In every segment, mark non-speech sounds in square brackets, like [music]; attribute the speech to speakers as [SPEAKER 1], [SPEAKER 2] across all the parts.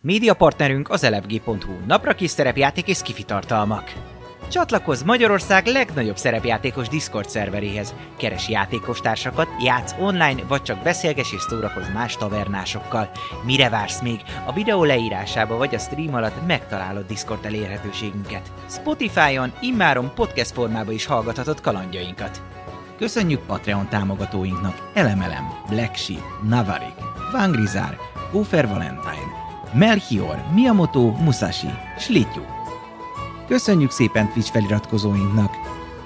[SPEAKER 1] Média partnerünk az elefg.hu, napra kis szerepjáték és skifi tartalmak. Csatlakozz Magyarország legnagyobb szerepjátékos Discord szerveréhez. Keres játékostársakat, játsz online, vagy csak beszélges és szórakozz más tavernásokkal. Mire vársz még? A videó leírásába vagy a stream alatt megtalálod Discord elérhetőségünket. Spotify-on immáron podcast formába is hallgathatod kalandjainkat. Köszönjük Patreon támogatóinknak Elemelem, Black Sheep, Navarik, Vangrizár, Gófer Valentine, Melchior, Miyamoto, Musashi, Slityu. Köszönjük szépen Twitch feliratkozóinknak!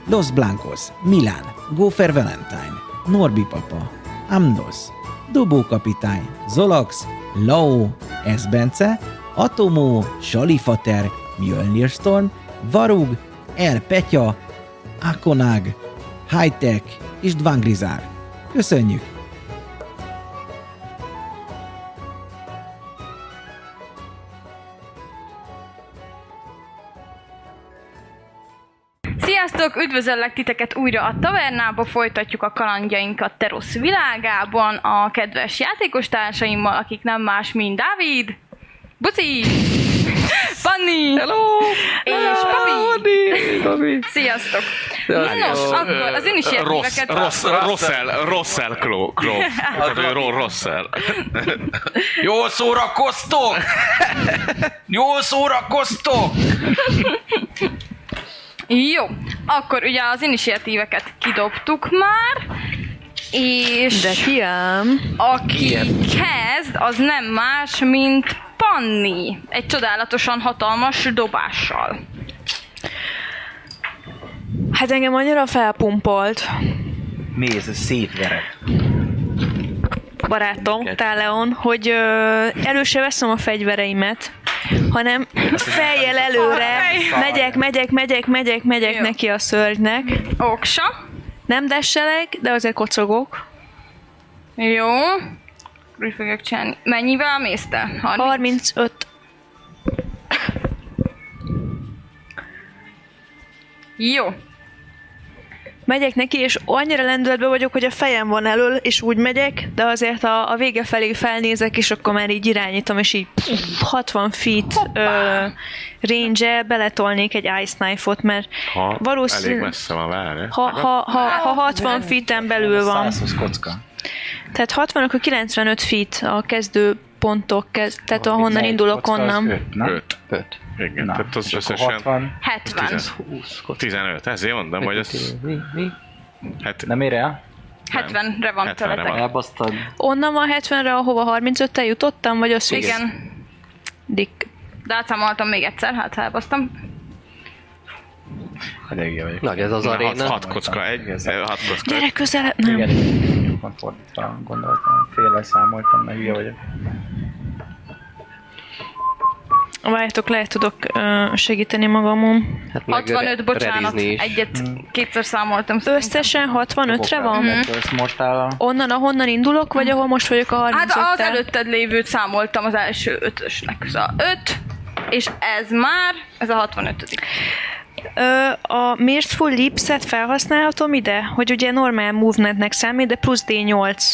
[SPEAKER 1] Los Blancos, Milán, Gófer Valentine, Norbi Papa, Amnos, Dobó Kapitány, Zolax, Lao, Esbence, Atomó, Salifater, Mjölnir Storm, Varug, El Petya, Akonag, Hightech és Dvangrizár. Köszönjük!
[SPEAKER 2] Sziasztok! Üdvözöllek titeket újra a tavernába, folytatjuk a kalandjainkat Terosz világában a kedves játékostársaimmal, akik nem más, mint Dávid, Buci, Panni
[SPEAKER 3] Hello!
[SPEAKER 2] és Papi.
[SPEAKER 3] Papi!
[SPEAKER 2] Sziasztok!
[SPEAKER 3] Sziasztok!
[SPEAKER 2] Nos, akkor az én is
[SPEAKER 4] Rossz,
[SPEAKER 2] értékeket...
[SPEAKER 4] rossz, Rosszel, Rosszel Klo-
[SPEAKER 2] [laughs]
[SPEAKER 4] Klóf. Tehát ő Ro- Rosszel.
[SPEAKER 3] Jól szórakoztok! Jól szórakoztok!
[SPEAKER 2] Jó, akkor ugye az initiatíveket kidobtuk már, és
[SPEAKER 5] De kiám.
[SPEAKER 2] aki kezd, az nem más, mint Panni, egy csodálatosan hatalmas dobással.
[SPEAKER 5] Hát engem annyira felpumpolt,
[SPEAKER 6] Méz, szétvered.
[SPEAKER 5] barátom, Táleon, hogy ö, elő se veszem a fegyvereimet, hanem
[SPEAKER 4] Hát,
[SPEAKER 5] fejjel előre megyek, megyek, megyek, megyek, megyek
[SPEAKER 2] Jó.
[SPEAKER 5] neki a szörnynek.
[SPEAKER 2] Oksa.
[SPEAKER 5] Nem desselek, de azért kocogok.
[SPEAKER 2] Jó. Úgy fogjuk csinálni. Mennyivel mész te? 30?
[SPEAKER 5] 35.
[SPEAKER 2] Jó.
[SPEAKER 5] Megyek neki, és annyira lendületben vagyok, hogy a fejem van elől, és úgy megyek, de azért a, a vége felé felnézek, és akkor már így irányítom, és így pff, 60 feet ö, range beletolnék egy ice knife-ot, mert
[SPEAKER 4] Ha,
[SPEAKER 5] Valószínű-
[SPEAKER 4] Elég messze van, várj.
[SPEAKER 5] ha, ha, ha, ha 60 feet-en belül van,
[SPEAKER 6] 120 kocka.
[SPEAKER 5] tehát 60, akkor 95 feet a kezdő pontok, kez, tehát ahonnan
[SPEAKER 6] Melyik
[SPEAKER 5] indulok
[SPEAKER 6] kocka az
[SPEAKER 5] onnan.
[SPEAKER 6] öt, nem?
[SPEAKER 4] Öt.
[SPEAKER 6] Öt.
[SPEAKER 4] Igen,
[SPEAKER 6] Na,
[SPEAKER 4] tehát az
[SPEAKER 6] és akkor
[SPEAKER 4] összesen
[SPEAKER 6] 60,
[SPEAKER 2] 70.
[SPEAKER 6] 20 kocka.
[SPEAKER 4] 15. Ezért mondom, hogy az...
[SPEAKER 6] Mi, mi?
[SPEAKER 4] Hát,
[SPEAKER 6] Nem ér el?
[SPEAKER 2] 70-re van
[SPEAKER 4] 70-re
[SPEAKER 2] tőletek.
[SPEAKER 4] van.
[SPEAKER 6] Elbasztad.
[SPEAKER 5] Onnan van 70-re, ahova 35-tel jutottam, vagy az
[SPEAKER 2] Igen.
[SPEAKER 5] Dick.
[SPEAKER 2] De átszámoltam még egyszer, hát elbasztam.
[SPEAKER 6] Elég jó vagyok.
[SPEAKER 7] Nagy ez az
[SPEAKER 4] na, hat,
[SPEAKER 7] aréna.
[SPEAKER 4] hat kocka, egy, eh, hat kocka.
[SPEAKER 5] Gyere közelebb! Nem.
[SPEAKER 6] Igen, igen, jobban fordítva gondoltam, félre számoltam, meg hülye vagyok.
[SPEAKER 5] Várjátok, lehet tudok ö, segíteni magamon.
[SPEAKER 7] Hát meg
[SPEAKER 2] 65,
[SPEAKER 7] re-
[SPEAKER 2] bocsánat.
[SPEAKER 7] rerizni is.
[SPEAKER 2] Egyet, kétszer számoltam.
[SPEAKER 5] Összesen 65-re
[SPEAKER 2] Mhm.
[SPEAKER 5] van?
[SPEAKER 6] Ezt most áll a...
[SPEAKER 5] Onnan, ahonnan indulok, vagy ahol most vagyok a 35
[SPEAKER 2] Hát az előtted lévőt számoltam az első ötösnek. Szóval 5, és ez már, ez a 65
[SPEAKER 5] Ö, a Mirthful Lips-et felhasználhatom ide, hogy ugye normál movementnek számít, de plusz D8,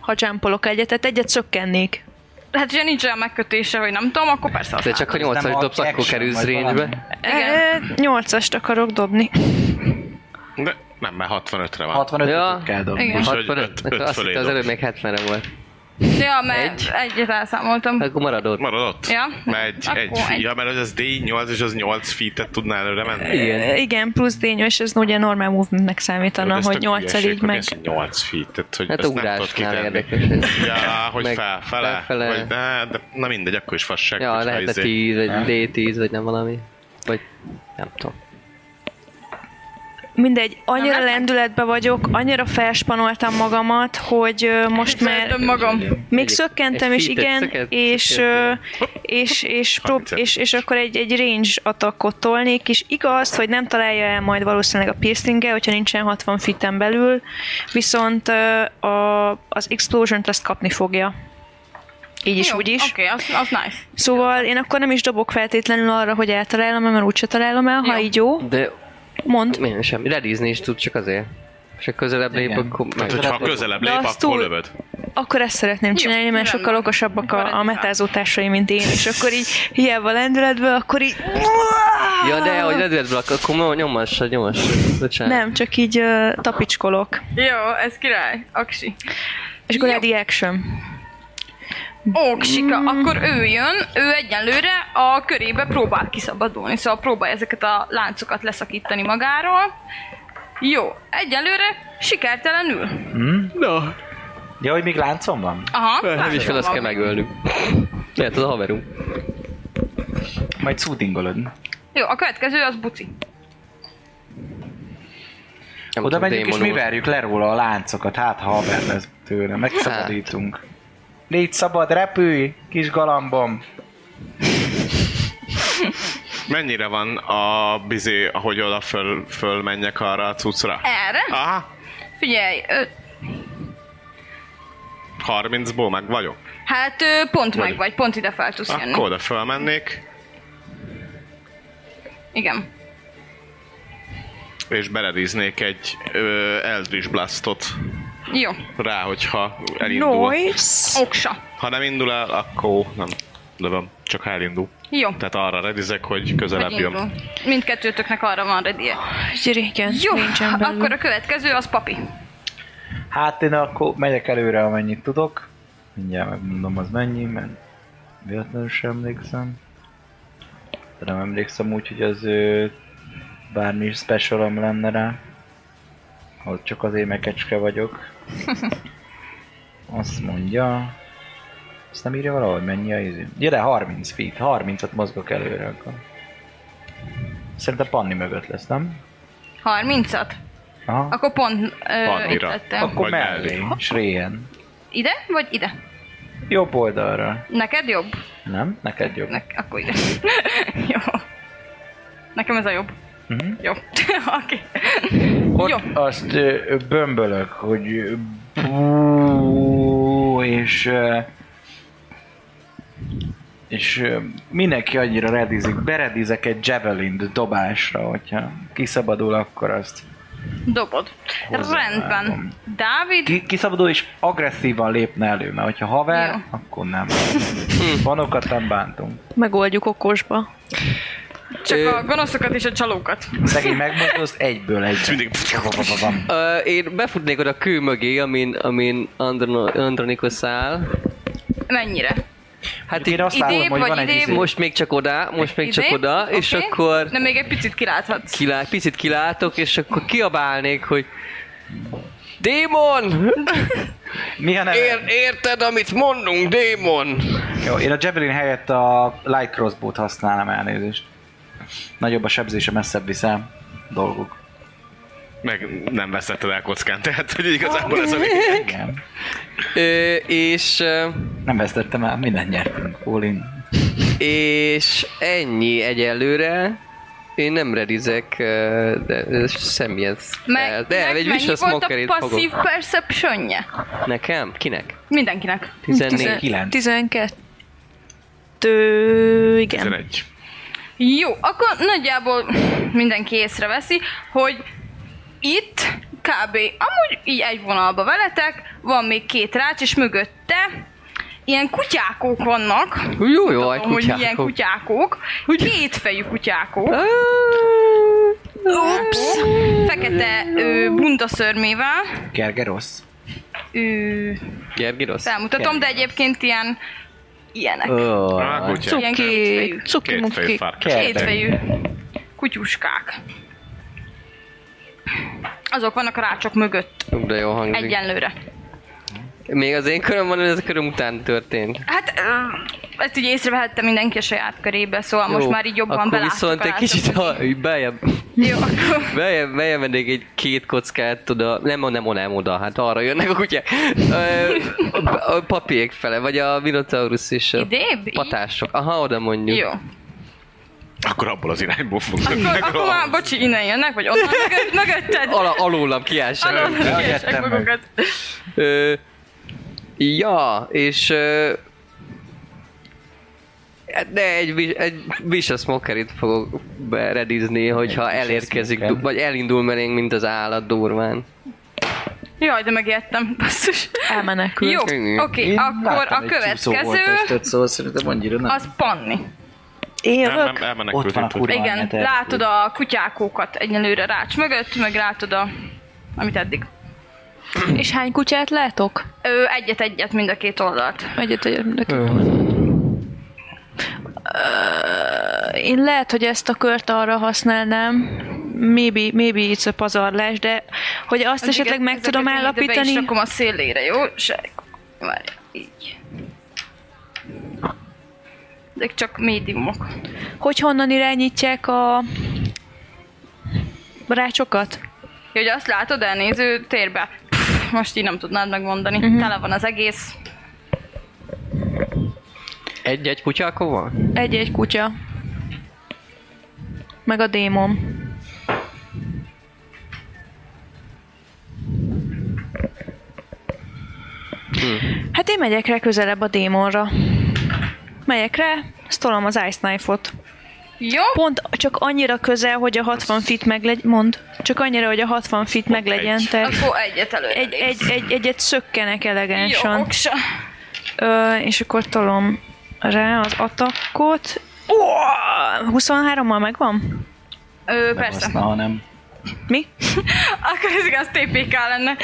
[SPEAKER 5] ha jumpolok egyet, tehát egyet csökkennék.
[SPEAKER 2] Hát ugye nincs olyan megkötése, hogy nem tudom, akkor persze
[SPEAKER 7] De
[SPEAKER 2] azt
[SPEAKER 7] csak ha 8-as dobsz, akkor kerülsz range-be.
[SPEAKER 2] Igen.
[SPEAKER 5] Ö, 8-ast akarok dobni.
[SPEAKER 4] De nem, már 65-re van.
[SPEAKER 6] 65
[SPEAKER 7] Ja.
[SPEAKER 6] ja. kell dobni.
[SPEAKER 2] Igen.
[SPEAKER 4] Úgyhogy
[SPEAKER 7] 65?
[SPEAKER 4] öt-
[SPEAKER 7] Akkor
[SPEAKER 4] öt
[SPEAKER 7] Hát Azt
[SPEAKER 4] fölé
[SPEAKER 7] hittem, az
[SPEAKER 4] dob.
[SPEAKER 7] előbb még 70-re volt.
[SPEAKER 2] Ja, mert
[SPEAKER 7] Egy. Hát
[SPEAKER 2] egyet elszámoltam.
[SPEAKER 7] Akkor maradod.
[SPEAKER 4] Marad ott?
[SPEAKER 2] Ja.
[SPEAKER 4] Mert egy,
[SPEAKER 2] Akkor
[SPEAKER 4] egy,
[SPEAKER 2] egy.
[SPEAKER 4] ja, mert az- az D8, és az 8 feet-et tudná előre menni.
[SPEAKER 5] Ö, igen, plusz D8, és ez ugye normál movementnek számítana, hogy 8 így meg.
[SPEAKER 4] 8 feet, tehát hogy
[SPEAKER 7] Hát
[SPEAKER 4] ezt nem tudod
[SPEAKER 7] ugrásnál
[SPEAKER 4] kitenni.
[SPEAKER 7] érdekes
[SPEAKER 4] [laughs]
[SPEAKER 7] ez.
[SPEAKER 4] Ja, hogy
[SPEAKER 7] [laughs] Meg
[SPEAKER 4] fel, fele,
[SPEAKER 7] felfele.
[SPEAKER 4] Vagy, de, de, na mindegy, akkor is fasság.
[SPEAKER 7] Ja,
[SPEAKER 4] hogyha
[SPEAKER 7] lehetne
[SPEAKER 4] izé-
[SPEAKER 7] 10, vagy D10, vagy nem valami. Vagy nem tudom.
[SPEAKER 5] Mindegy, annyira
[SPEAKER 2] Nem, nem.
[SPEAKER 5] lendületbe vagyok, annyira felspanoltam magamat, hogy ö, most már
[SPEAKER 2] Szerintem magam.
[SPEAKER 5] Még
[SPEAKER 7] Egy-
[SPEAKER 5] szökkentem
[SPEAKER 7] egy
[SPEAKER 5] is,
[SPEAKER 7] feet-et
[SPEAKER 5] igen,
[SPEAKER 7] szöked-
[SPEAKER 5] és,
[SPEAKER 7] szöked,
[SPEAKER 5] ö,
[SPEAKER 7] igen.
[SPEAKER 5] és, és, prób-
[SPEAKER 4] 30-et.
[SPEAKER 5] és, és, akkor egy, egy range attackot tolnék, és igaz, hogy nem találja el majd valószínűleg a piercinge, hogyha nincsen 60 fiten belül, viszont ö, a, az explosion-t azt kapni fogja. Így is,
[SPEAKER 2] Jó,
[SPEAKER 5] úgy is.
[SPEAKER 2] Oké, az, az nice.
[SPEAKER 5] Szóval én akkor nem is dobok feltétlenül arra, hogy eltalálom, mert úgyse találom el, ha
[SPEAKER 2] Jó.
[SPEAKER 5] így jó.
[SPEAKER 7] De
[SPEAKER 5] Mond.
[SPEAKER 7] milyen semmi. Rerizni is tud, csak azért. És ha közelebb lép,
[SPEAKER 6] Igen.
[SPEAKER 7] akkor meg.
[SPEAKER 4] Tehát, Hát, hogyha közelebb
[SPEAKER 5] De
[SPEAKER 4] lép,
[SPEAKER 5] az
[SPEAKER 4] akkor
[SPEAKER 5] túl-
[SPEAKER 4] lövöd.
[SPEAKER 5] akkor ezt szeretném csinálni, mert
[SPEAKER 2] rendben.
[SPEAKER 5] sokkal okosabbak a, a
[SPEAKER 2] Rendben.
[SPEAKER 5] metázó társaim, mint én, és akkor így hiába lendületből, akkor így...
[SPEAKER 7] Ja, de hogy lendületből, akkor, akkor nyomass, nyomass. Bocsánat.
[SPEAKER 5] Nem, csak így uh, tapicskolok.
[SPEAKER 2] Jó, ez király. Aksi.
[SPEAKER 5] És akkor
[SPEAKER 2] Jó.
[SPEAKER 5] ready action.
[SPEAKER 2] Óksika, akkor ő jön, ő egyenlőre a körébe próbál kiszabadulni, szóval próbálja ezeket a láncokat leszakítani magáról. Jó, egyenlőre sikertelenül.
[SPEAKER 7] Na,
[SPEAKER 6] Ja, hogy még láncom van?
[SPEAKER 2] Aha,
[SPEAKER 7] nem is fel, azt kell megölnünk. Lehet az a haverunk.
[SPEAKER 6] Majd szúdingolod.
[SPEAKER 2] Jó, a következő az buci.
[SPEAKER 7] Nem
[SPEAKER 6] Oda
[SPEAKER 7] tudom,
[SPEAKER 6] megyünk és
[SPEAKER 7] démonom.
[SPEAKER 6] mi verjük le róla a láncokat, hát ha haver lesz tőle, megszabadítunk. Légy szabad, repülj, kis galambom.
[SPEAKER 4] Mennyire van a bizé, ahogy oda föl, fölmenjek arra a cuccra?
[SPEAKER 2] Erre?
[SPEAKER 4] Aha,
[SPEAKER 2] Ah. Figyelj, ö,
[SPEAKER 4] 30-ból meg vagyok.
[SPEAKER 2] hát ö, pont meg vagy, pont ide fel tudsz jönni.
[SPEAKER 4] Akkor oda fölmennék,
[SPEAKER 2] Igen.
[SPEAKER 4] és beledíznék egy ö, Eldritch Blastot
[SPEAKER 2] Jó,
[SPEAKER 4] rá, hogyha elindul.
[SPEAKER 5] Noise.
[SPEAKER 2] oksa.
[SPEAKER 4] Ha nem indul el, akkor nem lövöm, csak ha elindul.
[SPEAKER 2] Jó.
[SPEAKER 4] Tehát arra redizek, hogy
[SPEAKER 2] Vagy
[SPEAKER 4] közelebb
[SPEAKER 2] indul.
[SPEAKER 4] jön.
[SPEAKER 2] Mindkettőtöknek arra van ready
[SPEAKER 5] Gyere, igen,
[SPEAKER 2] Jó,
[SPEAKER 5] nincsen belül.
[SPEAKER 2] akkor a következő az papi.
[SPEAKER 6] Hát én akkor megyek előre, amennyit tudok. Mindjárt megmondom, az mennyi, mert véletlenül sem emlékszem. De nem emlékszem úgy, hogy az ő bármi specialom lenne rá. Ahhoz csak az émekecske [laughs] vagyok. Azt mondja... Azt nem írja valahogy, mennyi a izé? Ja, de 30 feet, 30-at mozgok előre akkor. Szerintem Panni mögött lesz, nem?
[SPEAKER 2] 30-at.
[SPEAKER 6] Aha.
[SPEAKER 2] Akkor pont ö, itt
[SPEAKER 4] Pannira.
[SPEAKER 2] lettem.
[SPEAKER 6] Akkor
[SPEAKER 4] Vagy
[SPEAKER 6] mellé, Sréjen.
[SPEAKER 2] Ide, vagy ide?
[SPEAKER 6] Jobb oldalra.
[SPEAKER 2] Neked jobb?
[SPEAKER 6] Nem? Neked jobb.
[SPEAKER 2] Ne- akkor ide. Jó. Nekem ez a jobb.
[SPEAKER 6] Mhm.
[SPEAKER 2] Jó. [laughs] Oké.
[SPEAKER 6] Ott
[SPEAKER 2] Jó.
[SPEAKER 6] azt ö, ö, bömbölök, hogy ö, bú, és ö, és ö, mindenki annyira redizik, beredizek egy javelin dobásra, hogyha kiszabadul, akkor azt
[SPEAKER 2] Dobod.
[SPEAKER 6] Hozzávágom.
[SPEAKER 2] Rendben. Dávid,
[SPEAKER 6] ki, kiszabadul és agresszívan lépne elő, mert hogyha haver,
[SPEAKER 2] Jó.
[SPEAKER 6] akkor nem. Vanokat nem bántunk.
[SPEAKER 5] Megoldjuk okosba.
[SPEAKER 2] csak a gonoszokat és a csalókat.
[SPEAKER 6] Szegény megmozdulsz egyből egy.
[SPEAKER 4] Mindig-
[SPEAKER 7] Ö, én befutnék oda a kő mögé, amin, amin Androno- Andronikos áll.
[SPEAKER 2] Mennyire?
[SPEAKER 7] Hát
[SPEAKER 6] Én
[SPEAKER 7] így,
[SPEAKER 6] azt látom,
[SPEAKER 2] idébb
[SPEAKER 6] hogy
[SPEAKER 2] vagy
[SPEAKER 6] van egy
[SPEAKER 2] idébb?
[SPEAKER 6] izé.
[SPEAKER 7] most még csak oda, most még csak
[SPEAKER 2] Ide?
[SPEAKER 7] oda,
[SPEAKER 2] Izé? Oké.
[SPEAKER 7] és akkor
[SPEAKER 2] De még egy picit kiláthatsz.
[SPEAKER 7] kilá, picit kilátok, és akkor kiabálnék, hogy Démon!
[SPEAKER 6] Mi a neve?
[SPEAKER 4] Ér, érted, amit mondunk, démon?
[SPEAKER 6] Jó, én a Javelin helyett a Light Crossbow-t használnám elnézést. Nagyobb a sebzése, messzebb viszem dolgok.
[SPEAKER 4] Meg nem veszetted el kockán, [laughs] tehát hogy igazából ez a
[SPEAKER 6] [laughs]
[SPEAKER 4] lényeg.
[SPEAKER 6] Igen.
[SPEAKER 7] Ö, és, ö,
[SPEAKER 6] Nem vesztettem el, mindent nyertünk. All in.
[SPEAKER 7] és ennyi egyelőre. Én nem redizek, ö, de ez semmilyen
[SPEAKER 2] Meg,
[SPEAKER 7] de
[SPEAKER 2] meg
[SPEAKER 7] egy
[SPEAKER 2] mennyi
[SPEAKER 7] Vicious
[SPEAKER 2] volt a
[SPEAKER 7] Mockery-t
[SPEAKER 2] passzív
[SPEAKER 7] fogok.
[SPEAKER 2] perceptionje?
[SPEAKER 7] Nekem? Kinek?
[SPEAKER 2] Mindenkinek.
[SPEAKER 7] 14.
[SPEAKER 6] 9.
[SPEAKER 5] 12. Igen.
[SPEAKER 4] 11.
[SPEAKER 2] Jó, akkor nagyjából mindenki észreveszi, hogy itt kb. amúgy így egy vonalba veletek, van még két rács, és mögötte ilyen kutyákok vannak.
[SPEAKER 7] Jó, jó, aj,
[SPEAKER 2] Tudom, Hogy ilyen
[SPEAKER 7] kutyákok.
[SPEAKER 2] kutyákok. Kétfejű kutyákok.
[SPEAKER 7] Ah,
[SPEAKER 2] Ups. Fekete ö, bundaszörmével.
[SPEAKER 6] Kergerosz.
[SPEAKER 2] Ő,
[SPEAKER 7] Gergirosz?
[SPEAKER 2] felmutatom, de egyébként ilyen ilyenek.
[SPEAKER 4] Á,
[SPEAKER 7] Ó,
[SPEAKER 4] kutyák.
[SPEAKER 2] Ilyen
[SPEAKER 5] Cuki,
[SPEAKER 2] kétfejű.
[SPEAKER 5] cuki
[SPEAKER 4] Két
[SPEAKER 5] muki.
[SPEAKER 4] fejfárkas.
[SPEAKER 6] Kérdez.
[SPEAKER 2] Kétfejű kutyuskák. Azok vannak a rácsok mögött
[SPEAKER 7] de jó hangzik.
[SPEAKER 2] egyenlőre.
[SPEAKER 7] Még az én körömben, ez a köröm után történt.
[SPEAKER 2] Hát ö, ezt ugye észrevehette mindenki a saját körébe, szóval most már így jobban
[SPEAKER 7] akkor
[SPEAKER 2] beláttuk
[SPEAKER 7] viszont
[SPEAKER 2] a
[SPEAKER 7] egy
[SPEAKER 2] rácsok.
[SPEAKER 7] kicsit a, így beljebb,
[SPEAKER 2] Jó, akkor
[SPEAKER 7] beljebb, beljebb mennék egy két kockát oda, nem, nem, nem oda, hát arra jönnek a kutyák. Ö, A, a papíek fele, vagy a Minotaurus és a
[SPEAKER 2] Idébb? Így?
[SPEAKER 7] patások. Aha, oda mondjuk.
[SPEAKER 2] jó.
[SPEAKER 4] Akkor abból az irányból fognak
[SPEAKER 2] Akkor,
[SPEAKER 4] meg
[SPEAKER 2] akkor már,
[SPEAKER 4] a...
[SPEAKER 2] bocsi, innen jönnek, vagy onnan mögött, mögötted.
[SPEAKER 7] Ala, alólam kiássák.
[SPEAKER 2] Alul
[SPEAKER 6] eljöttem
[SPEAKER 2] kiesek
[SPEAKER 6] meg.
[SPEAKER 2] magukat.
[SPEAKER 7] Ö, ja, és... Ö, hát de egy, vi- egy Vicious Mockerit fogok beredizni, hogyha elérkezik, du- vagy elindul merénk, mint az állat durván.
[SPEAKER 2] Jaj, de megijedtem, basszus.
[SPEAKER 5] Elmenekül.
[SPEAKER 2] Jó, oké,
[SPEAKER 7] Igen.
[SPEAKER 2] okay, akkor a következő,
[SPEAKER 8] Több
[SPEAKER 6] szóval
[SPEAKER 8] szó, szerintem annyira nem.
[SPEAKER 2] az Panni.
[SPEAKER 5] Én
[SPEAKER 4] Nem, nem,
[SPEAKER 5] jövök?
[SPEAKER 4] elmenekült.
[SPEAKER 6] Ott van a
[SPEAKER 4] itt.
[SPEAKER 6] kurva
[SPEAKER 2] Igen,
[SPEAKER 6] anyát,
[SPEAKER 2] látod a kutyákókat egyenlőre rács mögött, meg látod a... amit eddig.
[SPEAKER 5] És hány kutyát látok?
[SPEAKER 2] Ö, egyet-egyet mind a két oldalt.
[SPEAKER 5] Egyet, egyet, mind a két Ö, Én lehet, hogy ezt a kört arra használnám, maybe, maybe it's a pazarlás, de hogy azt esetleg meg
[SPEAKER 2] Ezeket
[SPEAKER 5] tudom
[SPEAKER 2] én ide Be is
[SPEAKER 5] állapítani,
[SPEAKER 2] rakom a szélére, jó? Se... Várj, így. Ezek csak médiumok.
[SPEAKER 5] hogy honnan irányítják a rácsokat?
[SPEAKER 2] Jó, Hogy azt látod elnéző térbe? Pff, most így nem tudnád megmondani.
[SPEAKER 5] Mhm.
[SPEAKER 2] Uh-huh. Tele van az egész.
[SPEAKER 7] Egy-egy kutya akkor van?
[SPEAKER 5] Egy-egy kutya. Meg a démon. Hát én megyek rá közelebb a démonra. Megyek rá, sztolom az Ice Knife-ot.
[SPEAKER 2] Jó?
[SPEAKER 5] Pont csak annyira közel, hogy a 60 fit meglegy... Mond. Csak annyira, hogy a 60 fit meglegyen, tehát
[SPEAKER 2] Akkor egyet előre.
[SPEAKER 5] egy,
[SPEAKER 2] lépsz.
[SPEAKER 5] egy, egy, egyet szökkenek
[SPEAKER 2] Jó,
[SPEAKER 5] elegánsan.
[SPEAKER 2] oksa.
[SPEAKER 5] Ö, és akkor tolom rá az atakot. Oh! 23-mal megvan?
[SPEAKER 2] Ö,
[SPEAKER 6] Nem
[SPEAKER 2] persze.
[SPEAKER 6] használ, hanem
[SPEAKER 5] Mi?
[SPEAKER 2] Akkor ez igaz TPK lenne.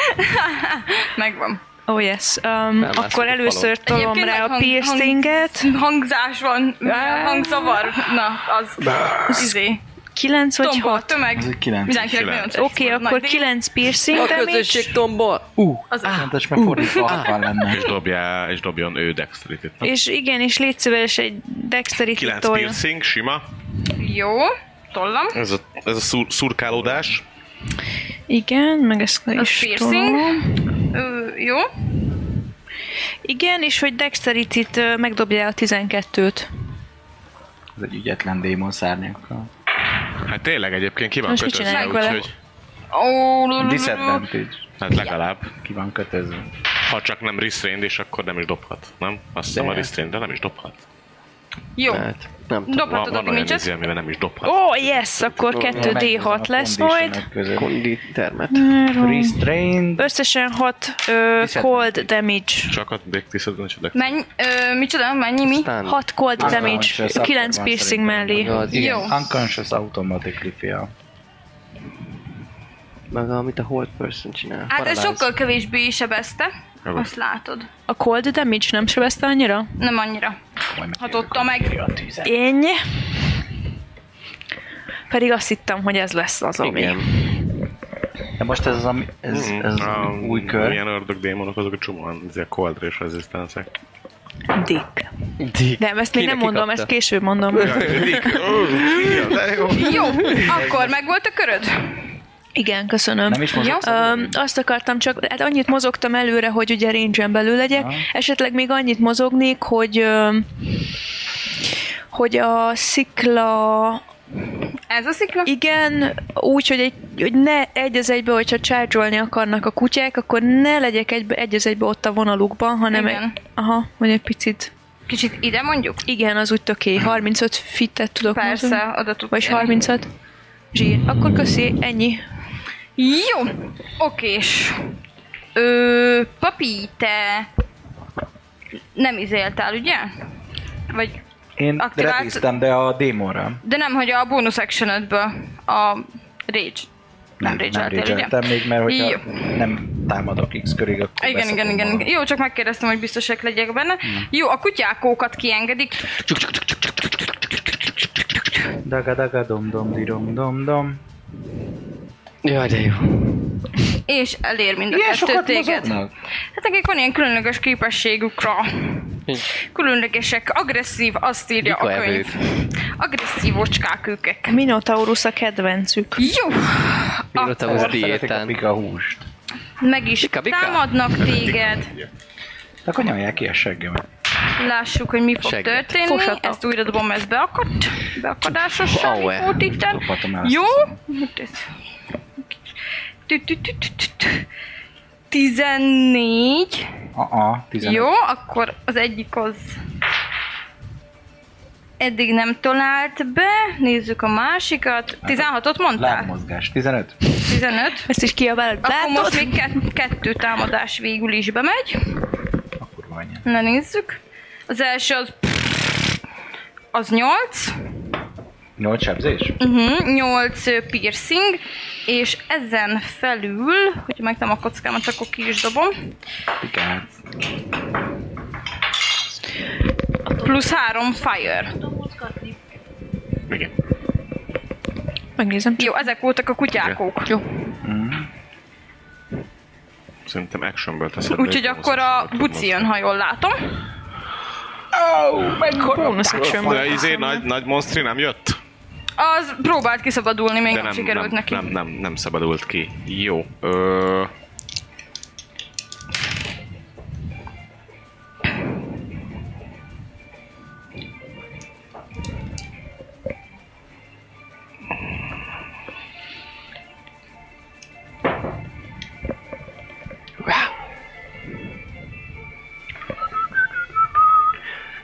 [SPEAKER 2] [laughs] Megvan.
[SPEAKER 5] Oh yes. Um,
[SPEAKER 7] Felmászok
[SPEAKER 5] akkor
[SPEAKER 7] a
[SPEAKER 5] először tolom
[SPEAKER 2] Egyébként
[SPEAKER 5] rá
[SPEAKER 2] nagy
[SPEAKER 5] a
[SPEAKER 2] hang-
[SPEAKER 5] piercinget.
[SPEAKER 2] Hangzás van, hangzavar. Na, az. Izé.
[SPEAKER 5] 9 vagy
[SPEAKER 2] Tompa,
[SPEAKER 5] 6.
[SPEAKER 2] tömeg.
[SPEAKER 6] ez egy 9.
[SPEAKER 2] Mindenkinek nagyon tetszik.
[SPEAKER 5] Oké,
[SPEAKER 2] Na,
[SPEAKER 5] akkor
[SPEAKER 2] de-
[SPEAKER 5] 9
[SPEAKER 7] A
[SPEAKER 5] piercing damage,
[SPEAKER 7] közösség tombol! Uh,
[SPEAKER 2] Az
[SPEAKER 6] Mentes, mert fordítva 60 lenne.
[SPEAKER 4] És dobjál, és dobjon ő dexterity
[SPEAKER 5] és igen, és légy szíves egy dexterity
[SPEAKER 4] 9
[SPEAKER 5] tolja.
[SPEAKER 4] piercing, sima.
[SPEAKER 2] Jó, tollam.
[SPEAKER 4] Ez a, ez a szur, szurkálódás.
[SPEAKER 5] Igen, meg ezt le
[SPEAKER 2] Az
[SPEAKER 5] is
[SPEAKER 2] piercing.
[SPEAKER 5] tolom.
[SPEAKER 2] Ö, jó.
[SPEAKER 5] Igen, és hogy dexterity-t ö, megdobja a 12-t.
[SPEAKER 6] Ez egy ügyetlen démon szárnyakkal.
[SPEAKER 4] Hát tényleg egyébként ki van
[SPEAKER 5] Most mit
[SPEAKER 4] kötözve,
[SPEAKER 5] csináljuk vele?
[SPEAKER 4] úgyhogy...
[SPEAKER 2] Ó, lulululu.
[SPEAKER 6] Disadvantage.
[SPEAKER 4] Hát legalább.
[SPEAKER 6] Ki van kötözve.
[SPEAKER 4] Ha csak nem restrained, és akkor nem is dobhat, nem? Azt hiszem a restrained, de nem is dobhat.
[SPEAKER 2] Jó.
[SPEAKER 7] hát, nem tudom.
[SPEAKER 4] Van,
[SPEAKER 2] Dobhatod a
[SPEAKER 4] van olyan izé,
[SPEAKER 2] dimincset.
[SPEAKER 4] amivel nem is dobhat.
[SPEAKER 5] Ó, oh, yes, akkor
[SPEAKER 6] Megnézem a
[SPEAKER 5] 2d6 lesz
[SPEAKER 6] conditionek
[SPEAKER 5] majd.
[SPEAKER 6] között.
[SPEAKER 7] Konditermet.
[SPEAKER 6] Restrained.
[SPEAKER 5] Összesen 6 cold damage.
[SPEAKER 4] Csak a disadvantage de
[SPEAKER 2] Menj, ö, micsoda, mennyi mi?
[SPEAKER 7] Stun.
[SPEAKER 5] 6 cold
[SPEAKER 6] Az
[SPEAKER 5] damage,
[SPEAKER 6] van, és ez
[SPEAKER 5] 9
[SPEAKER 6] akkor van
[SPEAKER 5] piercing
[SPEAKER 6] szerintem.
[SPEAKER 5] mellé.
[SPEAKER 7] Az, igen.
[SPEAKER 2] Jó.
[SPEAKER 6] Unconscious automatically fia.
[SPEAKER 7] Meg amit a hold person csinál.
[SPEAKER 2] Hát ez
[SPEAKER 7] Paralyze.
[SPEAKER 2] sokkal kevésbé sebezte. Azt látod.
[SPEAKER 5] A cold damage nem sebezte annyira?
[SPEAKER 2] Nem annyira. Hatotta Hát meg.
[SPEAKER 5] Ennyi. Pedig azt hittem, hogy ez lesz az, ami.
[SPEAKER 7] Igen.
[SPEAKER 6] De most ez az, ami, ez,
[SPEAKER 4] Mm,
[SPEAKER 6] ez
[SPEAKER 4] a
[SPEAKER 6] um, új kör.
[SPEAKER 4] Ilyen ördög démonok, azok a csomóan izé, cold és rezisztenszek.
[SPEAKER 5] Dick.
[SPEAKER 7] Dick.
[SPEAKER 5] De ezt még
[SPEAKER 7] Kinek
[SPEAKER 5] nem mondom,
[SPEAKER 7] kikapta?
[SPEAKER 5] ezt később mondom. [laughs]
[SPEAKER 2] Jó, akkor meg volt a köröd.
[SPEAKER 5] Igen, köszönöm.
[SPEAKER 6] Nem is mozog.
[SPEAKER 5] Öm, azt akartam csak, hát annyit mozogtam előre, hogy ugye range belül legyek.
[SPEAKER 6] Aha.
[SPEAKER 5] Esetleg még annyit mozognék, hogy öm, hogy a szikla
[SPEAKER 2] Ez a szikla.
[SPEAKER 5] Igen, úgy, hogy, egy, hogy ne egy az egybe, hogyha csárgyolni akarnak a kutyák, akkor ne legyek egybe, egy az egybe ott a vonalukban, hanem
[SPEAKER 2] Igen.
[SPEAKER 5] Egy, aha, vagy egy picit.
[SPEAKER 2] Kicsit ide mondjuk?
[SPEAKER 5] Igen, az úgy töké. 35 fitet tudok mozogni.
[SPEAKER 2] Persze, oda tud.
[SPEAKER 5] Vagy
[SPEAKER 2] érni.
[SPEAKER 5] 36. Zsír. Akkor köszi, ennyi.
[SPEAKER 2] Jó, okés. Ö, papi, te nem izéltál, ugye? Vagy,
[SPEAKER 6] Én
[SPEAKER 2] aktivált-
[SPEAKER 6] retíztem, de a démonra.
[SPEAKER 2] de nem, hogy a bonus action a rage. Nem,
[SPEAKER 6] nem
[SPEAKER 2] rage
[SPEAKER 6] rage-eltem még, mert hogyha
[SPEAKER 2] Jó.
[SPEAKER 6] nem támadok X körig, akkor
[SPEAKER 2] Igen, igen,
[SPEAKER 6] beszakom
[SPEAKER 2] igen,
[SPEAKER 6] a-
[SPEAKER 2] igen. Jó, csak megkérdeztem, hogy biztosak legyek benne.
[SPEAKER 6] Mm.
[SPEAKER 2] Jó, a kutyákókat kiengedik.
[SPEAKER 6] Daga daga dom dom di dom dom dom.
[SPEAKER 7] Jaj, de jó.
[SPEAKER 2] És elér mind a kettő téged. Hát nekik van ilyen különleges képességükre. Különlegesek, agresszív, azt írja
[SPEAKER 7] Mik a
[SPEAKER 2] a könyv. Agresszív ocskák őkek.
[SPEAKER 5] Minotaurus a kedvencük.
[SPEAKER 2] Jó!
[SPEAKER 7] Minotaurus
[SPEAKER 2] Akkor
[SPEAKER 6] Szeretek a
[SPEAKER 7] diétán.
[SPEAKER 6] pika húst.
[SPEAKER 2] meg is
[SPEAKER 7] Bika, bika.
[SPEAKER 2] támadnak téged.
[SPEAKER 6] De Akkor nyomják ki a seggemet.
[SPEAKER 2] Lássuk, hogy mi fog
[SPEAKER 7] Segget.
[SPEAKER 2] történni.
[SPEAKER 5] Foshatta.
[SPEAKER 2] Ezt újra dobom, ez beakadt. Beakadásos
[SPEAKER 7] Aue.
[SPEAKER 2] volt itten.
[SPEAKER 6] Dobhatom el
[SPEAKER 2] Jó?
[SPEAKER 6] azt
[SPEAKER 2] Tü- tü- tü- tü- tü- tü. 14.
[SPEAKER 6] A-a, 15.
[SPEAKER 2] Jó, akkor az egyik az eddig nem talált be, nézzük a
[SPEAKER 6] Hát
[SPEAKER 2] másikat. 16-ot mondtál?
[SPEAKER 6] Lábmozgás. 15?
[SPEAKER 2] 15.
[SPEAKER 5] Ezt is kiabálod.
[SPEAKER 2] Akkor
[SPEAKER 5] Látod?
[SPEAKER 2] most még kett- kettő támadás végül is bemegy.
[SPEAKER 6] Akkor van anyja.
[SPEAKER 2] Na nézzük. Az első az... Az 8.
[SPEAKER 6] 8 sebzés?
[SPEAKER 2] Uh-huh, 8 piercing, és ezen felül, hogyha megtem a kockámat, akkor ki is dobom.
[SPEAKER 6] Pikác.
[SPEAKER 2] Plusz 3 fire.
[SPEAKER 4] Igen.
[SPEAKER 5] Megnézem.
[SPEAKER 2] Jó, ezek voltak a kutyákok.
[SPEAKER 5] Jó.
[SPEAKER 4] Szerintem actionből teszed.
[SPEAKER 2] Úgyhogy
[SPEAKER 4] de egy
[SPEAKER 2] akkor a
[SPEAKER 4] bonus
[SPEAKER 2] buci jön, ha jól látom.
[SPEAKER 5] Bonus action.
[SPEAKER 4] action. De izé nagy, nagy monstri nem jött?
[SPEAKER 2] Az próbált kiszabadulni, még
[SPEAKER 4] De
[SPEAKER 2] nem,
[SPEAKER 4] nem,
[SPEAKER 2] sikerült
[SPEAKER 4] nem,
[SPEAKER 2] neki.
[SPEAKER 4] nem, nem, nem szabadult ki. Jó. Ö...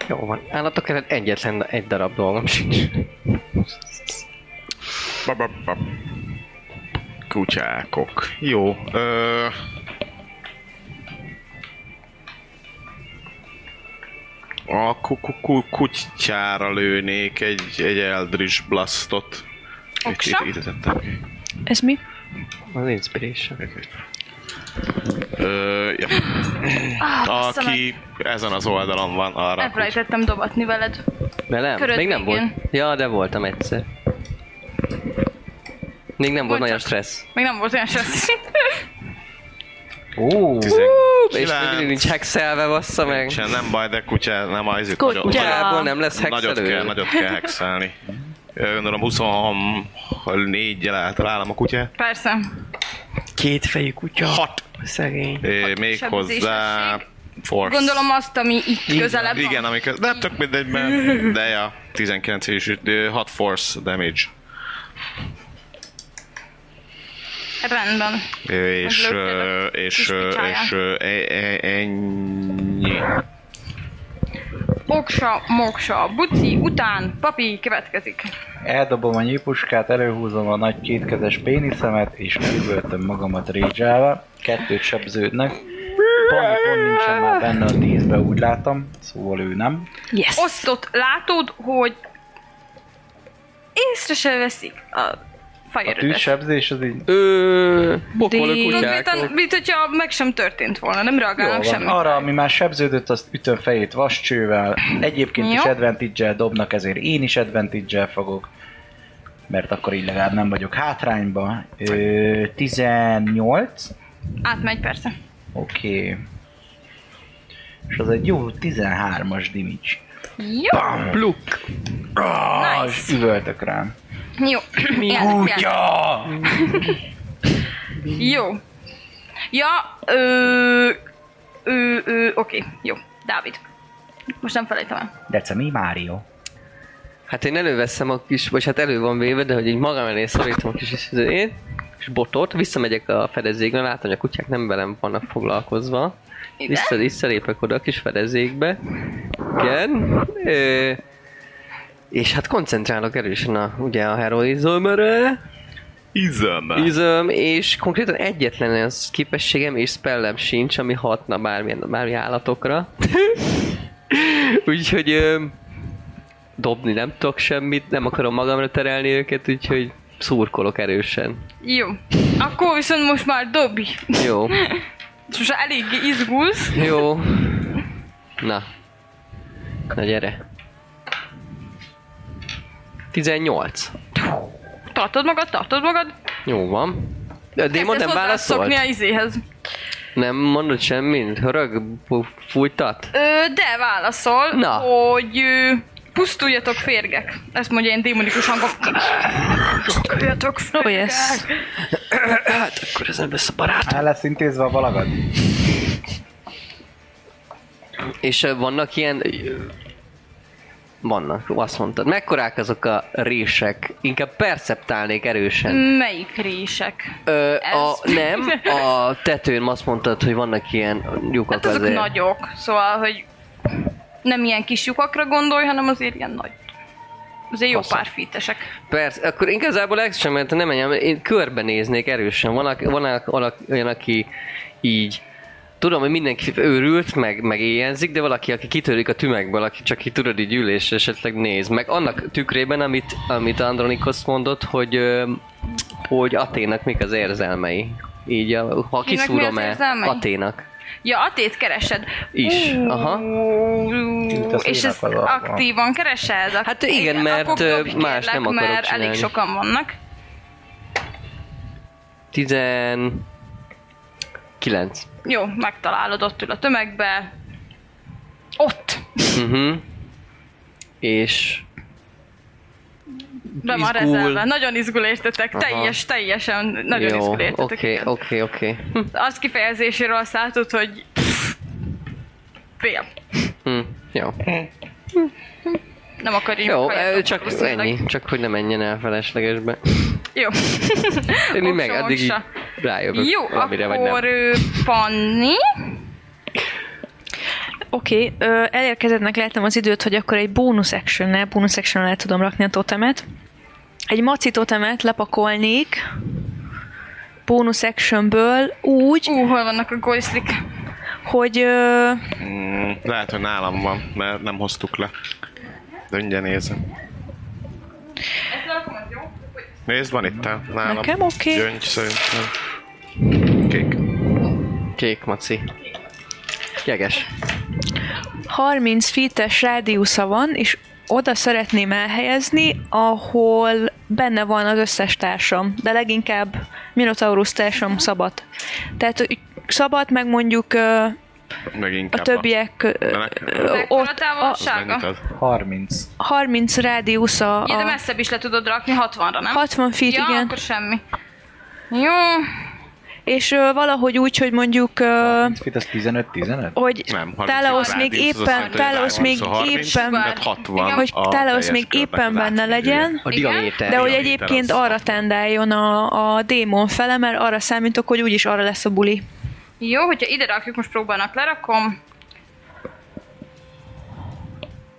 [SPEAKER 7] Jó van. Állatok ellen egyetlen egy darab dolgom sincs.
[SPEAKER 4] Ba, ba, ba. Kutyákok. Jó. Ö... A ku- ku- ku- kutyára lőnék egy, egy Eldritch Blastot. Itt-
[SPEAKER 2] Oksa?
[SPEAKER 4] Itt, itt, tettem ki.
[SPEAKER 5] Ez mi?
[SPEAKER 7] Az inspiration.
[SPEAKER 4] Ö, ja.
[SPEAKER 2] Ah, Aki...
[SPEAKER 4] Aki ezen az oldalon van, arra kuty-
[SPEAKER 2] Elfelejtettem dobatni veled.
[SPEAKER 7] Velem?
[SPEAKER 2] Köröd
[SPEAKER 7] Még nem
[SPEAKER 2] végén.
[SPEAKER 7] volt. Ja, de voltam egyszer. Még nem volt
[SPEAKER 2] Volt
[SPEAKER 7] nagyon
[SPEAKER 2] csak.
[SPEAKER 7] stressz.
[SPEAKER 2] Még nem volt
[SPEAKER 4] [laughs]
[SPEAKER 2] olyan stressz.
[SPEAKER 6] Ó,
[SPEAKER 7] És még mindig nincs hexelve, bassza meg.
[SPEAKER 4] Sem, nem baj, de kutya, nem az itt
[SPEAKER 5] Kutya.
[SPEAKER 4] nagyon,
[SPEAKER 7] Kutyából nem lesz
[SPEAKER 4] nagyot kell,
[SPEAKER 7] hexelő.
[SPEAKER 4] nagyot kell hexelni. Ö, Gondolom 24-jel eltalálom a kutyát.
[SPEAKER 2] Persze.
[SPEAKER 7] Két fejű kutya.
[SPEAKER 4] Hat.
[SPEAKER 7] Szegény.
[SPEAKER 4] É, még hozzá... Force.
[SPEAKER 2] Gondolom azt, ami itt közelebb van.
[SPEAKER 4] Igen, amikor... De tök mindegy, mert... De ja, 19 és 6 force damage.
[SPEAKER 2] Rendben.
[SPEAKER 4] Ö, És,
[SPEAKER 2] Meglökted a
[SPEAKER 4] ö, és, ö,
[SPEAKER 2] kis
[SPEAKER 4] és ö, e- e- ennyi.
[SPEAKER 2] Oksa, moksa, buci, után, papi következik.
[SPEAKER 6] Eldobom a nyípuskát, előhúzom a nagy kétkezes péniszemet, és üvöltöm magamat rédzsálva. Kettőt sebződnek. Panni pont nincsen már benne a tízbe, úgy látom. Szóval ő nem.
[SPEAKER 5] Yes.
[SPEAKER 2] Osztott látod, hogy észre se veszik a
[SPEAKER 6] A
[SPEAKER 2] fire
[SPEAKER 6] tűzsebzés az így...
[SPEAKER 7] Ö, pokolok
[SPEAKER 5] Di-
[SPEAKER 2] Konkrétan,
[SPEAKER 7] kutyákok.
[SPEAKER 2] mint hogyha meg sem történt volna, nem
[SPEAKER 6] Jól
[SPEAKER 2] reagálnak
[SPEAKER 6] van.
[SPEAKER 2] semmi.
[SPEAKER 6] Arra, ami már sebződött, azt ütöm fejét vascsővel. Egyébként is
[SPEAKER 2] Jó.
[SPEAKER 6] advantage dobnak, ezért én is advantage fogok. Mert akkor így legalább nem vagyok hátrányba. Ö, 18.
[SPEAKER 2] Átmegy persze.
[SPEAKER 6] Oké. És az egy jó 13-as damage.
[SPEAKER 2] Jó,
[SPEAKER 7] Pluk.
[SPEAKER 6] Ah,
[SPEAKER 2] Nice.
[SPEAKER 6] és üvöltök rám.
[SPEAKER 2] jó. Kutya! Jó. Ja, ö, ö, ö, oké, jó. Dávid. Most nem felejtem el.
[SPEAKER 6] Dece, mi Mário?
[SPEAKER 7] Hát én előveszem a kis, vagy hát elő van véve, de hogy így magam elé szorítom a kis izőjét, és botot, visszamegyek a fedezékre, látom, hogy a kutyák nem velem vannak foglalkozva.
[SPEAKER 2] Igen.
[SPEAKER 7] Vissza, visszalépek oda a kis fedezékbe. Igen. Ö, és hát koncentrálok erősen a, ugye a heroizomra,
[SPEAKER 4] Izem.
[SPEAKER 7] üzöm, és konkrétan egyetlen olyan képességem és spellem sincs, ami hatna bármilyen, bármi állatokra. [laughs] úgyhogy ö, dobni nem tudok semmit, nem akarom magamra terelni őket, úgyhogy szurkolok erősen.
[SPEAKER 2] Jó. Akkor viszont most már dobj.
[SPEAKER 7] Jó.
[SPEAKER 2] Most már eléggé izgulsz.
[SPEAKER 7] Jó. Na. Na gyere. 18.
[SPEAKER 2] Tartod magad, tartod magad.
[SPEAKER 7] Jó van. A démon nem
[SPEAKER 2] Kezdesz
[SPEAKER 7] válaszolt?
[SPEAKER 2] hozzászokni a izéhez.
[SPEAKER 7] Nem mondott semmit? Rög pu- fújtat?
[SPEAKER 2] Ö, de válaszol,
[SPEAKER 7] Na.
[SPEAKER 2] hogy ö, pusztuljatok férgek. Ezt mondja én démonikus hangok. Pusztuljatok férgek.
[SPEAKER 5] Oh, yes.
[SPEAKER 7] Akkor ez nem lesz a barát.
[SPEAKER 6] El lesz intézve a valagad?
[SPEAKER 7] És ö, vannak ilyen... ö, Vannak, azt mondtad. Mekkorák azok a rések? Inkább perceptálnék erősen.
[SPEAKER 2] Melyik rések?
[SPEAKER 7] Ö,
[SPEAKER 2] Mm, ez.
[SPEAKER 7] a,
[SPEAKER 2] [laughs]
[SPEAKER 7] nem, a tetőn azt mondtad, hogy vannak ilyen lyukak
[SPEAKER 2] Hát azok
[SPEAKER 7] azért.
[SPEAKER 2] nagyok, szóval, hogy nem ilyen kis lyukakra gondolj, hanem azért ilyen nagy. Azért jó
[SPEAKER 7] Faszom.
[SPEAKER 2] pár fitesek.
[SPEAKER 7] Persze, akkor igazából ez sem, mert nem menjem, én körbenéznék erősen. Van, aki- van ak- valak- olyan, aki így Tudom, hogy mindenki őrült, meg, meg éjjelzik, de valaki, aki kitörik a tümegből, aki csak így tudod, így ül és esetleg néz. Meg annak tükrében, amit, amit Andronikos mondott, hogy, ö, hogy Aténak mik az érzelmei. Így, a, ha
[SPEAKER 2] Kinek mi az
[SPEAKER 7] kiszúrom-e
[SPEAKER 2] érzelmei?
[SPEAKER 7] Aténak.
[SPEAKER 2] Ja, Atét keresed.
[SPEAKER 7] Is,
[SPEAKER 2] Ú,
[SPEAKER 7] aha.
[SPEAKER 6] azt
[SPEAKER 2] És ezt
[SPEAKER 6] írnak alapban.
[SPEAKER 2] aktívan keresed? Ak-
[SPEAKER 7] Hát igen, mert,
[SPEAKER 2] akkor
[SPEAKER 7] ö,
[SPEAKER 2] dobj,
[SPEAKER 7] más
[SPEAKER 2] kérlek,
[SPEAKER 7] nem akarok
[SPEAKER 2] mert elég
[SPEAKER 7] csinálni.
[SPEAKER 2] sokan vannak.
[SPEAKER 7] Tizen... Kilenc.
[SPEAKER 2] Jó, megtalálod ott ül a tömegbe. Ott!
[SPEAKER 7] Uh-huh. És
[SPEAKER 2] Be van
[SPEAKER 7] Izgul.
[SPEAKER 2] rezelve. Nagyon izgul értetek.
[SPEAKER 7] Aha.
[SPEAKER 2] Teljes, teljesen nagyon
[SPEAKER 7] Jó,
[SPEAKER 2] izgul
[SPEAKER 7] oké,
[SPEAKER 2] értetek.
[SPEAKER 7] oké,
[SPEAKER 2] igen.
[SPEAKER 7] oké, oké. Hm,
[SPEAKER 2] Azt kifejezéséről azt látod, hogy fél.
[SPEAKER 7] hm, Jó,
[SPEAKER 2] Nem akar így
[SPEAKER 7] jó
[SPEAKER 2] meghallgatni,
[SPEAKER 7] ö, csak
[SPEAKER 2] valószínűleg.
[SPEAKER 7] ennyi, csak hogy ne menjen el
[SPEAKER 2] [laughs]
[SPEAKER 7] feleslegesbe.
[SPEAKER 2] Jó.
[SPEAKER 7] [laughs] Én
[SPEAKER 2] Oksa,
[SPEAKER 7] még meg addig így
[SPEAKER 2] oksa.
[SPEAKER 7] rájövök
[SPEAKER 2] Jó,
[SPEAKER 7] valamire, vagy
[SPEAKER 2] akkor
[SPEAKER 7] nem.
[SPEAKER 2] ő, Panni.
[SPEAKER 5] Oké, okay, elérkezettnek láttam az időt, hogy akkor egy bónusz action-nel, bónusz action el tudom rakni a totemet. Egy maci totemet lepakolnék bónusz actionből úgy,
[SPEAKER 2] Ú, hol vannak a gojszlik?
[SPEAKER 5] hogy ö,
[SPEAKER 4] Mm, lehet, hogy nálam van, mert nem hoztuk le. De mindjárt nézem. Nézd, van itt el, nálam.
[SPEAKER 5] Nekem oké.
[SPEAKER 4] Gyöngy szerintem. Kék.
[SPEAKER 7] Kék maci. Jeges.
[SPEAKER 5] 30 feet-es rádiusza van, és oda szeretném elhelyezni, ahol benne van az összes társam, de leginkább Minotaurus társam szabad. Tehát hogy szabad, meg mondjuk ö,
[SPEAKER 4] Meg
[SPEAKER 5] a
[SPEAKER 4] inkább
[SPEAKER 5] többiek ö,
[SPEAKER 4] Mekkora-
[SPEAKER 5] ö,
[SPEAKER 2] Mekkora
[SPEAKER 5] ott a
[SPEAKER 4] Az mennyit
[SPEAKER 2] távolsága?
[SPEAKER 4] ad?
[SPEAKER 6] 30.
[SPEAKER 5] 30 rádiusza
[SPEAKER 2] Ja, de
[SPEAKER 5] a
[SPEAKER 2] messzebb is le tudod rakni, 60-ra, nem?
[SPEAKER 5] 60 feet,
[SPEAKER 2] ja,
[SPEAKER 5] igen.
[SPEAKER 2] akkor semmi. Jó,
[SPEAKER 5] És ö, valahogy úgy, hogy mondjuk, ö,
[SPEAKER 6] 30 fit, az 15-15?
[SPEAKER 5] hogy
[SPEAKER 4] Nem, 30
[SPEAKER 5] Tálaosz
[SPEAKER 4] rádiusz,
[SPEAKER 5] még
[SPEAKER 4] az azt
[SPEAKER 5] éppen,
[SPEAKER 4] jelenti, hogy
[SPEAKER 5] Tálaosz
[SPEAKER 4] rádiusz,
[SPEAKER 5] még
[SPEAKER 4] szóval 30,
[SPEAKER 5] éppen,
[SPEAKER 4] tehát 60
[SPEAKER 2] Igen.
[SPEAKER 5] hogy
[SPEAKER 4] a
[SPEAKER 5] Tálaosz
[SPEAKER 4] teljes
[SPEAKER 5] még
[SPEAKER 4] körnek az
[SPEAKER 5] éppen benne
[SPEAKER 4] átmérője.
[SPEAKER 5] legyen,
[SPEAKER 7] A
[SPEAKER 2] Igen?
[SPEAKER 7] diaméter.
[SPEAKER 5] de hogy
[SPEAKER 4] Jaj,
[SPEAKER 5] egyébként
[SPEAKER 4] terasz.
[SPEAKER 5] arra tendáljon a, a démon fele, mert arra számítok, hogy úgyis arra lesz a buli.
[SPEAKER 2] jó, hogyha ide rakjuk, most próbálnak lerakom.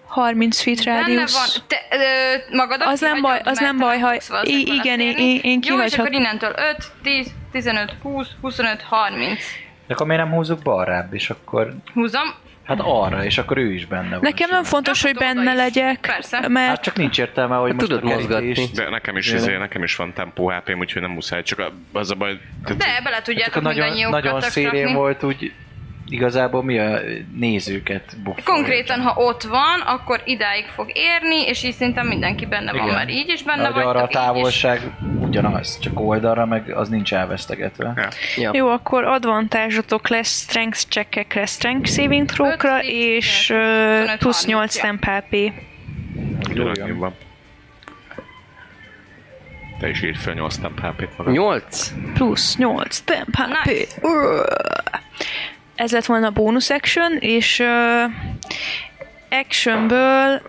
[SPEAKER 5] 30 feet
[SPEAKER 2] Benne van,
[SPEAKER 5] rádiusz.
[SPEAKER 2] te, ö, magadat
[SPEAKER 5] Az nem
[SPEAKER 2] kihagyod,
[SPEAKER 5] baj,
[SPEAKER 2] mert
[SPEAKER 5] az nem
[SPEAKER 2] te
[SPEAKER 5] baj, ha-
[SPEAKER 2] fogsz valószínűleg
[SPEAKER 5] i- igen,
[SPEAKER 2] beleférni.
[SPEAKER 5] én- én
[SPEAKER 2] Jó, és
[SPEAKER 5] kihagyhat-
[SPEAKER 2] akkor innentől 5, 10, 15, 20, 25, 30.
[SPEAKER 6] De akkor miért nem húzzuk balrább, és akkor...
[SPEAKER 2] Húzom.
[SPEAKER 6] Hát arra, és és akkor ő is benne van.
[SPEAKER 5] Nekem nem fontos, hogy
[SPEAKER 2] Rakod hát oda
[SPEAKER 5] benne
[SPEAKER 2] is.
[SPEAKER 5] legyek,
[SPEAKER 2] Persze.
[SPEAKER 6] Hát
[SPEAKER 5] mert
[SPEAKER 6] csak nincs értelme, hogy
[SPEAKER 7] Hát
[SPEAKER 6] most
[SPEAKER 7] tudod
[SPEAKER 6] a kerítést-
[SPEAKER 7] mozgatni.
[SPEAKER 4] De nekem is,
[SPEAKER 6] Jaj.
[SPEAKER 4] izé, nekem is van tempó hp -m, úgyhogy nem muszáj, csak a- az a baj... tehát-
[SPEAKER 2] De bele
[SPEAKER 6] Hát Csak a
[SPEAKER 2] tudjátok
[SPEAKER 6] nagyon,
[SPEAKER 2] mindannyiukat
[SPEAKER 6] nagyon szélén
[SPEAKER 2] rakni.
[SPEAKER 6] volt, úgy igazából mi a nézőket buffolja.
[SPEAKER 2] Konkrétan, ha ott van, akkor idáig fog érni, és így szinte mindenki benne van,
[SPEAKER 6] Igen.
[SPEAKER 2] mert így is benne
[SPEAKER 6] Mert hogy
[SPEAKER 2] vagy.
[SPEAKER 6] arra a távolság ugyanaz, csak oldalra, meg az nincs elvesztegetve.
[SPEAKER 4] Ja.
[SPEAKER 5] jó, akkor advantázsotok lesz strength checkekre, strength saving throw-kra,
[SPEAKER 2] Öt,
[SPEAKER 5] és
[SPEAKER 2] igen.
[SPEAKER 5] ö,
[SPEAKER 2] 25,
[SPEAKER 5] plusz 8
[SPEAKER 2] ja.
[SPEAKER 5] temp HP.
[SPEAKER 4] Ugyanannyi van. Te is írd fel 8 temp HP-t magad.
[SPEAKER 7] Nyolc?
[SPEAKER 5] Plusz 8 temp HP.
[SPEAKER 2] Nice.
[SPEAKER 5] Urgh. Ez lett volna a bonus action, és uh, actionből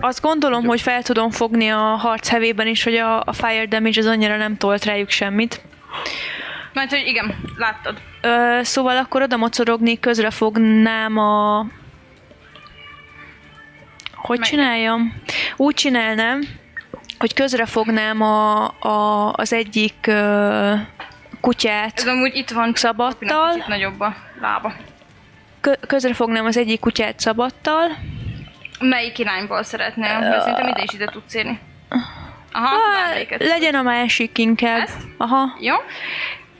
[SPEAKER 5] azt gondolom, hogy fel tudom fogni a harc hevében is, hogy a, a fire damage az annyira nem tolt rájuk semmit.
[SPEAKER 2] Mert hogy igen, láttad.
[SPEAKER 5] Ö, szóval akkor oda mocorogni, közre fognám a... Hogy
[SPEAKER 2] Melyik?
[SPEAKER 5] csináljam? Úgy csinálnám, hogy közre fognám a, a, az egyik ö,
[SPEAKER 2] Ez
[SPEAKER 5] kutyát
[SPEAKER 2] amúgy itt van
[SPEAKER 5] Szabadtal.
[SPEAKER 2] Kicsit nagyobb a lába.
[SPEAKER 5] Kö- közre fognám az egyik kutyát szabadtal.
[SPEAKER 2] Melyik irányból szeretnél? Mert szerintem ide is ide tudsz érni. Aha,
[SPEAKER 5] Ah,
[SPEAKER 2] melyiket?
[SPEAKER 5] legyen a másik inkább.
[SPEAKER 2] Ezt?
[SPEAKER 5] Aha.
[SPEAKER 2] Jó?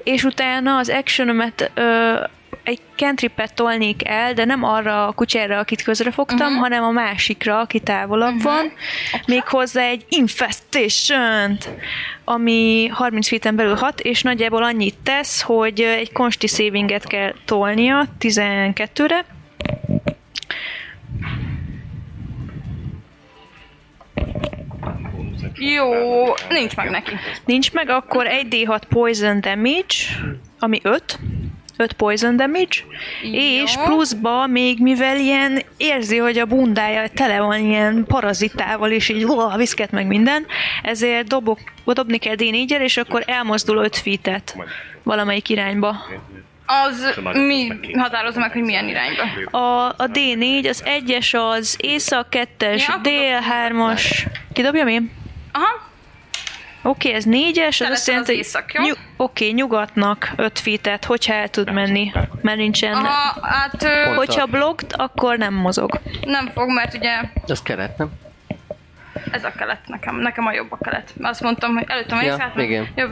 [SPEAKER 5] És utána az actionömet ö, egy cantripet tolnék el, de nem arra a kutyára, akit közre fogtam,
[SPEAKER 2] Mhm.
[SPEAKER 5] uh-huh. hanem a másikra, aki távolabb uh-huh. van. Méghozzá egy infestation ami 30 feet belül hat, és nagyjából annyit tesz, hogy ö, egy consti savinget kell tolnia 12-re.
[SPEAKER 2] Jó, nincs meg neki.
[SPEAKER 5] Nincs meg, akkor 1d6 poison damage, ami 5. 5 poison damage,
[SPEAKER 2] Jó.
[SPEAKER 5] és pluszba még mivel ilyen érzi, hogy a bundája tele van ilyen parazitával, és így uah, viszket meg minden, ezért dobok, dobni kell d 4 és akkor elmozdul 5 feet valamelyik irányba.
[SPEAKER 2] Az mi határozza meg, hogy milyen irányba?
[SPEAKER 5] A, a D4, az 1-es az észak, 2-es,
[SPEAKER 2] Ja, akkor
[SPEAKER 5] dél, 3-as, Kidobjam én?
[SPEAKER 2] Aha,
[SPEAKER 5] Oké, ez négyes,
[SPEAKER 2] Te
[SPEAKER 5] az azt
[SPEAKER 2] leszel
[SPEAKER 5] jelenti,
[SPEAKER 2] az észak, jó?
[SPEAKER 5] Oké, nyugatnak öt fitet, hogyha el tud menni, mert nincsen...
[SPEAKER 2] aha, hát ö,
[SPEAKER 5] Hogyha blokt, akkor nem mozog.
[SPEAKER 2] nem fog, mert ugye
[SPEAKER 7] Az keret, nem?
[SPEAKER 2] ez a kelet nekem, nekem a jobb a kelet. Azt mondtam, hogy előttem a
[SPEAKER 7] Ja,
[SPEAKER 2] észak, mert
[SPEAKER 7] igen.
[SPEAKER 2] Jobb.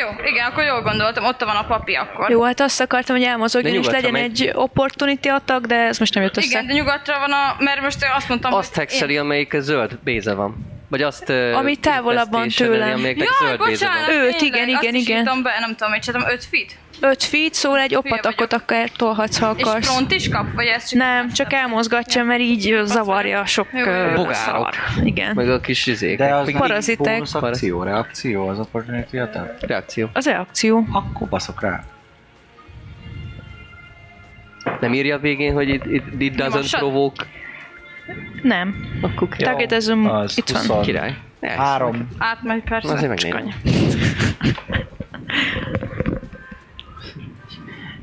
[SPEAKER 2] Jó, igen, akkor jól gondoltam, ott van a papi akkor.
[SPEAKER 5] Jó, hát azt akartam, hogy elmozogjon,
[SPEAKER 7] De
[SPEAKER 5] és
[SPEAKER 7] nyugatra
[SPEAKER 5] legyen
[SPEAKER 7] megy.
[SPEAKER 5] egy opportunity attack, de ez most nem jött össze.
[SPEAKER 2] Igen, de nyugatra van a, mert most azt mondtam,
[SPEAKER 7] Azt
[SPEAKER 2] hogy én-
[SPEAKER 7] hexeli, amelyik a zöld béze van. Vagy azt... ö,
[SPEAKER 5] Ami távolabban
[SPEAKER 7] infestationeli,
[SPEAKER 5] tőlem.
[SPEAKER 7] Amelyiknek
[SPEAKER 2] Jaj,
[SPEAKER 7] zöld béze
[SPEAKER 2] bocsánat,
[SPEAKER 7] van.
[SPEAKER 5] Öt,
[SPEAKER 2] tényleg,
[SPEAKER 5] igen,
[SPEAKER 2] azt
[SPEAKER 5] igen,
[SPEAKER 2] is
[SPEAKER 5] igen.
[SPEAKER 2] írtam be, nem tudom, hogy csináltam, 5 feet?
[SPEAKER 5] 5 feet, szóval egy
[SPEAKER 2] Hülye
[SPEAKER 5] opatakot akár tolhatsz, ha
[SPEAKER 2] És
[SPEAKER 5] akarsz.
[SPEAKER 2] pront is kap, vagy ezt
[SPEAKER 5] Nem, csak elmozgatja, mert így ö, zavarja a sok
[SPEAKER 2] Jó, jó, jó.
[SPEAKER 5] ö,
[SPEAKER 7] Bogárok.
[SPEAKER 5] szavar. Igen.
[SPEAKER 7] Meg a kis izék.
[SPEAKER 6] De az
[SPEAKER 5] Parazitek.
[SPEAKER 6] nem bónusz akció, reakció, az opportunity attack?
[SPEAKER 7] Reakció.
[SPEAKER 5] Az reakció.
[SPEAKER 6] Akkor baszok rá.
[SPEAKER 7] Nem írja a végén, hogy itt, itt, itt doesn't
[SPEAKER 2] Nyomassad?
[SPEAKER 7] provoke.
[SPEAKER 5] Nem.
[SPEAKER 7] Akkor király.
[SPEAKER 5] Target azum,
[SPEAKER 6] Az
[SPEAKER 5] itt van.
[SPEAKER 6] 20.
[SPEAKER 7] Király. Elhiszem.
[SPEAKER 6] Három.
[SPEAKER 2] Átmegy
[SPEAKER 7] Azért
[SPEAKER 2] persze.
[SPEAKER 7] megnézem.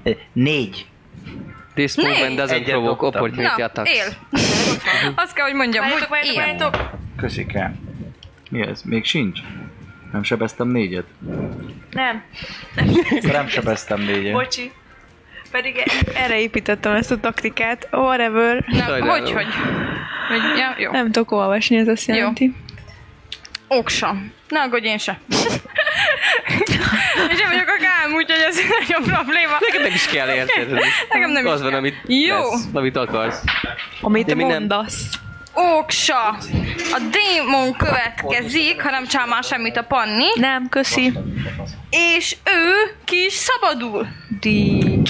[SPEAKER 6] eh, Négy.
[SPEAKER 7] This movement doesn't
[SPEAKER 6] Egyet
[SPEAKER 7] provoke
[SPEAKER 6] dobtam.
[SPEAKER 7] opportunity
[SPEAKER 2] Na,
[SPEAKER 7] attacks.
[SPEAKER 2] él.
[SPEAKER 5] Mhm.
[SPEAKER 2] Azt kell, hogy mondjam, hogy él.
[SPEAKER 6] Köszikám. Mi ez? Még sincs? Nem sebeztem négyet?
[SPEAKER 5] Nem,
[SPEAKER 6] Nem sebeztem négyet.
[SPEAKER 5] bocsi. Pedig e- erre építettem ezt a taktikát. Whatever.
[SPEAKER 2] Nem,
[SPEAKER 7] Sajnálom.
[SPEAKER 2] hogy, hogy? Hogy, ja, jó.
[SPEAKER 5] Nem tudok olvasni, ez azt
[SPEAKER 2] Jó.
[SPEAKER 5] jelenti.
[SPEAKER 2] Oksa. Ne aggódj, én se. én sem vagyok a kám, úgyhogy ez nagyon probléma.
[SPEAKER 7] Neked nem is kell érted.
[SPEAKER 2] [laughs] Nekem nem is
[SPEAKER 7] Az van,
[SPEAKER 2] kell.
[SPEAKER 7] amit
[SPEAKER 2] Jó.
[SPEAKER 7] lesz, amit akarsz.
[SPEAKER 5] Amit
[SPEAKER 7] De
[SPEAKER 5] te
[SPEAKER 7] mi nem-
[SPEAKER 5] mondasz.
[SPEAKER 2] Oksa. A démon következik, ha nem csinál már semmit a panni,
[SPEAKER 5] Nem, köszi.
[SPEAKER 2] és ő ki is szabadul.
[SPEAKER 5] Di.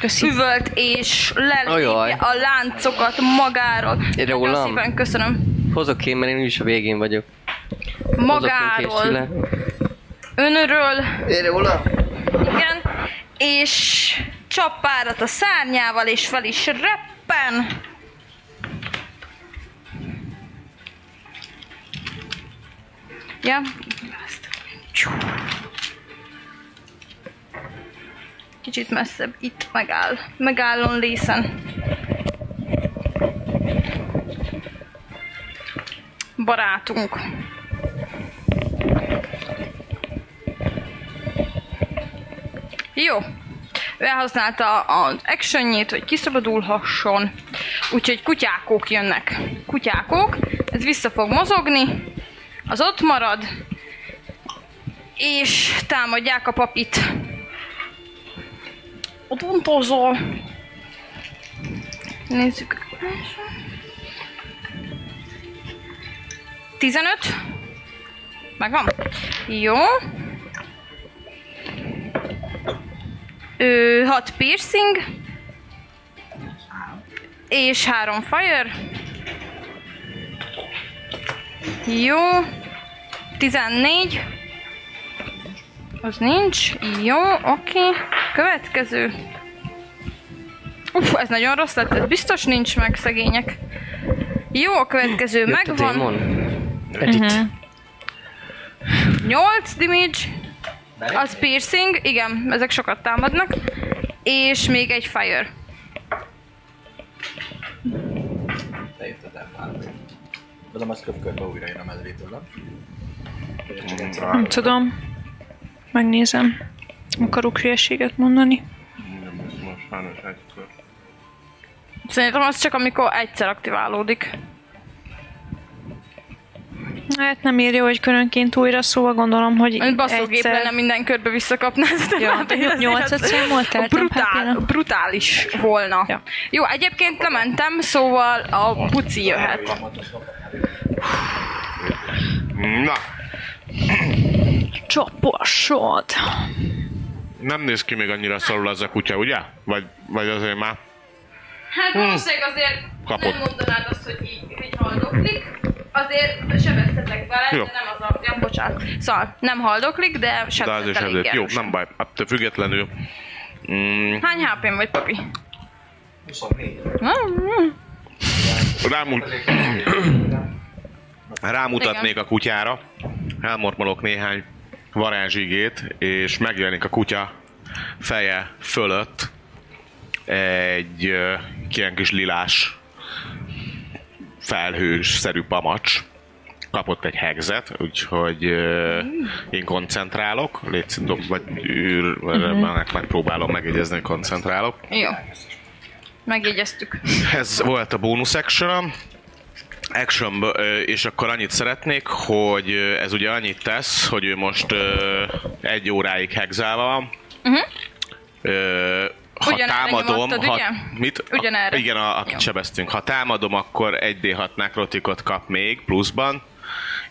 [SPEAKER 5] Köszi.
[SPEAKER 2] üvölt és
[SPEAKER 7] Ajaj.
[SPEAKER 2] lelépje a láncokat magáról.
[SPEAKER 7] rólam?
[SPEAKER 2] Nagyon szépen köszönöm.
[SPEAKER 7] Hozok én, mert én úgyis a végén vagyok. Hozok én két
[SPEAKER 2] Magáról,
[SPEAKER 7] csillát.
[SPEAKER 2] önről. Igen. És csap párat a szárnyával, és fel is reppen. Ja. Kicsit messzebb itt megáll. Megállon lészen. barátunk. Jó. Ő elhasználta az actionjét, hogy kiszabadulhasson. Úgyhogy kutyákok jönnek. Kutyákok. Ez vissza fog mozogni. Az ott marad. És támadják a papit. Ott untozol. Nézzük. 15. Megvan. Jó. Ö, 6 piercing. És 3 fire. Jó. 14. Az nincs. Jó, oké. Következő. Uff, ez nagyon rossz lett, ez biztos nincs meg, szegények. Jó, a következő
[SPEAKER 7] Jött a
[SPEAKER 2] megvan.
[SPEAKER 7] démon. Edit.
[SPEAKER 2] 8 damage, az piercing, igen, ezek sokat támadnak, és még egy fire.
[SPEAKER 6] Beírtad el már. Tudom, az köpkörbe újra jön a medrítől, nem?
[SPEAKER 5] Nem tudom. Megnézem. Nem akarok hülyeséget mondani.
[SPEAKER 4] Most sajnos egy kör.
[SPEAKER 2] Szerintem az csak amikor egyszer aktiválódik.
[SPEAKER 5] Hát nem írja, hogy körönként újra, szóval gondolom, hogy
[SPEAKER 2] Egy baszógép
[SPEAKER 5] egyszer-
[SPEAKER 2] lenne minden körbe visszakapná. ezt a
[SPEAKER 5] Ja,
[SPEAKER 2] lábát,
[SPEAKER 5] nyol-
[SPEAKER 2] ez
[SPEAKER 5] nyolcat
[SPEAKER 2] igaz.
[SPEAKER 5] számoltál, nem
[SPEAKER 2] brutál,
[SPEAKER 5] happy-nak?
[SPEAKER 2] brutális volna.
[SPEAKER 5] Ja.
[SPEAKER 2] Jó, egyébként lementem, szóval a puci jöhet.
[SPEAKER 4] Na,
[SPEAKER 5] Csapasod!
[SPEAKER 4] nem néz ki még annyira szarul az a kutya, ugye? Vagy, vagy azért már? Hm.
[SPEAKER 2] Hát valószínűleg azért
[SPEAKER 4] Kapott.
[SPEAKER 2] nem mondanád azt, hogy így, hogy haldoklik. Azért sebeztetek vele,
[SPEAKER 4] Jó.
[SPEAKER 2] de nem az a... Ja, bocsánat. Szóval nem haldoklik, de
[SPEAKER 4] De az is
[SPEAKER 2] sebeztek elég
[SPEAKER 4] ezért. Jó,
[SPEAKER 2] erősen.
[SPEAKER 4] nem baj. Attól függetlenül. Mm,
[SPEAKER 2] Hány hp vagy, papi? Mm-hmm. 24.
[SPEAKER 4] rámut... Rámutatnék a kutyára, elmormolok néhány varázsigét, és megjelenik a kutya feje fölött egy ö, ilyen kis lilás felhős-szerű pamacs kapott egy hegzet, úgyhogy uh, én koncentrálok, légy, dob, vagy űr, uh-huh. megpróbálom megjegyezni, hogy koncentrálok.
[SPEAKER 2] Jó. Megjegyeztük.
[SPEAKER 4] Ez volt a bónusz action action és akkor annyit szeretnék, hogy ö, ez ugye annyit tesz, hogy ő most ö, egy óráig hegzálva van. Uh-huh. Ha
[SPEAKER 2] Mhm. Ugyanerre
[SPEAKER 4] támadom,
[SPEAKER 2] nyomottad,
[SPEAKER 4] ha,
[SPEAKER 2] ugye?
[SPEAKER 4] mit?
[SPEAKER 2] Ugyanerre.
[SPEAKER 4] A, igen, a,
[SPEAKER 2] Jó.
[SPEAKER 4] akit sebeztünk. Ha támadom, akkor 1d6 nekrotikot kap még pluszban,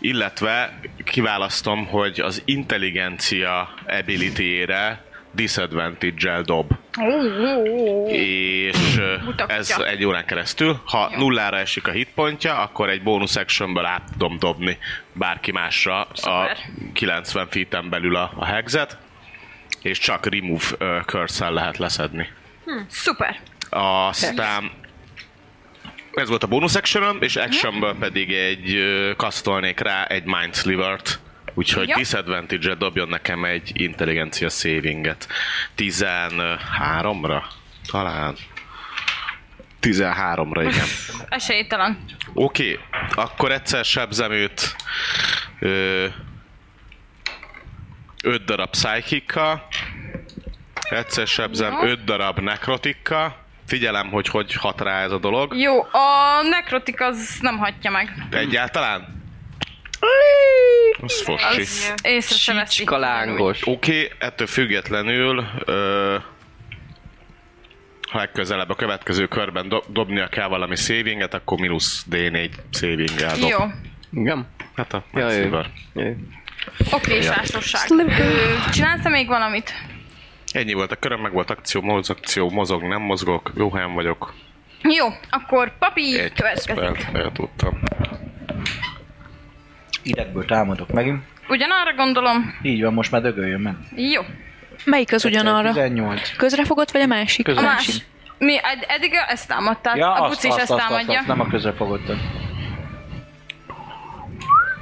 [SPEAKER 4] illetve kiválasztom, hogy az intelligencia ability-ére disadvantage-el dob és ö,
[SPEAKER 2] Mutatja.
[SPEAKER 4] ez egy órán keresztül. Ha nullára esik a hitpontja, akkor egy bónusz actionből át tudom dobni bárki másra a
[SPEAKER 2] Szuper.
[SPEAKER 4] 90 feet belül a, a hexet, és csak remove uh, curse lehet leszedni.
[SPEAKER 2] Szuper.
[SPEAKER 4] Aztán ez volt a bónusz action és actionből pedig egy ö, kasztolnék rá egy mind sliver-t, úgyhogy
[SPEAKER 2] Jó.
[SPEAKER 4] disadvantage-et dobjon nekem egy intelligencia savinget. 13-ra? Talán. 13-ra, igen.
[SPEAKER 2] Esélytelen.
[SPEAKER 4] Oké, okay. akkor egyszer sebzem őt ö, öt darab psychikkal, egyszer sebzem
[SPEAKER 2] Jó.
[SPEAKER 4] öt darab nekrotikkal, figyelem, hogy hogy hat rá ez a dolog.
[SPEAKER 2] Jó, a nekrotik az nem hagyja meg.
[SPEAKER 4] Egyáltalán? Az fossi.
[SPEAKER 2] Az észre se veszi.
[SPEAKER 7] Kalángos.
[SPEAKER 4] Oké, okay, ettől függetlenül ö, ha legközelebb a következő körben do- dobnia kell valami savinget, akkor mínusz D4 savinggel dob.
[SPEAKER 2] Jó.
[SPEAKER 7] Igen?
[SPEAKER 4] Hát a
[SPEAKER 7] Jaj,
[SPEAKER 4] Jaj,
[SPEAKER 7] jaj.
[SPEAKER 2] Oké, és látosság. Ö, Csinálsz még valamit?
[SPEAKER 4] Ennyi volt a köröm, meg volt akció, mozog, akció, mozog, nem mozgok, jó helyen vagyok.
[SPEAKER 2] Jó, akkor papi
[SPEAKER 4] Egy
[SPEAKER 2] következik.
[SPEAKER 4] percben el tudtam.
[SPEAKER 6] Idegből támadok megint.
[SPEAKER 2] Ugyanarra gondolom.
[SPEAKER 6] Így van, most már dögöljön meg.
[SPEAKER 2] Jó.
[SPEAKER 5] Melyik az ugyanarra?
[SPEAKER 6] 18.
[SPEAKER 5] Közrefogott vagy a másik?
[SPEAKER 2] A más. Mi, ed- eddig ezt támadtál.
[SPEAKER 6] Ja,
[SPEAKER 2] a
[SPEAKER 6] azt,
[SPEAKER 2] buci is
[SPEAKER 6] azt,
[SPEAKER 2] ezt
[SPEAKER 6] azt, azt,
[SPEAKER 2] támadja.
[SPEAKER 6] azt, nem a közrefogottat.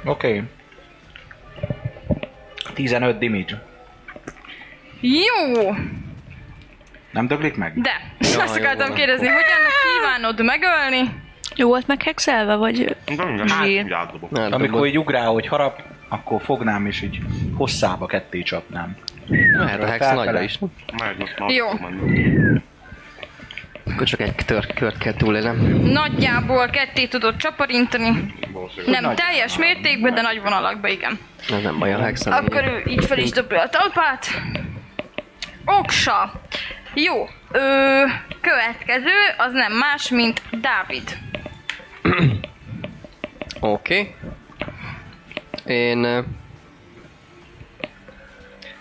[SPEAKER 6] Oké. Okay. 15 damage.
[SPEAKER 2] Jó,
[SPEAKER 6] Nem döglik meg?
[SPEAKER 2] de azt akartam kérdezni, hogyan kívánod megölni?
[SPEAKER 5] Jó volt meghexelve, vagy... Zsír.
[SPEAKER 7] Nem
[SPEAKER 6] Amikor
[SPEAKER 7] tudom.
[SPEAKER 6] így ugrál, hogy harap, akkor fognám és így hosszába ketté csapnám.
[SPEAKER 7] Mehet a hex
[SPEAKER 6] felfele.
[SPEAKER 7] nagyra is.
[SPEAKER 2] Jó.
[SPEAKER 7] Akkor csak egy tör, kört kell túlélem.
[SPEAKER 2] Nagyjából ketté tudod csaparintani. Nem teljes mértékben, de nagy vonalakban, igen.
[SPEAKER 7] Ez nem baj, a hex nem
[SPEAKER 2] Akkor ő így fel is dobja a talpát. Oksa. Jó. Ö, következő az nem más, mint Dávid.
[SPEAKER 7] Oké. Okay. Én... ö,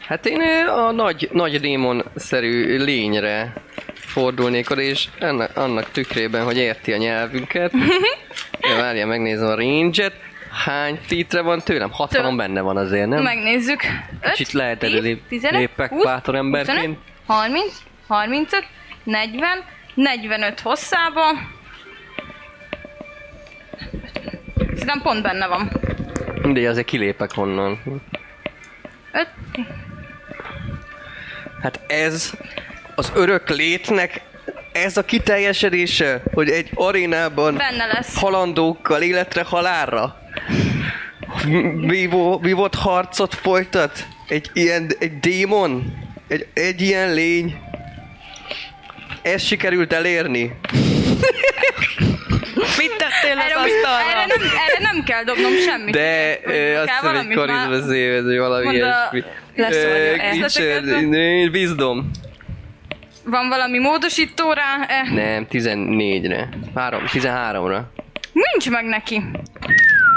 [SPEAKER 7] Hát én ö, a nagy, nagy démon-szerű lényre fordulnék oda, és ennek, annak tükrében, hogy érti a nyelvünket. Jó, várja, megnézem a range-et. Hány feetre van tőlem? 60
[SPEAKER 2] Tőle-
[SPEAKER 7] benne van azért, nem?
[SPEAKER 2] Megnézzük. Öt,
[SPEAKER 7] Kicsit lehet
[SPEAKER 2] 10,
[SPEAKER 7] előrébb
[SPEAKER 2] 15,
[SPEAKER 7] lépek
[SPEAKER 2] 20,
[SPEAKER 7] bátor emberként.
[SPEAKER 2] 25, 30, 35, 40, 45 hosszában. Szerintem pont benne van.
[SPEAKER 7] Mindegy, azért kilépek onnan.
[SPEAKER 2] Öt,
[SPEAKER 7] Hát ez az örök létnek ez a kiteljesedése, hogy egy arénában
[SPEAKER 2] Benne lesz.
[SPEAKER 7] halandókkal életre halálra vívó, vívott harcot folytat egy ilyen, egy démon, egy, egy ilyen lény. Ezt sikerült elérni.
[SPEAKER 5] Mit tettél
[SPEAKER 2] erre,
[SPEAKER 5] az
[SPEAKER 2] erre,
[SPEAKER 5] asztalra?
[SPEAKER 2] nem, erre nem kell dobnom semmit.
[SPEAKER 7] De ö, azt hiszem,
[SPEAKER 2] valamit
[SPEAKER 7] hogy
[SPEAKER 2] már-
[SPEAKER 7] karizma szél, vagy valami
[SPEAKER 2] Mondd a-
[SPEAKER 7] ilyesmi.
[SPEAKER 5] Lesz
[SPEAKER 7] Ö,
[SPEAKER 5] valami-
[SPEAKER 7] nincs-
[SPEAKER 2] Ezt
[SPEAKER 7] nincs- Bizdom.
[SPEAKER 2] Van valami módosító rá? Eh,
[SPEAKER 7] Nem, 14-re. 3, 13-ra.
[SPEAKER 2] Nincs meg neki.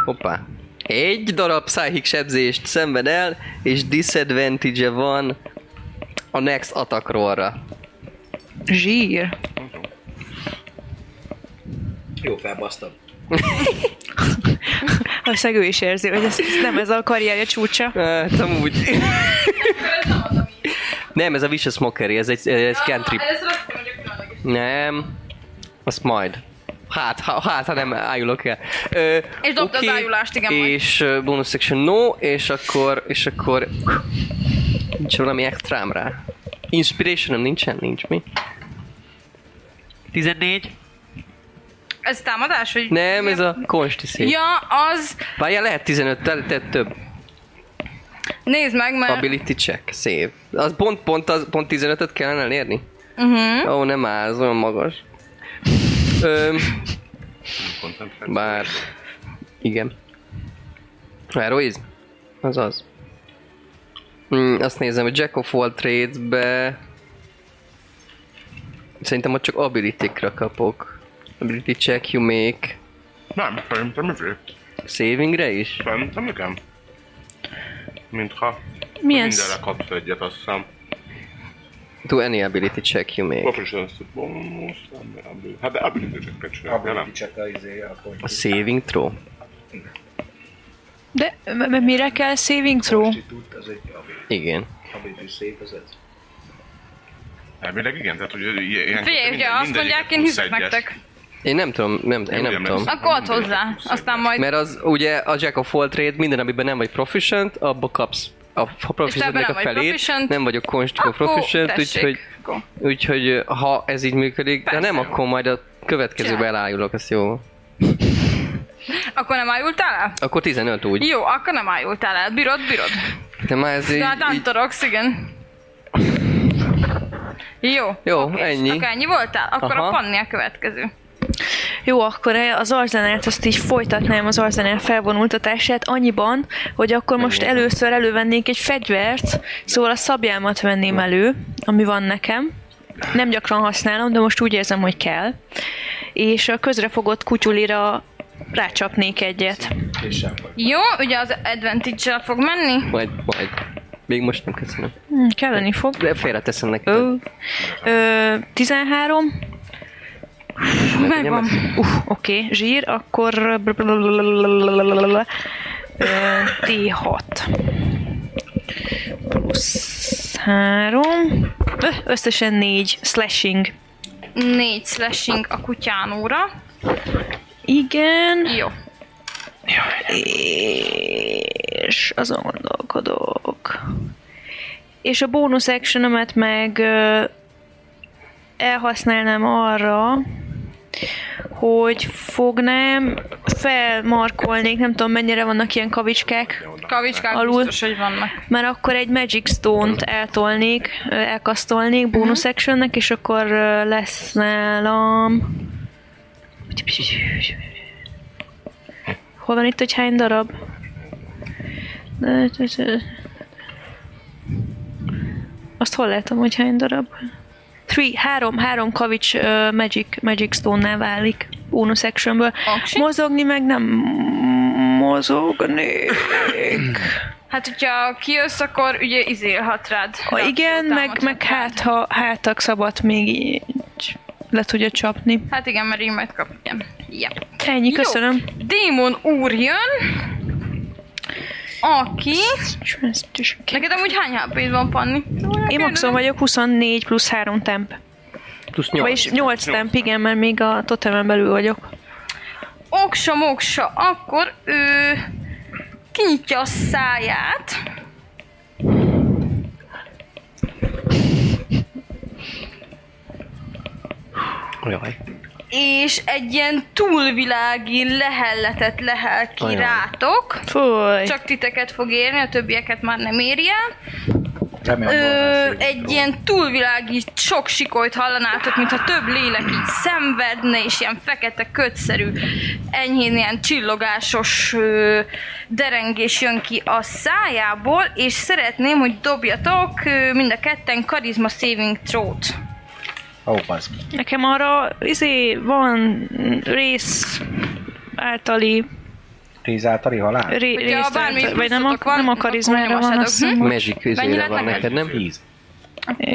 [SPEAKER 7] Hoppá. Egy darab psychic sebzést szenved el, és disadvantage van a next attack rollra.
[SPEAKER 5] Zsír.
[SPEAKER 6] Jó, felbasztam.
[SPEAKER 5] A szegő is érzi, hogy ez, ez nem ez a karrierje csúcsa.
[SPEAKER 7] Hát amúgy. Nem, ez a Vicious Mockery, ez egy, ez egy cantrip.
[SPEAKER 2] Ez rossz, mondjuk különleges.
[SPEAKER 7] Nem. Azt majd. Hát, ha, hát, ha nem ájulok el. Ö,
[SPEAKER 2] És dobd az
[SPEAKER 7] oké,
[SPEAKER 2] ájulást, igen, majd.
[SPEAKER 7] És ö, bonus section no, és akkor, és akkor... Nincs valami extrám rá. Inspirationom nincsen, nincs mi?
[SPEAKER 8] 14.
[SPEAKER 2] Ö, ez támadás? Hogy
[SPEAKER 7] Nem, ez a konsti szép. Ja.
[SPEAKER 2] Ja, az...
[SPEAKER 7] Várjál, lehet 15 tel tehát több.
[SPEAKER 2] Nézd meg, mert...
[SPEAKER 7] Ability check, szép. Az pont, pont, az, pont 15-öt kellene elérni?
[SPEAKER 2] Mhm.
[SPEAKER 7] Uh-huh. Ó, nem áll, az olyan magas. Öm, bár... Igen. Heroiz? Az az. Mm, azt nézem, hogy Jack of all trades-be... Szerintem ott csak ability-kra kapok. Ability check you make.
[SPEAKER 4] Nem, szerintem ezért.
[SPEAKER 7] Savingre is?
[SPEAKER 4] Szerintem igen. Mintha
[SPEAKER 5] Milyen
[SPEAKER 4] mindenre kapsz egyet, azt hiszem.
[SPEAKER 7] To any ability check you make.
[SPEAKER 4] Professional bonus, nem, ability- hát de ability check-et csinálok, de nem.
[SPEAKER 6] Csak a izé, a
[SPEAKER 7] A saving throw?
[SPEAKER 5] De m- m- mire kell saving throw?
[SPEAKER 6] konstitút, az egy
[SPEAKER 7] Igen.
[SPEAKER 6] ability szép, az ez.
[SPEAKER 4] Elvileg igen, tehát hogy ilyen- ilyen...
[SPEAKER 2] Figyelj, ugye azt mondják, én hiszek nektek.
[SPEAKER 7] Én nem tudom, nem, én nem
[SPEAKER 4] Ugyan
[SPEAKER 7] tudom.
[SPEAKER 4] lesz.
[SPEAKER 2] Akkor ott hozzá, aztán majd...
[SPEAKER 7] Mert az ugye a Jack of all trade minden, amiben nem vagy proficient, abba kapsz a ha proficientnek
[SPEAKER 2] nem
[SPEAKER 7] a
[SPEAKER 2] vagy
[SPEAKER 7] felét,
[SPEAKER 2] proficient,
[SPEAKER 7] nem vagyok constant
[SPEAKER 2] Akkor
[SPEAKER 7] proficient,
[SPEAKER 2] tessék.
[SPEAKER 7] úgyhogy,
[SPEAKER 2] Akkor.
[SPEAKER 7] úgyhogy ö, ha ez így működik, de
[SPEAKER 2] Persze.
[SPEAKER 7] nem, akkor majd a következőben
[SPEAKER 2] Csinálj.
[SPEAKER 7] elájulok, azt jó.
[SPEAKER 2] Akkor nem ájultál el?
[SPEAKER 7] Akkor 15 úgy.
[SPEAKER 2] Jó, akkor nem ájultál el. Bírod, bírod.
[SPEAKER 7] De már ez így,
[SPEAKER 2] Tehát
[SPEAKER 7] így
[SPEAKER 2] Antorogsz, igen. Jó.
[SPEAKER 7] Jó,
[SPEAKER 2] oké.
[SPEAKER 7] ennyi.
[SPEAKER 2] Akkor ennyi voltál? Akkor
[SPEAKER 7] Aha.
[SPEAKER 2] a Panni a következő.
[SPEAKER 5] Jó, akkor az Arzenát azt így folytatnám az Arzenál felvonultatását annyiban, hogy akkor most először elővennék egy fegyvert, szóval a szabjámat venném elő, ami van nekem. Nem gyakran használom, de most úgy érzem, hogy kell. És a közrefogott kutyulira rácsapnék egyet.
[SPEAKER 2] Jó, ugye az advantage fog menni?
[SPEAKER 7] majd, majd. Még most nem köszönöm.
[SPEAKER 5] Hm, Kelleni fog.
[SPEAKER 7] De félreteszem neki.
[SPEAKER 5] Ö, ö, 13.
[SPEAKER 2] Megvan.
[SPEAKER 5] Uh, oké, okay, zsír, akkor Ö, D6. Plusz 3. Összesen 4 slashing.
[SPEAKER 2] Négy slashing a kutyánóra.
[SPEAKER 5] Igen,
[SPEAKER 2] Jó.
[SPEAKER 5] és azon gondolkodok. És a bónusz actionemet meg ö, elhasználnám arra, hogy fognám, felmarkolnék, nem tudom mennyire vannak ilyen kavicskák,
[SPEAKER 2] Kavicskák
[SPEAKER 5] Alul.
[SPEAKER 2] Alul. biztos, hogy vannak.
[SPEAKER 5] mert akkor egy Magic Stone-t eltolnék, ö, elkasztolnék bónusz actionnek, és akkor ö, lesz nálam... Hol van itt, hogy hány darab? Azt hol látom, hogy hány darab? Three, három, három kavics ö, Magic, Magic Stone-nál válik bónusz actionből.
[SPEAKER 2] Aksi?
[SPEAKER 5] Mozogni meg nem mozognék.
[SPEAKER 2] Hát, hogyha kijössz, akkor ugye izélhat rád.
[SPEAKER 5] Ha
[SPEAKER 2] Reakció
[SPEAKER 5] igen, meg,
[SPEAKER 2] támadhat
[SPEAKER 5] meg
[SPEAKER 2] rád.
[SPEAKER 5] hát, ha hátag szabad még így le tudja csapni.
[SPEAKER 2] Hát igen, mert így majd kap. Igen. Ja.
[SPEAKER 5] Ennyi, köszönöm.
[SPEAKER 2] Jó. Démon úr jön, aki... Neked amúgy hány hp van, Panni?
[SPEAKER 5] Én maximum vagyok 24 plusz 3 temp.
[SPEAKER 7] Plusz
[SPEAKER 5] Nyolc,
[SPEAKER 7] 8.
[SPEAKER 5] Vagyis 8 temp, igen, mert még a totemen belül vagyok.
[SPEAKER 2] Oksa, moksa, akkor ő kinyitja a száját.
[SPEAKER 7] Jaj.
[SPEAKER 2] és egy ilyen túlvilági lehelletet lehel ki
[SPEAKER 7] Ajaj.
[SPEAKER 2] rátok.
[SPEAKER 5] Fúj.
[SPEAKER 2] Csak titeket fog érni, a többieket már nem éri el.
[SPEAKER 6] Remélem,
[SPEAKER 2] Ö, egy ilyen túlvilági sok sikolyt hallanátok, mintha több lélek így szenvedne, és ilyen fekete kötszerű, enyhén ilyen csillogásos ö, derengés jön ki a szájából, és szeretném, hogy dobjatok ö, mind a ketten karizma saving throw-t.
[SPEAKER 6] Ó, baszd.
[SPEAKER 5] Nekem arra izé van rész általi
[SPEAKER 6] Tíz általi halál?
[SPEAKER 5] ré,
[SPEAKER 2] Hogyha
[SPEAKER 5] rész,
[SPEAKER 2] bármi
[SPEAKER 5] vagy nem a,
[SPEAKER 2] pluszotok van,
[SPEAKER 5] nem a
[SPEAKER 2] akkor
[SPEAKER 5] karizmára van,
[SPEAKER 2] nyomásodok.
[SPEAKER 5] azt hiszem,
[SPEAKER 2] Hm?
[SPEAKER 5] hogy-
[SPEAKER 7] Magic
[SPEAKER 2] Mennyi
[SPEAKER 7] izére
[SPEAKER 2] lett
[SPEAKER 7] van
[SPEAKER 2] neked?
[SPEAKER 7] neked, nem?
[SPEAKER 6] Tíz.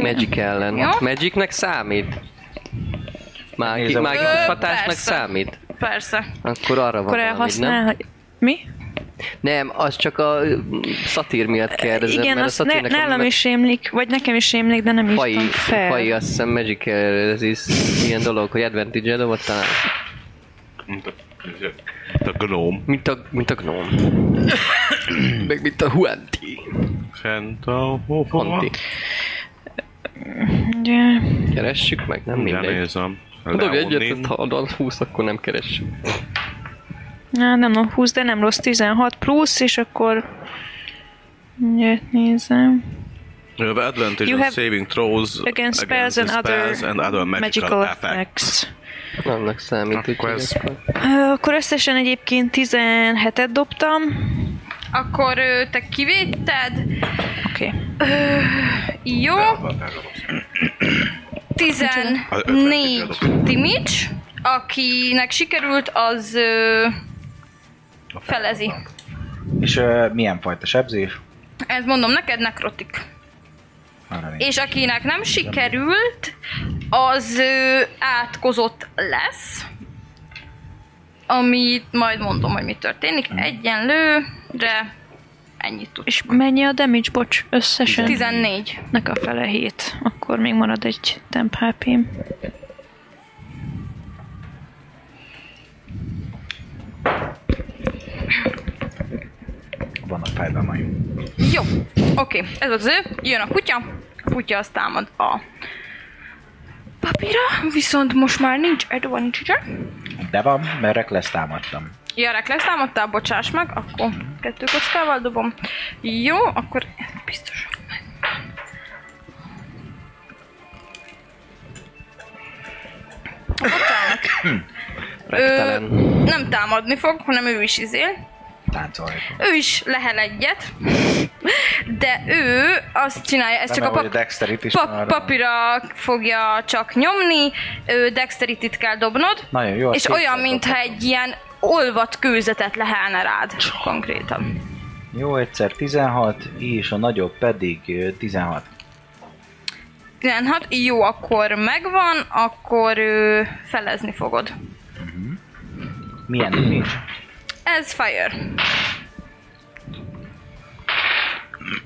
[SPEAKER 7] Magic ellen.
[SPEAKER 2] Jó.
[SPEAKER 7] Magicnek számít? Mági,
[SPEAKER 6] Nézem.
[SPEAKER 7] mágikus
[SPEAKER 2] Ö,
[SPEAKER 7] hatásnak
[SPEAKER 2] persze.
[SPEAKER 7] számít?
[SPEAKER 2] Hm? Persze.
[SPEAKER 7] Akkor arra
[SPEAKER 5] akkor
[SPEAKER 7] van valamit, nem?
[SPEAKER 5] elhasznál. Mi?
[SPEAKER 7] Nem, az csak a mm, szatír miatt kérdezem,
[SPEAKER 5] Igen,
[SPEAKER 7] mert
[SPEAKER 5] azt
[SPEAKER 7] a
[SPEAKER 5] ne,
[SPEAKER 7] szatírnek
[SPEAKER 5] nálam is rémlik, vagy nekem is rémlik, de nem
[SPEAKER 7] fai,
[SPEAKER 5] írtam fel.
[SPEAKER 7] fai, azt hiszem Magic Resist, ilyen dolog, hogy advantage dobott talán.
[SPEAKER 4] Mint a, mint a gnóm.
[SPEAKER 7] Mint a, mint a gnóm. [coughs] Meg mint a Huanti.
[SPEAKER 4] Fent a
[SPEAKER 7] Huanti.
[SPEAKER 5] Ugye,
[SPEAKER 7] Keressük meg, nem
[SPEAKER 4] Nem
[SPEAKER 7] mindegy.
[SPEAKER 4] nézem.
[SPEAKER 7] Hát, Dobj egyet,
[SPEAKER 4] leonni.
[SPEAKER 7] ezt ha adal 20, akkor nem keres.
[SPEAKER 5] Na, nem no, 20, de nem rossz, 16 plusz, és akkor... Mindjárt nézem.
[SPEAKER 4] You have advantage
[SPEAKER 5] You
[SPEAKER 4] on
[SPEAKER 5] have
[SPEAKER 4] saving throws
[SPEAKER 5] Against spells and other,
[SPEAKER 4] spells and other
[SPEAKER 5] magical,
[SPEAKER 4] magical, effects.
[SPEAKER 5] effects.
[SPEAKER 7] Annak számít,
[SPEAKER 4] Akkor
[SPEAKER 7] úgyhogy
[SPEAKER 4] ez-
[SPEAKER 7] akkor-
[SPEAKER 5] Ö, Akkor összesen egyébként 17-et dobtam.
[SPEAKER 2] Akkor ö, te kivétted.
[SPEAKER 5] Oké. Okay.
[SPEAKER 2] Jó. 14 Timics, akinek sikerült, az ö, felezi.
[SPEAKER 6] És ö, milyen fajta sebzés?
[SPEAKER 2] Ez mondom neked, nekrotik.
[SPEAKER 6] Arra nincs.
[SPEAKER 2] És akinek nem sikerült, az ö, átkozott lesz. Amit majd mondom, hogy mi történik. Egyenlőre ennyit tud.
[SPEAKER 5] És mennyi a damage, bocs, összesen?
[SPEAKER 2] 14.
[SPEAKER 5] Nek a fele 7. Akkor még marad egy temp hp -m.
[SPEAKER 6] Vannak fájdalmaim.
[SPEAKER 2] Jó, oké, ez az ő, jön a kutya, a kutya azt támad a papíra, viszont most már nincs advantage
[SPEAKER 6] De van, mert Reckless támadtam.
[SPEAKER 2] Ja, Reclex támadtál, bocsáss meg, akkor kettő kockával dobom. Jó, akkor biztos. hogy meg. Bocsánat.
[SPEAKER 7] Rektelen.
[SPEAKER 2] Ö, nem támadni fog, hanem ő is izél.
[SPEAKER 6] Táncolni.
[SPEAKER 2] ő is lehel egyet, [laughs] de ő azt csinálja, ez
[SPEAKER 6] Nem,
[SPEAKER 2] csak a,
[SPEAKER 6] mert hogy
[SPEAKER 2] pap-
[SPEAKER 6] a dexterity is
[SPEAKER 2] pap-
[SPEAKER 6] már-
[SPEAKER 2] papíra fogja csak nyomni, ő dexterity kell dobnod,
[SPEAKER 6] Nagyon jó,
[SPEAKER 2] és
[SPEAKER 6] azt
[SPEAKER 2] olyan,
[SPEAKER 6] kétszer
[SPEAKER 2] mintha
[SPEAKER 6] dobtam.
[SPEAKER 2] egy ilyen olvat kőzetet lehelne rád konkrétan.
[SPEAKER 6] Jó, egyszer 16, és a nagyobb pedig ö, 16.
[SPEAKER 2] 16, hát jó, akkor megvan, akkor ő felezni fogod.
[SPEAKER 6] Milyen nincs?
[SPEAKER 2] Ez fire.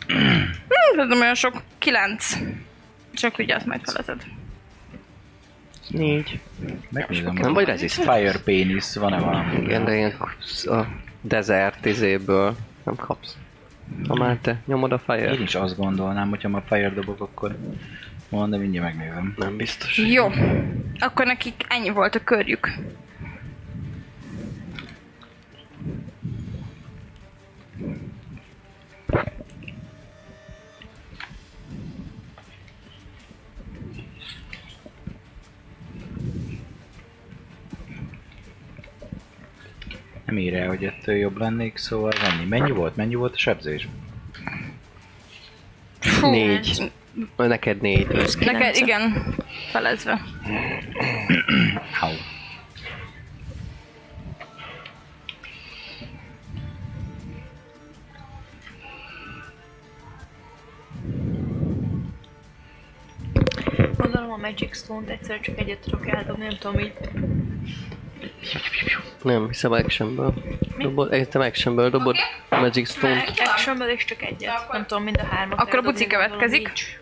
[SPEAKER 2] Hmm, ez nem olyan sok. Kilenc. Csak ugye azt majd felezed.
[SPEAKER 7] Négy.
[SPEAKER 6] Megnézem,
[SPEAKER 7] Nem
[SPEAKER 6] hogy
[SPEAKER 7] vagy reziszt?
[SPEAKER 6] Fire Penis, van-e valami?
[SPEAKER 7] Igen, de ilyen kapsz a desert izéből nem kapsz. Ha már te nyomod a
[SPEAKER 6] Én
[SPEAKER 7] fire
[SPEAKER 6] is azt gondolnám, hogyha ma Fire dobok, akkor van, de mindjárt megnézem.
[SPEAKER 7] Nem biztos.
[SPEAKER 2] Jó. Akkor nekik ennyi volt a körjük.
[SPEAKER 6] Nem ír el, hogy ettől jobb lennék, szóval ennyi. Mennyi volt? Mennyi volt a sebzés?
[SPEAKER 2] Fú,
[SPEAKER 7] Négy. Neked négy.
[SPEAKER 2] Neked,
[SPEAKER 5] Kilenc.
[SPEAKER 2] igen, felezve.
[SPEAKER 6] Au.
[SPEAKER 5] Gondolom a Magic Stone-t egyszer csak egyet tudok eldobni, nem tudom így.
[SPEAKER 7] Nem, hiszem actionből. Dobod, egyetem actionből dobod Magic Stone-t.
[SPEAKER 5] Actionből is csak egyet. Nem tudom, mind a hármat
[SPEAKER 2] Akkor a buci következik.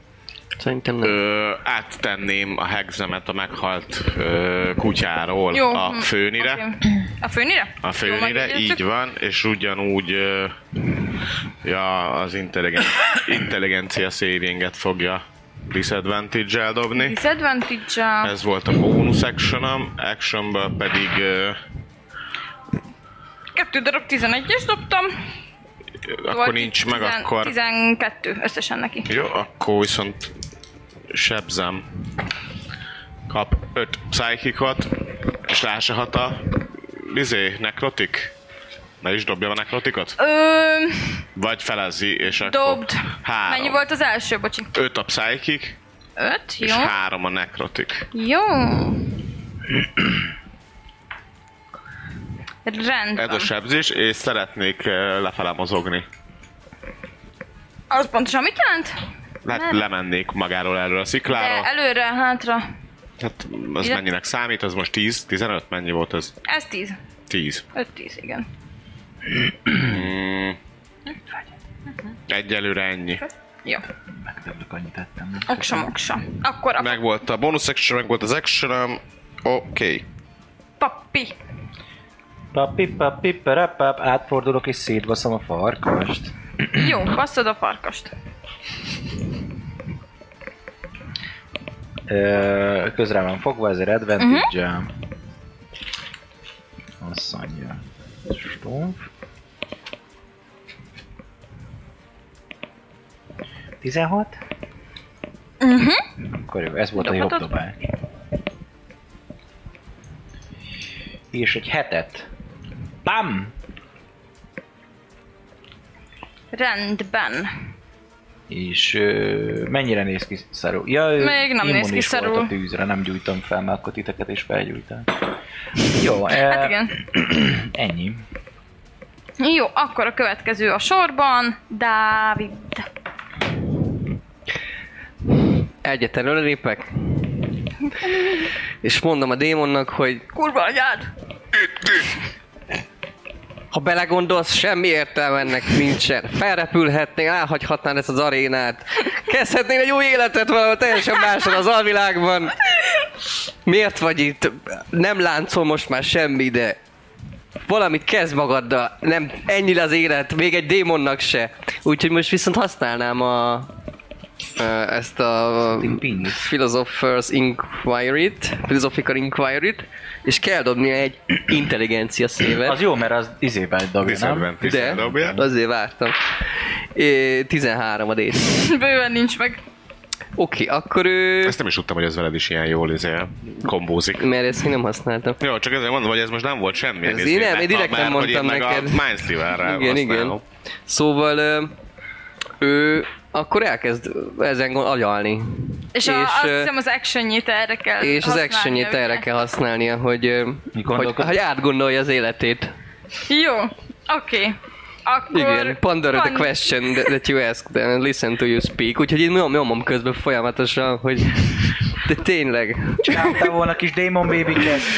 [SPEAKER 7] Szerintem nem.
[SPEAKER 4] Ö, áttenném a hegzemet a meghalt ö, kutyáról
[SPEAKER 2] Jó.
[SPEAKER 4] a
[SPEAKER 2] hm,
[SPEAKER 4] főnire.
[SPEAKER 2] oké. A főnire?
[SPEAKER 4] A
[SPEAKER 2] Jó, majd
[SPEAKER 4] főnire, így
[SPEAKER 2] jegyeztük.
[SPEAKER 4] van, és ugyanúgy ö, ja, az intelligen, intelligencia savinget fogja disadvantage-el dobni.
[SPEAKER 2] Disadvantage
[SPEAKER 4] Ez volt a bónusz actionom, actionből pedig ö,
[SPEAKER 2] Kettő darab 11-es dobtam.
[SPEAKER 4] akkor
[SPEAKER 2] Vagy
[SPEAKER 4] nincs meg,
[SPEAKER 2] 10
[SPEAKER 4] akkor
[SPEAKER 2] 12 összesen neki.
[SPEAKER 4] jó, akkor viszont sebzem. Kap 5 psychicot, és lássahat a izé, nekrotik. Ne is dobja a nekrotikot?
[SPEAKER 2] Ö,
[SPEAKER 4] Vagy felezi, és akkor...
[SPEAKER 2] dobd.
[SPEAKER 4] Három.
[SPEAKER 2] Mennyi volt az első, bocsi?
[SPEAKER 4] 5 a psychic,
[SPEAKER 2] 5,
[SPEAKER 4] és
[SPEAKER 2] jó.
[SPEAKER 4] három a nekrotik.
[SPEAKER 2] Jó.
[SPEAKER 4] [clears throat]
[SPEAKER 2] Rendben.
[SPEAKER 4] Ez a sebzés, és szeretnék ö, lefele mozogni.
[SPEAKER 2] Az pontosan mit jelent?
[SPEAKER 4] Le-
[SPEAKER 2] Nem.
[SPEAKER 4] lemennék magáról erről a
[SPEAKER 2] De
[SPEAKER 4] szikláról.
[SPEAKER 2] előre, hátra.
[SPEAKER 4] Hát az
[SPEAKER 2] Ide-
[SPEAKER 4] mennyinek számít, az most 10, 15, mennyi volt az?
[SPEAKER 2] Ez 10.
[SPEAKER 4] 10.
[SPEAKER 2] 5-10, igen.
[SPEAKER 4] Egyelőre ennyi.
[SPEAKER 2] Jó.
[SPEAKER 6] Megtöbbök annyit tettem.
[SPEAKER 2] Oksa, moksa. Akkor a
[SPEAKER 4] Meg volt a bonus action, meg volt az action um, Oké. Okay.
[SPEAKER 2] papi.
[SPEAKER 6] Papi, papi, parapap, átfordulok és szétbaszom a farkast.
[SPEAKER 2] Jó, basszod a farkast.
[SPEAKER 6] Ö, közre van fogva, ezért advantage-el. Asszonyja. Stomp. 16? Akkor jó, ez volt a jobb
[SPEAKER 2] Dobhatod?
[SPEAKER 6] dobás. És egy hetet. Bam!
[SPEAKER 2] Rendben.
[SPEAKER 6] És ö, mennyire néz ki szarul? Ja, ö,
[SPEAKER 2] Még nem néz ki
[SPEAKER 6] immunis volt
[SPEAKER 2] szarul.
[SPEAKER 6] a tűzre, nem gyújtom fel, mert akkor titeket is felgyújtam.
[SPEAKER 2] [laughs]
[SPEAKER 6] Jó, eh,
[SPEAKER 2] Hát igen.
[SPEAKER 6] ennyi.
[SPEAKER 2] Jó, akkor a következő a sorban. Dávid.
[SPEAKER 7] Egyet előrelépek. És mondom a démonnak, hogy
[SPEAKER 2] Kurva anyád! [laughs]
[SPEAKER 7] ha belegondolsz, semmi értelme ennek nincsen. Felrepülhetnél, elhagyhatnád ezt az arénát. Kezdhetnél egy új életet valahol teljesen máson az alvilágban. Miért vagy itt? Nem láncol most már semmi, de valamit kezd magaddal. Nem, ennyi az élet, még egy démonnak se. Úgyhogy most viszont használnám a, ö, ezt a
[SPEAKER 6] pingit.
[SPEAKER 7] Philosopher's Inquiry-t, Philosophical Inquiry-t, és kell dobnia egy intelligencia szévet.
[SPEAKER 6] Az jó, mert az izében dobja, nem?
[SPEAKER 7] De,
[SPEAKER 4] Disadvantage dobja.
[SPEAKER 7] azért vártam. É, 13 a d
[SPEAKER 2] Bőven nincs meg.
[SPEAKER 7] Oké, akkor ő...
[SPEAKER 4] Ezt nem is tudtam, hogy ez veled is ilyen jól izé, kombózik.
[SPEAKER 7] Mert ezt még nem használtam.
[SPEAKER 4] Jó, csak ezért mondom, hogy ez most nem volt izé, semmi.
[SPEAKER 7] Ez én nem, én direkt nem mondtam neked.
[SPEAKER 4] Mert hogy én meg a Mind
[SPEAKER 7] Igen, igen. Szóval ö, ő akkor elkezd ezen gond- agyalni.
[SPEAKER 2] És, és a, azt
[SPEAKER 7] ö,
[SPEAKER 2] hiszem az actionjét erre kell
[SPEAKER 7] és az
[SPEAKER 2] használnia,
[SPEAKER 7] actionjét
[SPEAKER 2] ugye?
[SPEAKER 7] erre kell használnia, hogy, ö, hogy,
[SPEAKER 6] gondolkod-
[SPEAKER 7] hogy átgondolja az életét.
[SPEAKER 2] Jó, oké. Akkor...
[SPEAKER 7] Igen, ponder the
[SPEAKER 2] Pan-
[SPEAKER 7] question that that you asked and listen to you speak. Úgyhogy én nyom- nyomom közben folyamatosan, hogy de tényleg,
[SPEAKER 6] Csináltál volna kis Demon baby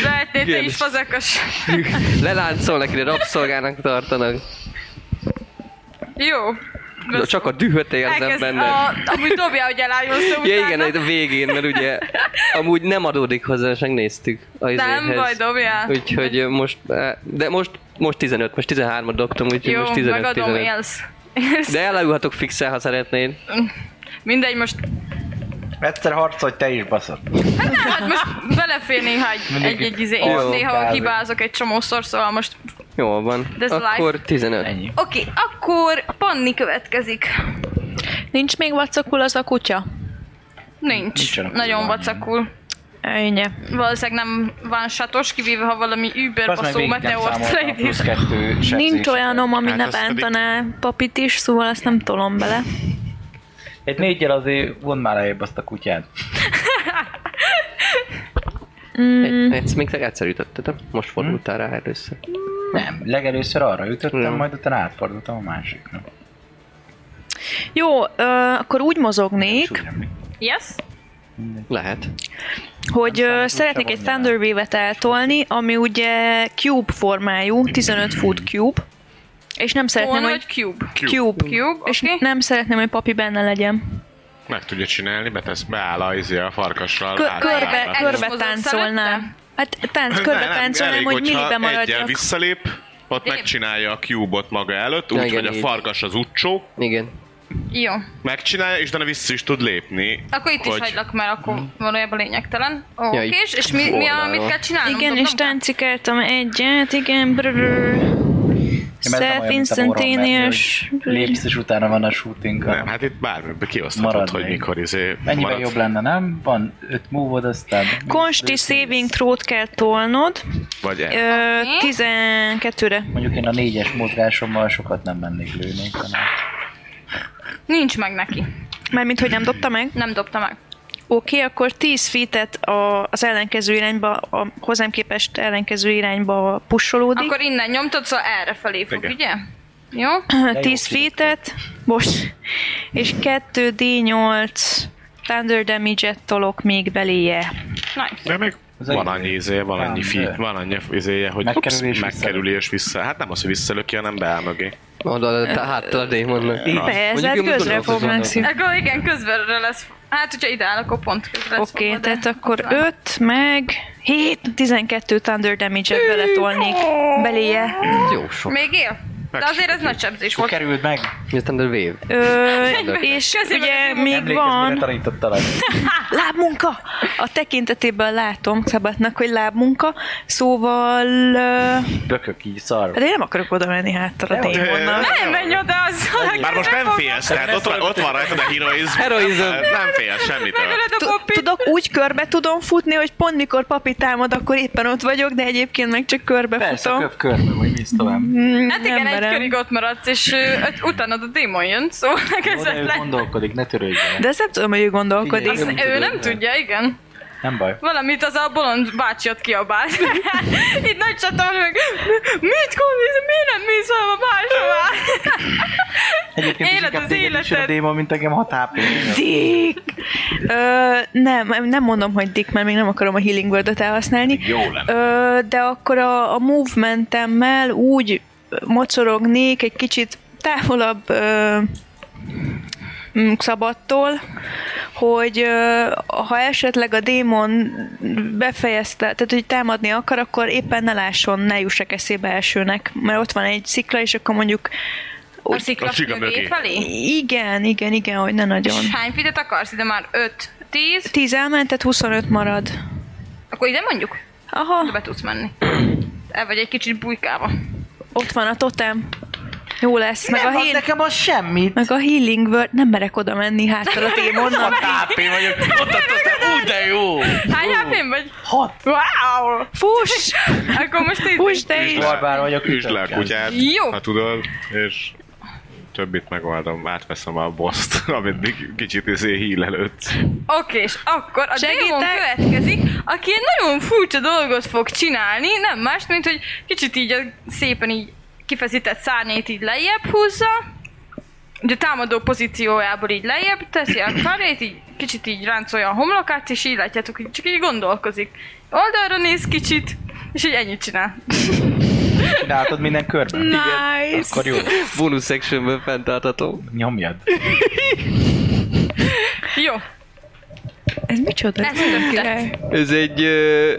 [SPEAKER 2] Lehetnél te
[SPEAKER 7] Igen.
[SPEAKER 2] is fazekas.
[SPEAKER 7] [laughs] leláncolnak, ide rabszolgának tartanak.
[SPEAKER 2] Jó.
[SPEAKER 7] De csak a dühöt érzem
[SPEAKER 2] Elkezd,
[SPEAKER 7] benned.
[SPEAKER 2] a, amúgy dobja, hogy elájulsz utána.
[SPEAKER 7] [laughs] Ja igen, egy a végén, mert ugye amúgy nem adódik hozzá, csak néztük. A izéhez.
[SPEAKER 2] Nem baj, dobjál.
[SPEAKER 7] Úgyhogy ö, most, eh, de most, most 15, most 13-at dobtam, úgyhogy
[SPEAKER 2] Jó,
[SPEAKER 7] most 15,
[SPEAKER 2] megadom,
[SPEAKER 7] 15.
[SPEAKER 2] élsz. élsz.
[SPEAKER 7] De elájulhatok fixel, ha szeretnéd.
[SPEAKER 2] Mindegy, most
[SPEAKER 6] Egyszer harcolj te is, baszott.
[SPEAKER 2] Hát most belefér néha egy, egy, egy izé, én
[SPEAKER 6] Jó.
[SPEAKER 2] néha kibázok egy csomószor, szóval most...
[SPEAKER 7] Jól van.
[SPEAKER 2] De ez
[SPEAKER 7] Akkor
[SPEAKER 2] live.
[SPEAKER 7] 15.
[SPEAKER 6] Ennyi.
[SPEAKER 2] Oké, okay, akkor Panni következik.
[SPEAKER 5] Nincs még vacakul az a kutya?
[SPEAKER 2] Nincs.
[SPEAKER 6] Nincsenek
[SPEAKER 2] Nagyon
[SPEAKER 6] kurván.
[SPEAKER 2] vacakul.
[SPEAKER 5] Ennyi.
[SPEAKER 2] Valószínűleg nem van satos, kivéve ha valami über
[SPEAKER 6] Azt meg
[SPEAKER 2] baszó
[SPEAKER 6] végig nem
[SPEAKER 2] meteort
[SPEAKER 6] számoltam,
[SPEAKER 2] leidő.
[SPEAKER 6] plusz kettő sebzés.
[SPEAKER 5] Nincs olyanom, ami
[SPEAKER 4] Hát
[SPEAKER 5] ne
[SPEAKER 4] azt pedig-
[SPEAKER 5] bántaná papit is, szóval azt nem tolom bele.
[SPEAKER 6] Egy négyel azért vond már lejjebb azt a kutyát.
[SPEAKER 5] Mm.
[SPEAKER 7] Egy, egyszer még egyszer ütöttetem. Most fordultál rá először.
[SPEAKER 6] Nem, legelőször arra ütöttem,
[SPEAKER 7] Nem.
[SPEAKER 6] majd utána átfordultam a másikra.
[SPEAKER 5] Jó, ö, akkor úgy mozognék,
[SPEAKER 6] Semmi.
[SPEAKER 2] Yes?
[SPEAKER 7] Lehet.
[SPEAKER 5] hogy ö,
[SPEAKER 6] számít,
[SPEAKER 5] szeretnék
[SPEAKER 6] úgyse
[SPEAKER 5] egy
[SPEAKER 6] vonja el.
[SPEAKER 5] Thunderwave-et eltolni, ami ugye cube formájú, 15 foot cube, és nem szeretném,
[SPEAKER 2] Volna,
[SPEAKER 5] hogy
[SPEAKER 2] hogy cube.
[SPEAKER 5] cube,
[SPEAKER 2] Cube,
[SPEAKER 5] és
[SPEAKER 2] oké.
[SPEAKER 5] nem szeretném, hogy papi benne legyen.
[SPEAKER 4] Meg tudja csinálni, betesz, beáll a, izé a farkassal.
[SPEAKER 5] Kö-
[SPEAKER 4] át-
[SPEAKER 5] körbe,
[SPEAKER 4] át-
[SPEAKER 2] is
[SPEAKER 5] körbe
[SPEAKER 2] mozog
[SPEAKER 5] táncolnám.
[SPEAKER 2] szerette?
[SPEAKER 5] Hát tánc, körbe
[SPEAKER 4] Nem, nem,
[SPEAKER 5] táncolnám,
[SPEAKER 4] elég,
[SPEAKER 5] hogy
[SPEAKER 4] hogyha
[SPEAKER 5] millibe
[SPEAKER 4] Egyel
[SPEAKER 5] maradjak.
[SPEAKER 4] visszalép, ott
[SPEAKER 2] Lép.
[SPEAKER 4] megcsinálja a cube-ot maga előtt,
[SPEAKER 7] Ja,
[SPEAKER 4] úgy,
[SPEAKER 7] igen,
[SPEAKER 4] hogy a
[SPEAKER 7] így.
[SPEAKER 4] farkas az utcsó,
[SPEAKER 7] Igen.
[SPEAKER 2] Jó.
[SPEAKER 4] megcsinálja, és utána vissza is tud lépni.
[SPEAKER 2] Akkor itt is
[SPEAKER 4] hogy- Hmm.
[SPEAKER 2] hagylak, mert akkor valójában lényegtelen. Oké,
[SPEAKER 7] Ja,
[SPEAKER 2] okay,
[SPEAKER 7] így
[SPEAKER 2] és, és mi, mi a,
[SPEAKER 7] oldalról.
[SPEAKER 2] mit kell csinálnom?
[SPEAKER 5] Igen,
[SPEAKER 2] Dobnom
[SPEAKER 5] és
[SPEAKER 2] kell?
[SPEAKER 5] táncikáltam egyet, igen, brrrr.
[SPEAKER 6] Ja, mert ez nem olyan, mint a Warhammer,
[SPEAKER 5] Self-instantaneous.
[SPEAKER 6] hogy Lépsz, és utána van a shooting.
[SPEAKER 4] Nem, hát itt bármi kioszthatod,
[SPEAKER 6] Marad
[SPEAKER 4] hogy
[SPEAKER 6] még.
[SPEAKER 4] mikor izé
[SPEAKER 6] Mennyivel
[SPEAKER 4] marad.
[SPEAKER 6] jobb lenne, nem? Van öt move aztán...
[SPEAKER 5] Konsti saving throw-t kell tolnod,
[SPEAKER 4] Vagy el.
[SPEAKER 5] ö, 12-re.
[SPEAKER 6] Mondjuk én a négyes mozgásommal sokat nem mennék lőni, hanem...
[SPEAKER 2] Nincs meg neki.
[SPEAKER 5] Mármint, hogy nem dobta meg.
[SPEAKER 2] Nem dobta meg.
[SPEAKER 5] Oké, okay, akkor 10 feet-et a, az ellenkező irányba, a hozzám képest ellenkező irányba pusolódik.
[SPEAKER 2] Akkor innen nyomtad, szóval erre felé fog,
[SPEAKER 4] Igen.
[SPEAKER 2] ugye? Jó?
[SPEAKER 5] Akkor 10 feet-et, most, és 2 D8 Thunder damage-et tolok még beléje.
[SPEAKER 2] Nice.
[SPEAKER 4] De még
[SPEAKER 6] Az
[SPEAKER 4] van
[SPEAKER 6] egy-
[SPEAKER 4] annyi izé, van annyi fi,
[SPEAKER 6] Ám, de.
[SPEAKER 4] van annyi izéje, hogy
[SPEAKER 6] Megkerülés
[SPEAKER 4] ups,
[SPEAKER 6] vissza.
[SPEAKER 4] megkerülés vissza. Hát nem az, hogy visszalöki, hanem beáll mögé.
[SPEAKER 7] Oda, hát a démonnak.
[SPEAKER 5] Persze, hát
[SPEAKER 7] én most
[SPEAKER 5] közre
[SPEAKER 7] gondolkozom
[SPEAKER 5] fognak
[SPEAKER 7] azon.
[SPEAKER 5] szívni.
[SPEAKER 2] Akkor igen, közbenre lesz. Hát, hogyha ide áll, akkor pont közben lesz
[SPEAKER 5] Oké, okay,
[SPEAKER 2] fogva, de-
[SPEAKER 5] tehát akkor 5, meg 7, 12 Thunder damage-et beletolnék beléje.
[SPEAKER 7] Jó sok.
[SPEAKER 2] Még él? De azért ez nagy sebzés
[SPEAKER 6] Hol
[SPEAKER 2] volt.
[SPEAKER 6] került meg?
[SPEAKER 7] Jöttem a wave.
[SPEAKER 5] Ö, és
[SPEAKER 2] Közében
[SPEAKER 5] ugye
[SPEAKER 2] nem
[SPEAKER 5] még
[SPEAKER 6] Emlékezz, mire
[SPEAKER 5] van
[SPEAKER 6] tanítottalak.
[SPEAKER 5] lábmunka. A tekintetében látom Szabadnak, hogy lábmunka, szóval... Ö,
[SPEAKER 6] Bökök így szar.
[SPEAKER 5] de én nem akarok oda menni hátra a démonnal.
[SPEAKER 2] Nem menj oda az
[SPEAKER 4] Már most nem félsz, tehát ott, van- ott van rajtad a heroizm. Hát
[SPEAKER 7] Heroizm.
[SPEAKER 4] Nem félsz semmitől.
[SPEAKER 5] Tu- Tudok, úgy körbe tudom futni, hogy pont mikor papi támad, akkor éppen ott vagyok, de egyébként meg csak körbe
[SPEAKER 6] Persze,
[SPEAKER 5] futom.
[SPEAKER 6] köv körbe, vagy mész tovább.
[SPEAKER 5] Mm,
[SPEAKER 2] Hát igen,
[SPEAKER 5] nem
[SPEAKER 2] egy
[SPEAKER 5] merem.
[SPEAKER 2] körig ott maradsz, és ö, öt- utána a démon jön, szóval [laughs]
[SPEAKER 6] Jó, de
[SPEAKER 2] neked
[SPEAKER 6] ő gondolkodik, ne törődj vele.
[SPEAKER 5] De ezt nem tudom, hogy ő gondolkodik.
[SPEAKER 6] Figyelj.
[SPEAKER 2] Ő nem tudja, igen.
[SPEAKER 6] Nem baj.
[SPEAKER 2] Valamit az a bolond bácsi ott [laughs] kiabált. Itt nagy csatorn meg, mit gondolsz, miért nem mész valahol máshová?
[SPEAKER 6] Egyébként
[SPEAKER 2] Élet
[SPEAKER 6] inkább
[SPEAKER 2] az
[SPEAKER 6] téged is jön a
[SPEAKER 2] életed.
[SPEAKER 6] démon, mint engem 6 HP.
[SPEAKER 5] Dick! Ö, nem, nem mondom, hogy Dick, mert még nem akarom a Healing Word-ot elhasználni.
[SPEAKER 4] Jó lenne.
[SPEAKER 5] Ö, de akkor a, a movementemmel úgy mocorognék egy kicsit távolabb ö, mm, szabadtól, hogy ö, ha esetleg a démon befejezte, tehát hogy támadni akar, akkor éppen ne lásson, ne jussak eszébe elsőnek, mert ott van egy szikla, és akkor mondjuk
[SPEAKER 2] A
[SPEAKER 5] úgy,
[SPEAKER 2] szikla
[SPEAKER 4] a csiga mögé.
[SPEAKER 2] mögé felé?
[SPEAKER 5] igen, igen, igen, hogy ne nagyon.
[SPEAKER 2] És hány fitet akarsz? Ide már 5, 10,
[SPEAKER 5] 10 elment, tehát 25 marad.
[SPEAKER 2] akkor ide mondjuk?
[SPEAKER 5] Aha,
[SPEAKER 2] Be tudsz menni. El vagy egy kicsit bujkáva.
[SPEAKER 5] ott van a totem. Jó lesz, meg a, heal,
[SPEAKER 6] nekem az semmit.
[SPEAKER 5] meg a healing word. Nem merek oda menni hátra a [laughs] démonnak.
[SPEAKER 4] HP vagyok. Ott, ott, ott, ú, de jó!
[SPEAKER 2] Hány hp vagy?
[SPEAKER 6] Hat.
[SPEAKER 2] Wow!
[SPEAKER 5] Fuss!
[SPEAKER 2] Akkor most így...
[SPEAKER 5] Fuss te is!
[SPEAKER 6] Barbár vagyok.
[SPEAKER 4] Üsd le a kutyát,
[SPEAKER 2] Jó.
[SPEAKER 4] ha tudod, és többit megoldom, átveszem a boszt, [laughs] amit még kicsit izé híl előtt.
[SPEAKER 2] Oké, és akkor a
[SPEAKER 5] Segítek?
[SPEAKER 2] démon következik, aki egy nagyon furcsa dolgot fog csinálni, nem más, mint hogy kicsit így a- szépen így kifeszített szárnyét így lejjebb húzza, ugye támadó pozíciójából így lejjebb teszi a karét, így kicsit így ráncolja a homlokát, és így látjátok, hogy csak így gondolkozik. Oldalra néz kicsit, és így ennyit csinál.
[SPEAKER 6] Csináltad minden körben.
[SPEAKER 5] Nice!
[SPEAKER 6] Akkor jó,
[SPEAKER 7] Bonus sectionből fenntartható.
[SPEAKER 6] nyomjad.
[SPEAKER 2] Jó,
[SPEAKER 5] Ez micsoda?
[SPEAKER 2] Ez tökélet.
[SPEAKER 5] király?
[SPEAKER 7] Ez egy... ö,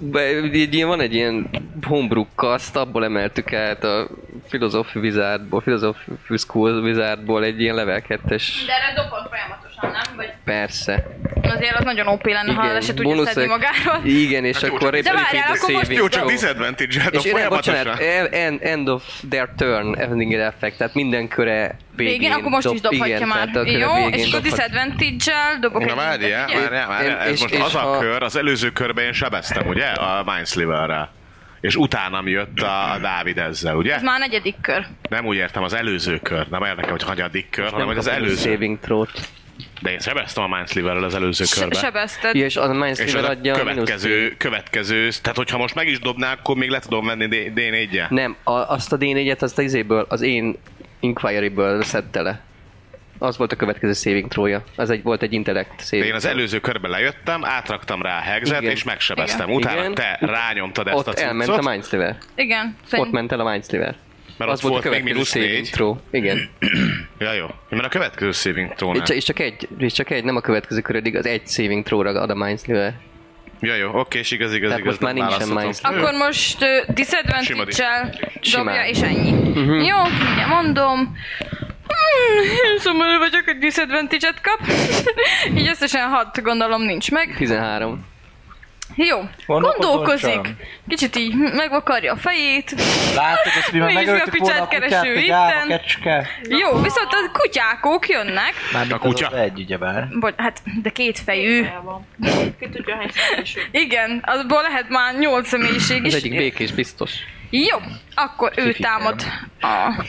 [SPEAKER 7] be- egy ilyen, van egy ilyen homebrew kaszt, abból emeltük át a Philosophy Wizardból, Philosophy School Wizardból egy ilyen level 2-es
[SPEAKER 2] de erre dobol folyamatosan, nem? Vagy
[SPEAKER 7] Persze.
[SPEAKER 2] azért az nagyon OP lenne, ha le se tudja szedni magáról.
[SPEAKER 7] Igen, és
[SPEAKER 4] Hát jó,
[SPEAKER 7] akkor
[SPEAKER 4] csak-
[SPEAKER 2] De
[SPEAKER 7] éppen
[SPEAKER 2] várjál,
[SPEAKER 7] defeated
[SPEAKER 2] akkor most-
[SPEAKER 7] saving
[SPEAKER 4] Jó, csak
[SPEAKER 7] throw.
[SPEAKER 4] disadvantage-el, de
[SPEAKER 7] És én, bocsánat,
[SPEAKER 4] folyamatosan.
[SPEAKER 7] e- end, end of their turn, ending effect, tehát minden köre végén,
[SPEAKER 2] Végén, akkor most is dobhatja
[SPEAKER 7] igen,
[SPEAKER 2] már.
[SPEAKER 7] tehát a köre
[SPEAKER 2] Jó,
[SPEAKER 7] végén
[SPEAKER 2] és akkor
[SPEAKER 7] dobhat.
[SPEAKER 2] disadvantage-el dobok
[SPEAKER 4] Na várjál,
[SPEAKER 2] mindet, ugye?
[SPEAKER 4] várjál, várjál,
[SPEAKER 7] Én-
[SPEAKER 4] ez
[SPEAKER 7] és-
[SPEAKER 4] most
[SPEAKER 7] és
[SPEAKER 4] az a
[SPEAKER 7] ha-
[SPEAKER 4] kör, az előző körben én sebeztem, ugye? A Mindsliver-rel. És utánam jött a, a Dávid ezzel, ugye?
[SPEAKER 2] Ez már a negyedik kör.
[SPEAKER 4] Nem úgy értem, az előző kör. Nem érdekel, hogy hanyadik kör, hanem hogy az
[SPEAKER 7] kapok
[SPEAKER 4] előző.
[SPEAKER 7] Saving throw-t.
[SPEAKER 4] De én sebeztem a Mindsliver-rel az előző
[SPEAKER 2] Se-
[SPEAKER 4] körben.
[SPEAKER 2] Sebezted.
[SPEAKER 7] Ja, és a
[SPEAKER 4] És
[SPEAKER 7] Mindsliver
[SPEAKER 4] az a
[SPEAKER 7] adja a mínusz
[SPEAKER 4] következő, következő, tehát hogyha most meg is dobná, akkor még le tudom venni D- D4-je.
[SPEAKER 7] Nem, a, azt a D4-et, azt az izéből, az én Inquiry-ből szedte le. Az volt a következő saving trója. Az egy, volt egy intellect
[SPEAKER 4] De
[SPEAKER 7] saving.
[SPEAKER 4] én az előző körben lejöttem, átraktam rá a hegzet,
[SPEAKER 7] Igen.
[SPEAKER 4] és megsebeztem. Utána
[SPEAKER 7] Igen.
[SPEAKER 4] te rányomtad ezt
[SPEAKER 7] Ott
[SPEAKER 4] a cuccot,
[SPEAKER 7] elment a Mindsliver.
[SPEAKER 2] Igen.
[SPEAKER 7] Ott
[SPEAKER 2] Szerint...
[SPEAKER 7] ment el a Mindsliver.
[SPEAKER 4] mert ott
[SPEAKER 7] az
[SPEAKER 4] volt,
[SPEAKER 7] volt, a
[SPEAKER 4] még
[SPEAKER 7] következő
[SPEAKER 4] mínusz
[SPEAKER 7] saving
[SPEAKER 4] négy.
[SPEAKER 7] throw. Igen.
[SPEAKER 4] Ja, jó. Mert a következő saving
[SPEAKER 7] És
[SPEAKER 4] trónál.
[SPEAKER 7] csak- És csak egy, és csak egy, nem a következő körödig, az egy saving throw-ra ad a Mindsliver.
[SPEAKER 4] Ja, jó. Oké, és igaz, igaz,
[SPEAKER 7] Tehát
[SPEAKER 4] igaz.
[SPEAKER 7] most már
[SPEAKER 4] nem
[SPEAKER 7] nincsen
[SPEAKER 4] választhatom.
[SPEAKER 7] Minds.
[SPEAKER 2] Akkor most uh, disadvantage-el dobja,
[SPEAKER 7] Simán. Mhm.
[SPEAKER 2] és ennyi. Uh-huh. Jó, mindjárt mondom. Hmm, én szomorú vagyok, hogy disadvantage-et kap. [laughs] Így összesen hat gondolom nincs meg.
[SPEAKER 7] 13.
[SPEAKER 2] Jó,
[SPEAKER 6] Gondolkozom
[SPEAKER 2] gondolkozik.
[SPEAKER 6] sem.
[SPEAKER 2] Kicsit így megvakarja a fejét.
[SPEAKER 6] Látod, ezt mi már
[SPEAKER 2] Nézd,
[SPEAKER 6] megöltük
[SPEAKER 2] a
[SPEAKER 6] volna a
[SPEAKER 2] kutyát
[SPEAKER 6] kutyát,
[SPEAKER 2] kereső
[SPEAKER 6] hogy állva
[SPEAKER 2] itten.
[SPEAKER 6] kecske.
[SPEAKER 2] Jó, viszont a kutyákok jönnek.
[SPEAKER 6] Mármint
[SPEAKER 4] A kutya?
[SPEAKER 6] az az egy, ugyebár.
[SPEAKER 2] Vagy hát, de kétfejű.
[SPEAKER 5] Ki tudja, hány
[SPEAKER 2] Igen, abból lehet már nyolc személyiség is.
[SPEAKER 7] Az egyik békés biztos.
[SPEAKER 2] Jó, akkor ő támad a...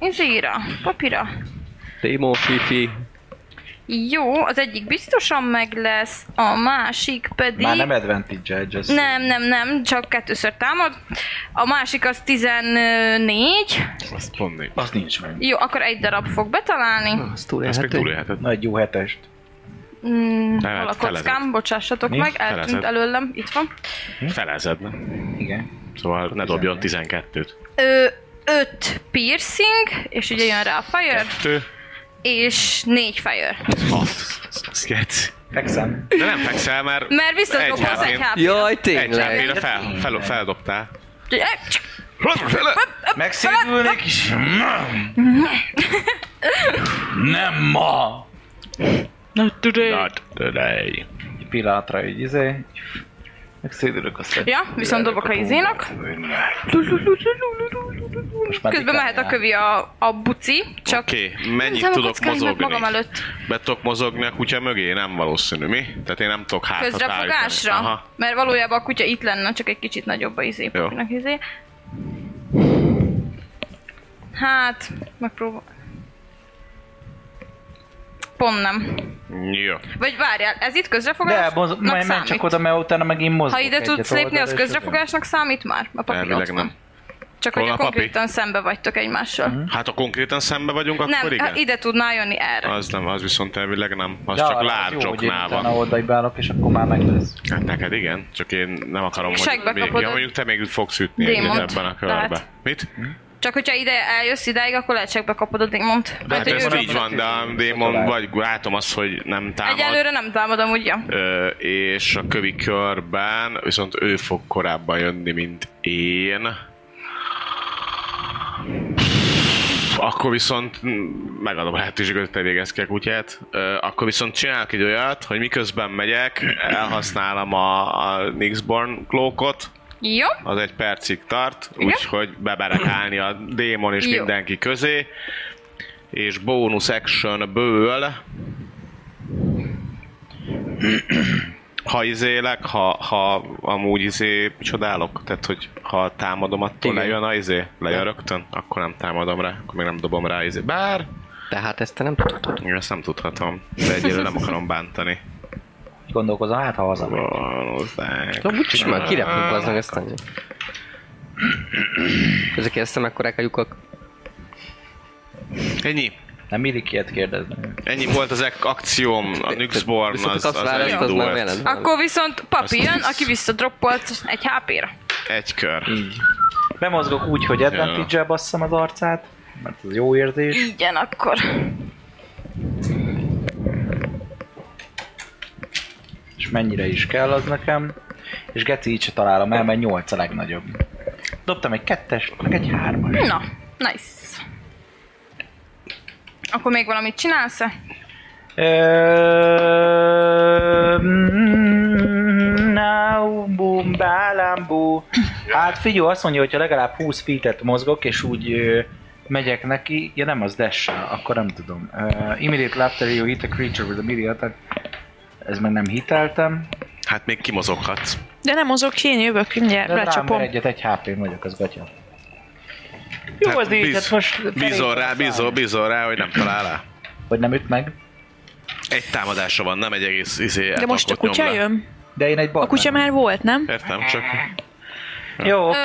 [SPEAKER 2] Izéra, papira.
[SPEAKER 7] Démon Fifi.
[SPEAKER 2] Jó, az egyik biztosan meg lesz, a másik pedig...
[SPEAKER 6] Már nem advantage egy az.
[SPEAKER 2] nem, nem, nem, csak kettőször támad. A másik az 14.
[SPEAKER 4] Azt mondni.
[SPEAKER 2] Hát
[SPEAKER 6] Az nincs meg.
[SPEAKER 2] Jó, akkor egy darab fog betalálni.
[SPEAKER 7] Azt túl
[SPEAKER 4] Ezt hát- még
[SPEAKER 7] lehet,
[SPEAKER 4] túlélheted.
[SPEAKER 6] Nagy jó hetest.
[SPEAKER 2] Mm,
[SPEAKER 4] Feled-
[SPEAKER 2] hol a kockám,
[SPEAKER 4] felezett.
[SPEAKER 2] bocsássatok
[SPEAKER 6] hát Mi?
[SPEAKER 2] meg, eltűnt
[SPEAKER 4] Felezett.
[SPEAKER 2] előlem, itt van.
[SPEAKER 4] Felezed, nem?
[SPEAKER 6] Igen.
[SPEAKER 4] Szóval ne dobjon 12-t.
[SPEAKER 2] Ö, 5 piercing, és ugye jön rá a fire,
[SPEAKER 4] Kettő,
[SPEAKER 2] és 4 fire.
[SPEAKER 4] hat, kettő.
[SPEAKER 6] Fekszem.
[SPEAKER 4] De nem fekszel, mert...
[SPEAKER 2] Mert
[SPEAKER 4] Egy
[SPEAKER 2] visszadobom az
[SPEAKER 4] HP-n.
[SPEAKER 2] egy Hm. HP-t.
[SPEAKER 7] Jaj,
[SPEAKER 4] Egy
[SPEAKER 7] tényleg.
[SPEAKER 4] HP-re fel, fel, feldobtál.
[SPEAKER 2] Úgyhogy, eh, csk,
[SPEAKER 3] Megszédülnék is. Nem. Nem ma.
[SPEAKER 4] Not today.
[SPEAKER 6] Egy pillanatra így izé, így megszédülök azt.
[SPEAKER 2] Ja, viszont dobok a izénak. Közben mehet a kövi a, a buci, csak
[SPEAKER 4] Oké, okay,
[SPEAKER 2] Nem
[SPEAKER 4] mennyit
[SPEAKER 2] a
[SPEAKER 4] tudok
[SPEAKER 2] kockáimat
[SPEAKER 4] mozogni?
[SPEAKER 2] magam előtt.
[SPEAKER 4] Be tudok mozogni a kutya mögé? Nem valószínű, mi? Tehát én nem tudok hátra
[SPEAKER 2] közrefogásra,
[SPEAKER 4] Aha.
[SPEAKER 2] mert valójában a kutya itt lenne, csak egy kicsit nagyobb a izé,
[SPEAKER 4] Jó.
[SPEAKER 2] papírnak izé. Hát, megpróbál. Pont nem.
[SPEAKER 4] Jó.
[SPEAKER 2] Vagy várjál, ez itt közrefogás?
[SPEAKER 6] De, moz- majd menj csak oda, mert utána megint mozgok
[SPEAKER 2] Ha ide
[SPEAKER 6] egyet
[SPEAKER 2] tudsz lépni,
[SPEAKER 6] oldalra,
[SPEAKER 2] az
[SPEAKER 6] és
[SPEAKER 2] közrefogásnak számít már? A papír
[SPEAKER 4] Elvileg
[SPEAKER 2] ott
[SPEAKER 4] nem.
[SPEAKER 2] van. Csak hogy
[SPEAKER 4] Hol
[SPEAKER 2] a
[SPEAKER 4] a papír?
[SPEAKER 2] konkrétan szembe vagytok egymással.
[SPEAKER 4] Hát ha konkrétan szembe vagyunk, akkor
[SPEAKER 2] Nem,
[SPEAKER 4] igen? Ah.
[SPEAKER 2] hát ide tudnál jönni erre.
[SPEAKER 4] Az nem, az viszont elvileg nem. Az
[SPEAKER 6] Ja,
[SPEAKER 4] csak
[SPEAKER 6] az jó, hogy én
[SPEAKER 4] lárcsoknál van.
[SPEAKER 6] Utána oldalba állok, és akkor már meg lesz.
[SPEAKER 4] Hát neked igen, csak én nem akarom,
[SPEAKER 2] Segbe
[SPEAKER 4] hogy még,
[SPEAKER 2] kapod
[SPEAKER 4] ja,
[SPEAKER 2] a
[SPEAKER 4] mondjuk te még fogsz ütni
[SPEAKER 2] démont, Hát
[SPEAKER 4] egyet ebben a körben.
[SPEAKER 2] lehet.
[SPEAKER 4] Mit?
[SPEAKER 2] Csak hogyha ide eljössz idáig, akkor lehet csak bekapod a démont.
[SPEAKER 4] De hát
[SPEAKER 2] hogy
[SPEAKER 4] ez
[SPEAKER 2] ő
[SPEAKER 4] így van, de a démon vagy látom azt, hogy nem támad.
[SPEAKER 2] Egyelőre nem támadom, ugye?
[SPEAKER 4] Ö, és a kövi körben viszont ő fog korábban jönni, mint én. Akkor viszont mm, megadom a lehetőséget, hogy te végezz ki a kutyát. Ö, Akkor viszont csinálok egy olyat, hogy miközben megyek, elhasználom a, a Nixborn klókot,
[SPEAKER 2] Jó.
[SPEAKER 4] az egy percig tart, úgyhogy beberekálni a démon és
[SPEAKER 2] Jó.
[SPEAKER 4] mindenki közé. És bónusz actionből ha izélek, ha, ha amúgy izé csodálok, tehát hogy ha támadom, attól
[SPEAKER 7] Igen.
[SPEAKER 4] lejön a izé, lejön rögtön, akkor nem támadom rá, akkor még nem dobom rá izé. Bár,
[SPEAKER 7] Tehát ezt te nem tudod.
[SPEAKER 4] én ezt nem tudhatom, de egyelőre nem akarom bántani.
[SPEAKER 6] Gondolkozom, hát ha hazamegy.
[SPEAKER 4] Valószínűleg.
[SPEAKER 7] Na, úgy is már kirepünk az meg ezt annyi. Ezek ezt mekkorák a lyukak.
[SPEAKER 4] Ennyi.
[SPEAKER 6] Nem illik ilyet kérdezni.
[SPEAKER 4] Ennyi volt az ek- akcióm, a Nixborn
[SPEAKER 7] Viszont
[SPEAKER 4] az,
[SPEAKER 7] azt
[SPEAKER 4] az,
[SPEAKER 7] választ, az nem
[SPEAKER 4] elindult.
[SPEAKER 7] jelent.
[SPEAKER 2] Akkor viszont papi
[SPEAKER 4] Azt
[SPEAKER 2] jön,
[SPEAKER 4] hisz.
[SPEAKER 2] aki visszadroppolt egy HP-ra.
[SPEAKER 4] Egy kör.
[SPEAKER 6] Így. Bemozgok úgy, hogy advantage basszam az arcát, mert az jó érzés.
[SPEAKER 2] Igen, akkor.
[SPEAKER 6] és mennyire is kell az nekem. És Geci így se találom el, mert 8 a legnagyobb. Dobtam egy kettes, meg egy hármas.
[SPEAKER 2] Na, nice. Akkor még valamit csinálsz -e?
[SPEAKER 6] Ö, mm, Now, boom, bálambú. Hát figyelj, azt mondja, hogy ha legalább 20 feet mozgok, és úgy ö, megyek neki, ja nem, az dash akkor nem tudom. Uh, immediately after you hit a creature with a melee attack. Ez meg nem hiteltem.
[SPEAKER 4] Hát még kimozoghatsz.
[SPEAKER 5] De nem mozog ki, én jövök, mindjárt
[SPEAKER 6] De rámer
[SPEAKER 5] lecsapom.
[SPEAKER 6] egyet, egy hp vagyok, az gatya. Jó,
[SPEAKER 4] Hát
[SPEAKER 6] az így, hát most...
[SPEAKER 4] Bízol rá,
[SPEAKER 6] felé-
[SPEAKER 4] bízol, bízol rá, hogy nem talál rá.
[SPEAKER 6] Hogy nem üt meg.
[SPEAKER 4] Egy támadása van, nem egy egész izé
[SPEAKER 5] De most a
[SPEAKER 4] atakot nyom
[SPEAKER 5] kutya
[SPEAKER 4] le.
[SPEAKER 5] jön?
[SPEAKER 6] De én egy bal.
[SPEAKER 5] A kutya már volt, nem?
[SPEAKER 4] Értem, csak
[SPEAKER 6] Jó, oké.
[SPEAKER 2] Ö,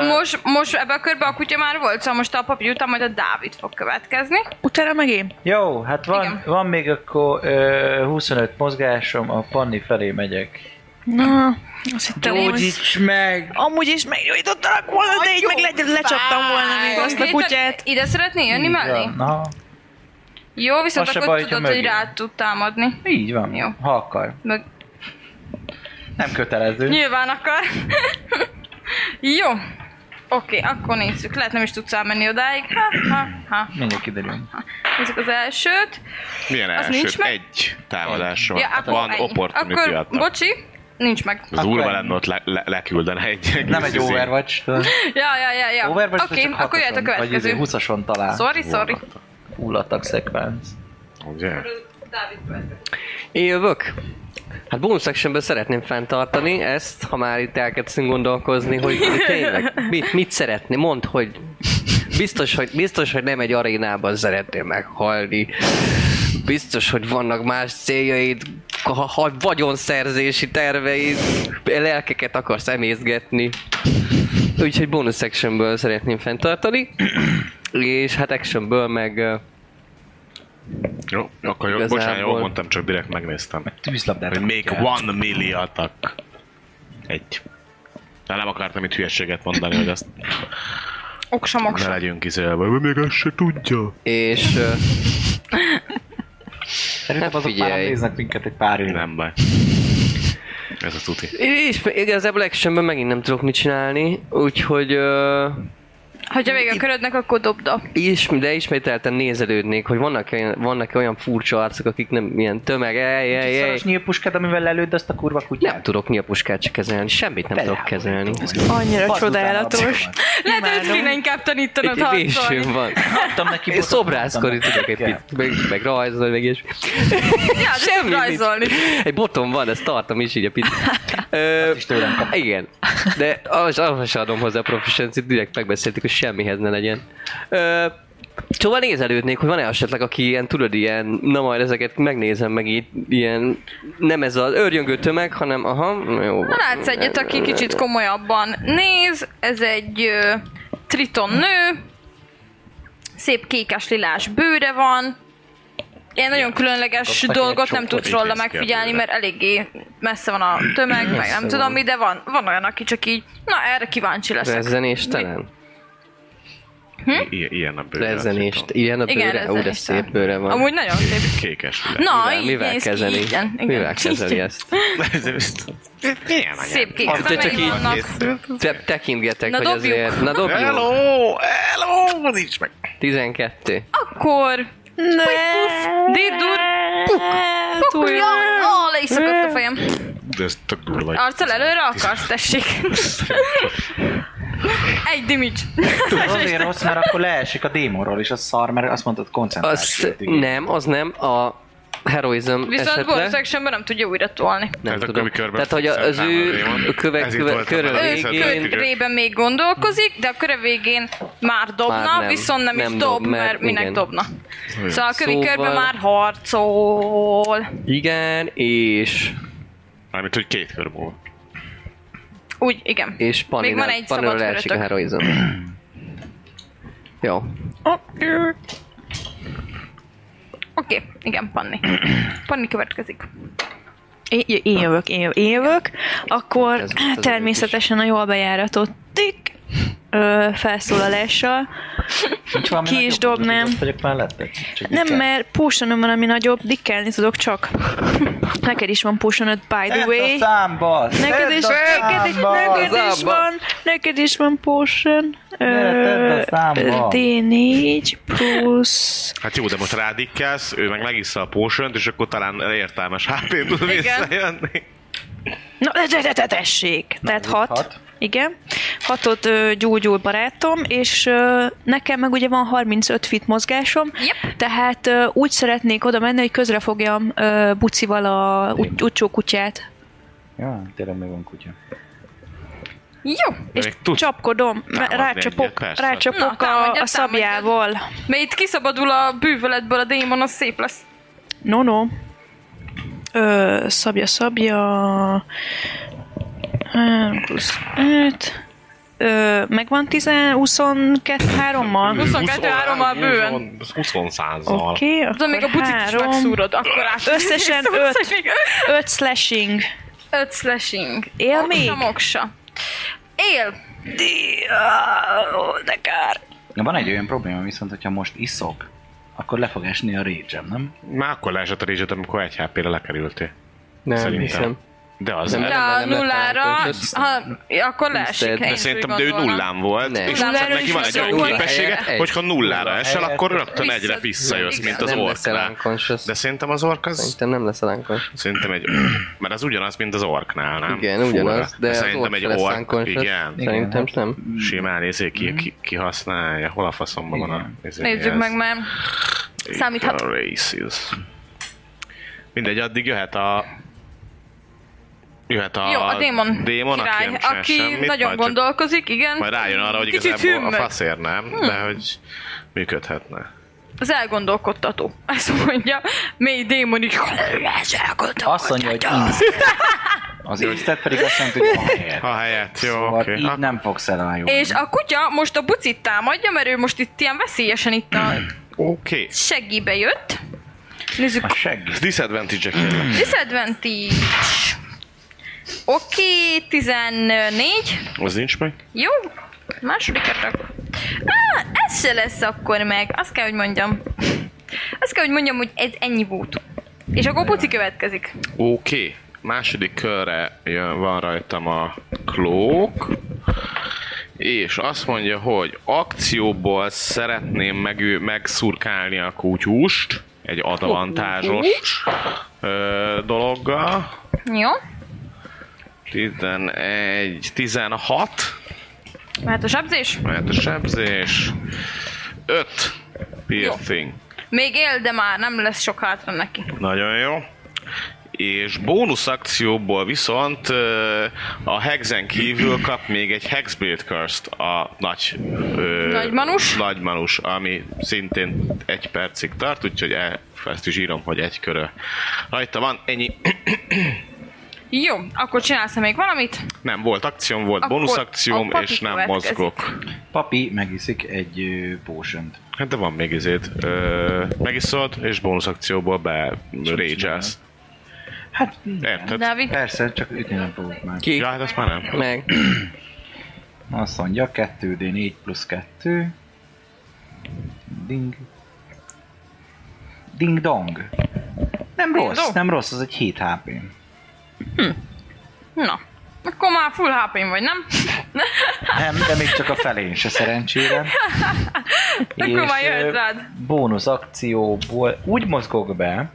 [SPEAKER 6] Ö,
[SPEAKER 2] most, most ebbe a körbe a kutya már volt, szóval most a papi után majd a Dávid fog következni.
[SPEAKER 5] Utána meg én.
[SPEAKER 6] Jó, hát van,
[SPEAKER 2] igen.
[SPEAKER 6] van még akkor ö, 25 mozgásom, a panni felé megyek.
[SPEAKER 5] Na, azt hittem, hogy...
[SPEAKER 6] Gyógyíts meg!
[SPEAKER 5] Amúgy is meggyógyítottalak volna, de így meg le- lecsaptam volna még azt a
[SPEAKER 2] Konkrétan
[SPEAKER 5] kutyát.
[SPEAKER 2] hát Ide szeretné jönni mellé?
[SPEAKER 6] Van, na,
[SPEAKER 2] Jó, viszont
[SPEAKER 6] Az se
[SPEAKER 2] akkor
[SPEAKER 6] baj,
[SPEAKER 2] tudod,
[SPEAKER 6] hogyha
[SPEAKER 2] hogy
[SPEAKER 6] mögé.
[SPEAKER 2] rá tud támadni.
[SPEAKER 6] így van,
[SPEAKER 2] Jó.
[SPEAKER 6] ha akar.
[SPEAKER 2] Meg
[SPEAKER 6] Nem kötelező.
[SPEAKER 2] Nyilván akar. [laughs] Jó. Oké, akkor nézzük. Lehet nem is tudsz elmenni odáig. Ha, ha, ha.
[SPEAKER 6] Mindjárt kiderül.
[SPEAKER 2] Nézzük az elsőt.
[SPEAKER 4] milyen
[SPEAKER 2] Az
[SPEAKER 4] első?
[SPEAKER 2] nincs meg?
[SPEAKER 4] Egy támadása van.
[SPEAKER 2] Ja,
[SPEAKER 4] Hát
[SPEAKER 2] akkor
[SPEAKER 4] van
[SPEAKER 2] ennyi.
[SPEAKER 4] opportunity
[SPEAKER 2] Akkor,
[SPEAKER 4] attack.
[SPEAKER 2] bocsi, nincs meg.
[SPEAKER 4] Az úrva
[SPEAKER 6] Akkor
[SPEAKER 4] lenne ott le, le, leküldene egy egész
[SPEAKER 6] Nem egy
[SPEAKER 4] izé.
[SPEAKER 6] overwatch tudod?
[SPEAKER 2] Ja, ja, ja, ja.
[SPEAKER 6] Overwatch
[SPEAKER 2] Oké,
[SPEAKER 6] csak
[SPEAKER 2] akkor jöhet a
[SPEAKER 6] 6-oson, Vagy izé
[SPEAKER 2] következő.
[SPEAKER 6] 20-ason talál.
[SPEAKER 2] Sorry, sorry.
[SPEAKER 6] Fullattak szekvenc.
[SPEAKER 4] Ugye?
[SPEAKER 7] Én jövök. Hát bonus actionből szeretném fenntartani ezt, ha már itt elkezdtünk gondolkozni, hogy tényleg, mit, mit szeretné, mondd, hogy biztos, hogy biztos, hogy nem egy arénában szeretnél meghalni. Biztos, hogy vannak más céljaid, ha, ha vagyonszerzési terveid, lelkeket akarsz emészgetni. Úgyhogy bonus actionből szeretném fenntartani, és hát actionből meg ö,
[SPEAKER 4] Jó, akkor jó,
[SPEAKER 7] Igazából-
[SPEAKER 4] bocsánat, jól mondtam, csak direkt megnéztem.
[SPEAKER 6] Tűzlabdát.
[SPEAKER 4] Hogy még one millió attack. Egy. De nem akartam itt hülyeséget mondani, hogy azt
[SPEAKER 2] Oksa,
[SPEAKER 4] ne
[SPEAKER 2] moksa.
[SPEAKER 4] legyünk izélve. Vagy még azt se tudja.
[SPEAKER 7] és ö,
[SPEAKER 6] Szerintem
[SPEAKER 7] Hát
[SPEAKER 6] azok már nem
[SPEAKER 7] figyelj.
[SPEAKER 6] néznek minket egy pár éve.
[SPEAKER 4] Nem baj. Ez a tuti.
[SPEAKER 7] És igazából actionben megint nem tudok mit csinálni, úgyhogy... Uh,
[SPEAKER 2] Hogyha vége a körödnek, akkor dobd a
[SPEAKER 7] is, de ismételten nézelődnék, hogy vannak, olyan- vannak olyan furcsa arcok, akik nem ilyen tömeg, ej, ej, ej.
[SPEAKER 6] Szaros nyílpuskád, amivel lelőd azt a kurva kutyát.
[SPEAKER 7] Nem tudok nyilapuskát se kezelni, semmit nem tudok kezelni.
[SPEAKER 5] Annyira
[SPEAKER 6] Bazd utána a
[SPEAKER 5] csodálatos.
[SPEAKER 6] pofámat.
[SPEAKER 2] Lehet, hogy ezt kéne inkább tanítanod
[SPEAKER 7] Egy vésőm
[SPEAKER 2] harcolni.
[SPEAKER 7] van.
[SPEAKER 6] Adtam neki
[SPEAKER 7] Én
[SPEAKER 6] botot,
[SPEAKER 7] szobrászkodni
[SPEAKER 6] adtam
[SPEAKER 7] tudok egy
[SPEAKER 6] neki.
[SPEAKER 7] picit, meg, meg rajzolni, meg ilyesmi.
[SPEAKER 2] Ja, de
[SPEAKER 7] Semmi
[SPEAKER 2] tudsz rajzolni.
[SPEAKER 7] Egy botom van, ezt tartom is így a
[SPEAKER 2] [laughs]
[SPEAKER 7] picit. Ö, igen, de ahhoz ahhoz sem adom hozzá a proficiency direkt megbeszéltük, hogy semmihez ne legyen. Ö, Szóval nézelődnék, hogy van-e esetleg, aki ilyen, tudod, ilyen, na majd ezeket megnézem meg így, ilyen, nem ez az őrjöngő tömeg, hanem, aha, jó.
[SPEAKER 2] Na látsz egyet, aki kicsit komolyabban néz, ez egy ö, triton nő, szép kékes lilás bőre van, Ilyen nagyon különleges
[SPEAKER 4] neki egy
[SPEAKER 2] dolgot nem
[SPEAKER 4] csokot
[SPEAKER 2] tudsz
[SPEAKER 4] így
[SPEAKER 2] róla
[SPEAKER 4] néz ki a
[SPEAKER 2] megfigyelni,
[SPEAKER 4] bőre.
[SPEAKER 2] mert eléggé messze van a tömeg, meg nem
[SPEAKER 7] van.
[SPEAKER 2] tudom mi, de van, van olyan, aki csak így, na erre kíváncsi leszek.
[SPEAKER 7] Ez zenéstelen.
[SPEAKER 4] I- ilyen a bőr.
[SPEAKER 7] Ez zenést. Ilyen a
[SPEAKER 2] Igen,
[SPEAKER 7] bőre, ú, de
[SPEAKER 2] rezzenisten.
[SPEAKER 7] szép bőre van.
[SPEAKER 2] Amúgy nagyon szép.
[SPEAKER 4] Kékes üle. [laughs]
[SPEAKER 2] Na,
[SPEAKER 7] mivel,
[SPEAKER 2] így
[SPEAKER 7] mivel
[SPEAKER 2] néz ki,
[SPEAKER 7] kezeli?
[SPEAKER 2] igen, igen.
[SPEAKER 7] Mivel kezeli
[SPEAKER 2] [laughs]
[SPEAKER 7] ezt?
[SPEAKER 4] Milyen anyád?
[SPEAKER 2] Szép kék
[SPEAKER 7] Amit te
[SPEAKER 2] szemei
[SPEAKER 7] csak így-
[SPEAKER 2] vannak.
[SPEAKER 7] Te, tekintgetek,
[SPEAKER 2] Na,
[SPEAKER 7] hogy
[SPEAKER 2] dobjuk.
[SPEAKER 7] azért... Na dobjuk!
[SPEAKER 4] Hello! Hello! Nincs meg.
[SPEAKER 7] 12.
[SPEAKER 2] Akkor
[SPEAKER 5] Ne,
[SPEAKER 2] dirdur,
[SPEAKER 5] túl jó.
[SPEAKER 2] Ó, le is szakadt a fejem.
[SPEAKER 4] De ez tök durva. egy
[SPEAKER 2] Arccal előre akarsz, tessék. [laughs] Egy damage. [laughs]
[SPEAKER 6] Azért rossz, mert akkor leesik a démonról, és az szar, mert azt mondtad koncentráció.
[SPEAKER 7] Azt nem, az nem, a heroizm
[SPEAKER 2] Viszont
[SPEAKER 7] esetre.
[SPEAKER 2] bonus actionben nem tudja újra tolni.
[SPEAKER 7] nem
[SPEAKER 4] Tehát a
[SPEAKER 7] tudom.
[SPEAKER 4] kövi körben
[SPEAKER 7] Tehát, hogy az
[SPEAKER 4] szemben
[SPEAKER 7] ő
[SPEAKER 4] van.
[SPEAKER 7] a köve,
[SPEAKER 4] Ezért
[SPEAKER 7] köve,
[SPEAKER 4] voltam
[SPEAKER 7] körön
[SPEAKER 4] már
[SPEAKER 2] Ő
[SPEAKER 4] részed-
[SPEAKER 7] végén
[SPEAKER 4] Könyv.
[SPEAKER 2] körében még gondolkozik, de a köre végén már dobna,
[SPEAKER 7] Már nem.
[SPEAKER 2] viszont nem,
[SPEAKER 7] Nem
[SPEAKER 2] is
[SPEAKER 7] dob,
[SPEAKER 2] dob, mert,
[SPEAKER 7] mert
[SPEAKER 2] minek
[SPEAKER 7] igen.
[SPEAKER 2] dobna. Szóval a kövi
[SPEAKER 7] Szóval-
[SPEAKER 2] körben már harcol.
[SPEAKER 7] igen, és,
[SPEAKER 4] Mármint, hogy két kör múlva.
[SPEAKER 2] Úgy, igen.
[SPEAKER 7] és panel,
[SPEAKER 2] van egy
[SPEAKER 7] panel
[SPEAKER 2] szabad
[SPEAKER 7] leesik a
[SPEAKER 2] körötök.
[SPEAKER 7] heroizm. Jó.
[SPEAKER 2] Oké, okay. igen, Panni. Panni következik.
[SPEAKER 5] Én, j- én jövök, én jövök, én jövök. Akkor
[SPEAKER 7] Ez- ez
[SPEAKER 5] természetesen a jól bejáratott tik ö, felszólalással. Ki is dobnám.
[SPEAKER 6] Ott vagyok mellette. Csak
[SPEAKER 5] Nem,
[SPEAKER 6] kell.
[SPEAKER 5] mert potionom van, ami nagyobb, dikkelni tudok csak. Neked is van potionod, by the
[SPEAKER 6] Tedd
[SPEAKER 5] way.
[SPEAKER 6] a számba!
[SPEAKER 5] Neked
[SPEAKER 6] tedd
[SPEAKER 5] is,
[SPEAKER 6] a
[SPEAKER 5] neked is,
[SPEAKER 6] számba!
[SPEAKER 5] neked is
[SPEAKER 7] Számba.
[SPEAKER 5] van, neked is van potion.
[SPEAKER 6] tedd
[SPEAKER 5] Ö,
[SPEAKER 6] a számba.
[SPEAKER 5] D4 plusz...
[SPEAKER 4] Hát jó, de most rádikkelsz, ő meg megissza a potion és akkor talán értelmes hp tud visszajönni.
[SPEAKER 5] Na, de- de- de- de- tessék! Tehát
[SPEAKER 6] ez
[SPEAKER 5] hat.
[SPEAKER 6] hat.
[SPEAKER 5] Igen. Hatot ö, gyógyul barátom, és ö, nekem meg ugye van 35 fit mozgásom,
[SPEAKER 2] Yep.
[SPEAKER 5] tehát ö, úgy szeretnék oda menni, hogy közre fogjam ö, bucival a ut- utcsó kutyát.
[SPEAKER 6] Ja, tényleg meg van kutya.
[SPEAKER 2] Jó,
[SPEAKER 4] És
[SPEAKER 5] És csapkodom, me-
[SPEAKER 4] Támadni egyet,
[SPEAKER 5] rácsapok,
[SPEAKER 4] persze.
[SPEAKER 2] Na,
[SPEAKER 5] rácsapok
[SPEAKER 2] támadj,
[SPEAKER 5] a,
[SPEAKER 2] támadj.
[SPEAKER 5] a szabjával.
[SPEAKER 2] mert itt kiszabadul a bűvöletből a démon, az szép lesz.
[SPEAKER 5] No, no. Ö, szabja, szabja. 3 plusz 5. Ö, megvan 10, 22, 3-mal.
[SPEAKER 2] 22 hárommal bőven.
[SPEAKER 4] 20 százzal.
[SPEAKER 5] Oké, okay,
[SPEAKER 2] Tudom, még a bucit is megszúrod, akkor át. [laughs]
[SPEAKER 5] Összesen öt. 5 slashing.
[SPEAKER 2] 5 slashing.
[SPEAKER 5] Él
[SPEAKER 2] Oksa,
[SPEAKER 5] még?
[SPEAKER 2] Moksa. Él.
[SPEAKER 5] De kár.
[SPEAKER 6] Na, van egy olyan probléma viszont, hogyha most iszok, akkor le fog esni a rage nem?
[SPEAKER 4] Már akkor leesett a rézsed, amikor egy HP-re lekerültél.
[SPEAKER 7] Nem,
[SPEAKER 4] Szerintem.
[SPEAKER 7] hiszem.
[SPEAKER 4] De az
[SPEAKER 7] Nem,
[SPEAKER 4] nem.
[SPEAKER 2] De
[SPEAKER 4] nem.
[SPEAKER 2] a
[SPEAKER 7] nem, nem
[SPEAKER 2] nullára,
[SPEAKER 7] lehetett.
[SPEAKER 2] ha, ja, akkor leesik.
[SPEAKER 7] Tisztelt.
[SPEAKER 2] én
[SPEAKER 4] De
[SPEAKER 2] is
[SPEAKER 4] szerintem,
[SPEAKER 2] úgy
[SPEAKER 4] de ő
[SPEAKER 2] gondolom.
[SPEAKER 4] nullán volt,
[SPEAKER 7] Nem.
[SPEAKER 4] és
[SPEAKER 2] Nullára
[SPEAKER 4] neki
[SPEAKER 2] is
[SPEAKER 4] van egy
[SPEAKER 2] vissza-
[SPEAKER 4] olyan
[SPEAKER 2] Nulla
[SPEAKER 4] képessége,
[SPEAKER 7] helyett egy.
[SPEAKER 4] hogyha nullára esel, akkor rögtön
[SPEAKER 2] Vissza-
[SPEAKER 4] egyre visszajössz,
[SPEAKER 2] Igen.
[SPEAKER 4] mint Hát az
[SPEAKER 7] nem leszel
[SPEAKER 4] orknál.
[SPEAKER 7] unconscious.
[SPEAKER 4] De szerintem az ork az...
[SPEAKER 7] Szerintem nem leszel unconscious.
[SPEAKER 4] Szerintem egy... Mert az ugyanaz, mint az orknál, nem?
[SPEAKER 7] Igen, ugyanaz,
[SPEAKER 4] Fura.
[SPEAKER 7] de az
[SPEAKER 4] szerintem
[SPEAKER 7] ork
[SPEAKER 4] egy
[SPEAKER 7] se lesz
[SPEAKER 4] ork,
[SPEAKER 7] unconscious.
[SPEAKER 4] igen.
[SPEAKER 7] Szerintem nem.
[SPEAKER 4] Simán nézzék ki, ki, ki használja, hol a faszomban van a... izé,
[SPEAKER 2] Nézzük
[SPEAKER 4] ez.
[SPEAKER 2] meg, mert számíthat.
[SPEAKER 4] A races. Mindegy, addig jöhet a... Jöhet a...
[SPEAKER 2] Jó, a démon,
[SPEAKER 4] démon aki,
[SPEAKER 2] király,
[SPEAKER 4] nem csinál
[SPEAKER 2] aki
[SPEAKER 4] semmit,
[SPEAKER 2] nagyon
[SPEAKER 4] majd csak-
[SPEAKER 2] gondolkozik, igen.
[SPEAKER 4] Majd rájön arra, hogy
[SPEAKER 2] Kicsit Hmm.
[SPEAKER 4] igazából a
[SPEAKER 2] hümmög.
[SPEAKER 4] faszért nem, de hogy működhetne.
[SPEAKER 2] Az elgondolkodtató. [laughs] Ezt mondja, mély démon is. Ez elgondolkodtató.
[SPEAKER 6] Azt mondja, hogy íz. Az íztet pedig azt mondja, hogy a helyet.
[SPEAKER 4] A helyett, jó,
[SPEAKER 6] Szóval
[SPEAKER 4] oké. Hát,
[SPEAKER 6] így
[SPEAKER 4] Okay.
[SPEAKER 6] nem fogsz elájulni.
[SPEAKER 2] És a kutya most a bucit támadja, mert ő most itt ilyen veszélyesen itt a
[SPEAKER 4] Oké.
[SPEAKER 2] segébe jött. Nézzük,
[SPEAKER 6] A segg.
[SPEAKER 4] Disadvantage-ek
[SPEAKER 2] disadvantage. Oké, 14.
[SPEAKER 4] Az nincs meg?
[SPEAKER 2] Jó, második attack. Á, ez se lesz akkor meg, azt kell, hogy mondjam. Azt kell, hogy mondjam, hogy ez ennyi volt. És akkor puci következik.
[SPEAKER 4] Oké. második körre jön, van rajtam a klók, és azt mondja, hogy akcióból szeretném megü- megszurkálni a kutyust, egy adavantázsos ö, dologgal.
[SPEAKER 2] Jó.
[SPEAKER 4] 11, 16,
[SPEAKER 2] Mert a sebzés.
[SPEAKER 4] mert a sebzés, 5 piercing.
[SPEAKER 2] Még él, de már nem lesz sok hátra neki.
[SPEAKER 4] Nagyon jó. És bónusz akcióból viszont ö, a hexen kívül kap még egy Hexblade Curse-t a nagy, ö,
[SPEAKER 2] Nagymanus?
[SPEAKER 4] nagymanus, ami szintén egy percig tart, úgyhogy el, ezt is írom, hogy egy körö. Rajta van, ennyi. [clears throat]
[SPEAKER 2] Jó, akkor csinálsz -e még valamit?
[SPEAKER 6] Hát-
[SPEAKER 4] Nem, volt akcióm, volt
[SPEAKER 2] Akkor
[SPEAKER 4] bónusz
[SPEAKER 2] a
[SPEAKER 4] akcióm,
[SPEAKER 2] papi
[SPEAKER 4] és nem
[SPEAKER 2] következik.
[SPEAKER 4] mozgok.
[SPEAKER 6] Papi megiszik egy ö, potion-t.
[SPEAKER 4] Hát de van még izét. Ö, megiszod, és bónusz akcióból be rage
[SPEAKER 6] Hát
[SPEAKER 4] Érted?
[SPEAKER 2] Dávid?
[SPEAKER 6] persze, csak ütni nem fogok már.
[SPEAKER 7] Ki?
[SPEAKER 4] Ja, hát azt már nem.
[SPEAKER 7] Meg.
[SPEAKER 6] Azt mondja, 2D4 plusz 2. Ding. Ding dong. Nem rossz,
[SPEAKER 2] dong.
[SPEAKER 6] nem rossz, az egy 7 hp
[SPEAKER 2] Na. Akkor már full hp vagy, nem?
[SPEAKER 6] Nem, de még csak a felén se szerencsére.
[SPEAKER 2] [laughs] Akkor már
[SPEAKER 6] És,
[SPEAKER 2] jöhet
[SPEAKER 6] ö,
[SPEAKER 2] rád.
[SPEAKER 6] Bónusz akcióból úgy mozgok be,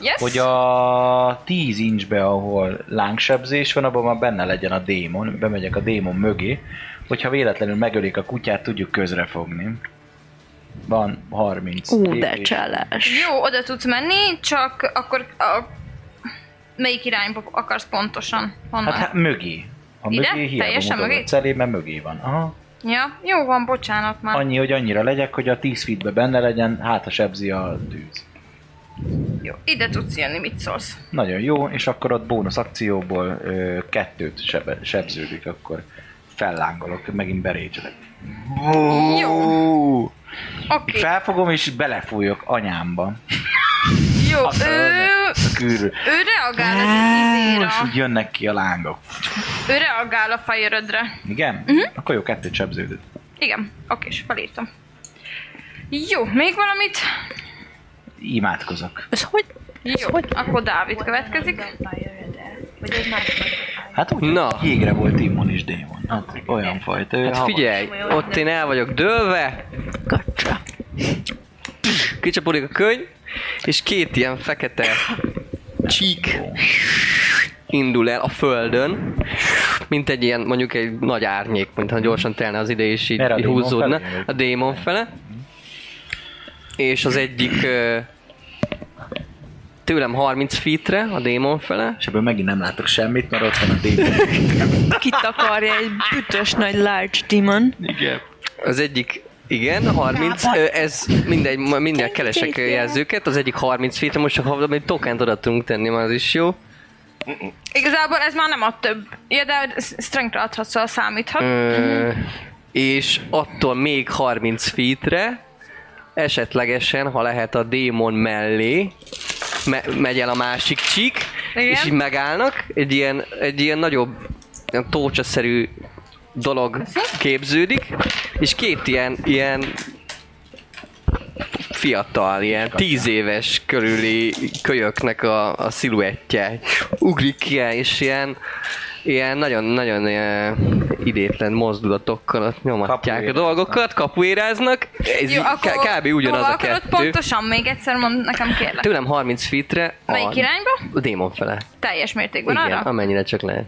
[SPEAKER 2] Yes?
[SPEAKER 6] hogy a 10 incsbe, ahol lángsebzés van, abban már benne legyen a démon, bemegyek a démon mögé, hogyha véletlenül megölik a kutyát, tudjuk közrefogni. Van 30.
[SPEAKER 5] Ú, de
[SPEAKER 6] lépés.
[SPEAKER 5] csalás.
[SPEAKER 2] Jó, oda tudsz menni, csak akkor a... melyik irányba akarsz pontosan? Honnan?
[SPEAKER 6] Hát, hát mögé. A
[SPEAKER 2] Ide?
[SPEAKER 6] mögé hiába
[SPEAKER 2] Teljesen
[SPEAKER 6] mutatod
[SPEAKER 2] mögé?
[SPEAKER 6] a celé, mert mögé van. Aha.
[SPEAKER 2] Ja, jó van, bocsánat már.
[SPEAKER 6] Annyi, hogy annyira legyek, hogy a 10 feetbe benne legyen, hát a sebzi a tűz.
[SPEAKER 2] Jó, ide tudsz jönni, mit szólsz.
[SPEAKER 6] Nagyon jó, és akkor ott bónusz akcióból ö, kettőt sebe, sebződik, akkor fellángolok, megint berécselek.
[SPEAKER 2] Jó. Oké, okay.
[SPEAKER 6] Felfogom és belefújok anyámba.
[SPEAKER 2] jó. Ő,
[SPEAKER 6] Kűrű.
[SPEAKER 2] ő reagál az
[SPEAKER 6] És
[SPEAKER 2] izéra.
[SPEAKER 6] úgy jönnek ki a lángok.
[SPEAKER 2] Ő reagál a fire
[SPEAKER 6] Igen?
[SPEAKER 7] Mhm.
[SPEAKER 6] Uh-huh. Akkor jó, kettőt sebződött.
[SPEAKER 2] Igen, oké, és felírtam. Jó, még valamit?
[SPEAKER 6] Imádkozok.
[SPEAKER 5] Ez hogy?
[SPEAKER 2] Jó, akkor Dávid következik.
[SPEAKER 6] Hát úgy,
[SPEAKER 7] Na.
[SPEAKER 6] Na. jégre volt immun is démon. Hát, olyan fajta. ő
[SPEAKER 7] Hát
[SPEAKER 6] havas.
[SPEAKER 7] figyelj, ott én el vagyok dőlve. Gacsa. Kicsapodik a könyv, és két ilyen fekete csík indul el a földön, mint egy ilyen, mondjuk egy nagy árnyék, mintha gyorsan telne az ide, és így,
[SPEAKER 6] Merre a
[SPEAKER 7] így
[SPEAKER 6] démon
[SPEAKER 7] húzódna
[SPEAKER 6] felé?
[SPEAKER 7] a démon fele. És az egyik ö, tőlem 30 feetre, a démon fele,
[SPEAKER 6] És ebből megint nem látok semmit, mert ott van a démon.
[SPEAKER 5] Kitakarja egy bütös nagy large demon.
[SPEAKER 6] Igen.
[SPEAKER 7] Az egyik, igen, 30, ö, ez mindegy, ma- mindjárt keresek ö, jelzőket, az egyik 30 feet, most csak ha valami tokent oda tudunk tenni, már az is jó.
[SPEAKER 2] Igazából ez már nem ad több. Ja, de strength adhatsz, szóval számíthat.
[SPEAKER 7] Ö, és attól még 30 feetre, esetlegesen, ha lehet a démon mellé, me- megy el a másik csík,
[SPEAKER 2] Igen.
[SPEAKER 7] és így megállnak, egy ilyen, egy ilyen nagyobb, ilyen tócsaszerű dolog képződik, és két ilyen, ilyen fiatal, ilyen tíz éves körüli kölyöknek a, a sziluettje ugrik ki, és ilyen ilyen nagyon-nagyon eh, idétlen mozdulatokkal ott nyomatják a
[SPEAKER 6] Kapuéráznak.
[SPEAKER 7] dolgokat, kapuéráznak, ez Jó, akkor, kb. ugyanaz
[SPEAKER 2] hova
[SPEAKER 7] a
[SPEAKER 2] akarod
[SPEAKER 7] kettő.
[SPEAKER 2] pontosan még egyszer mond nekem kérlek.
[SPEAKER 7] Tőlem 30 feetre a,
[SPEAKER 2] Melyik irányba?
[SPEAKER 7] a démon fele.
[SPEAKER 2] Teljes mértékben
[SPEAKER 7] Igen,
[SPEAKER 2] arra?
[SPEAKER 7] amennyire csak lehet.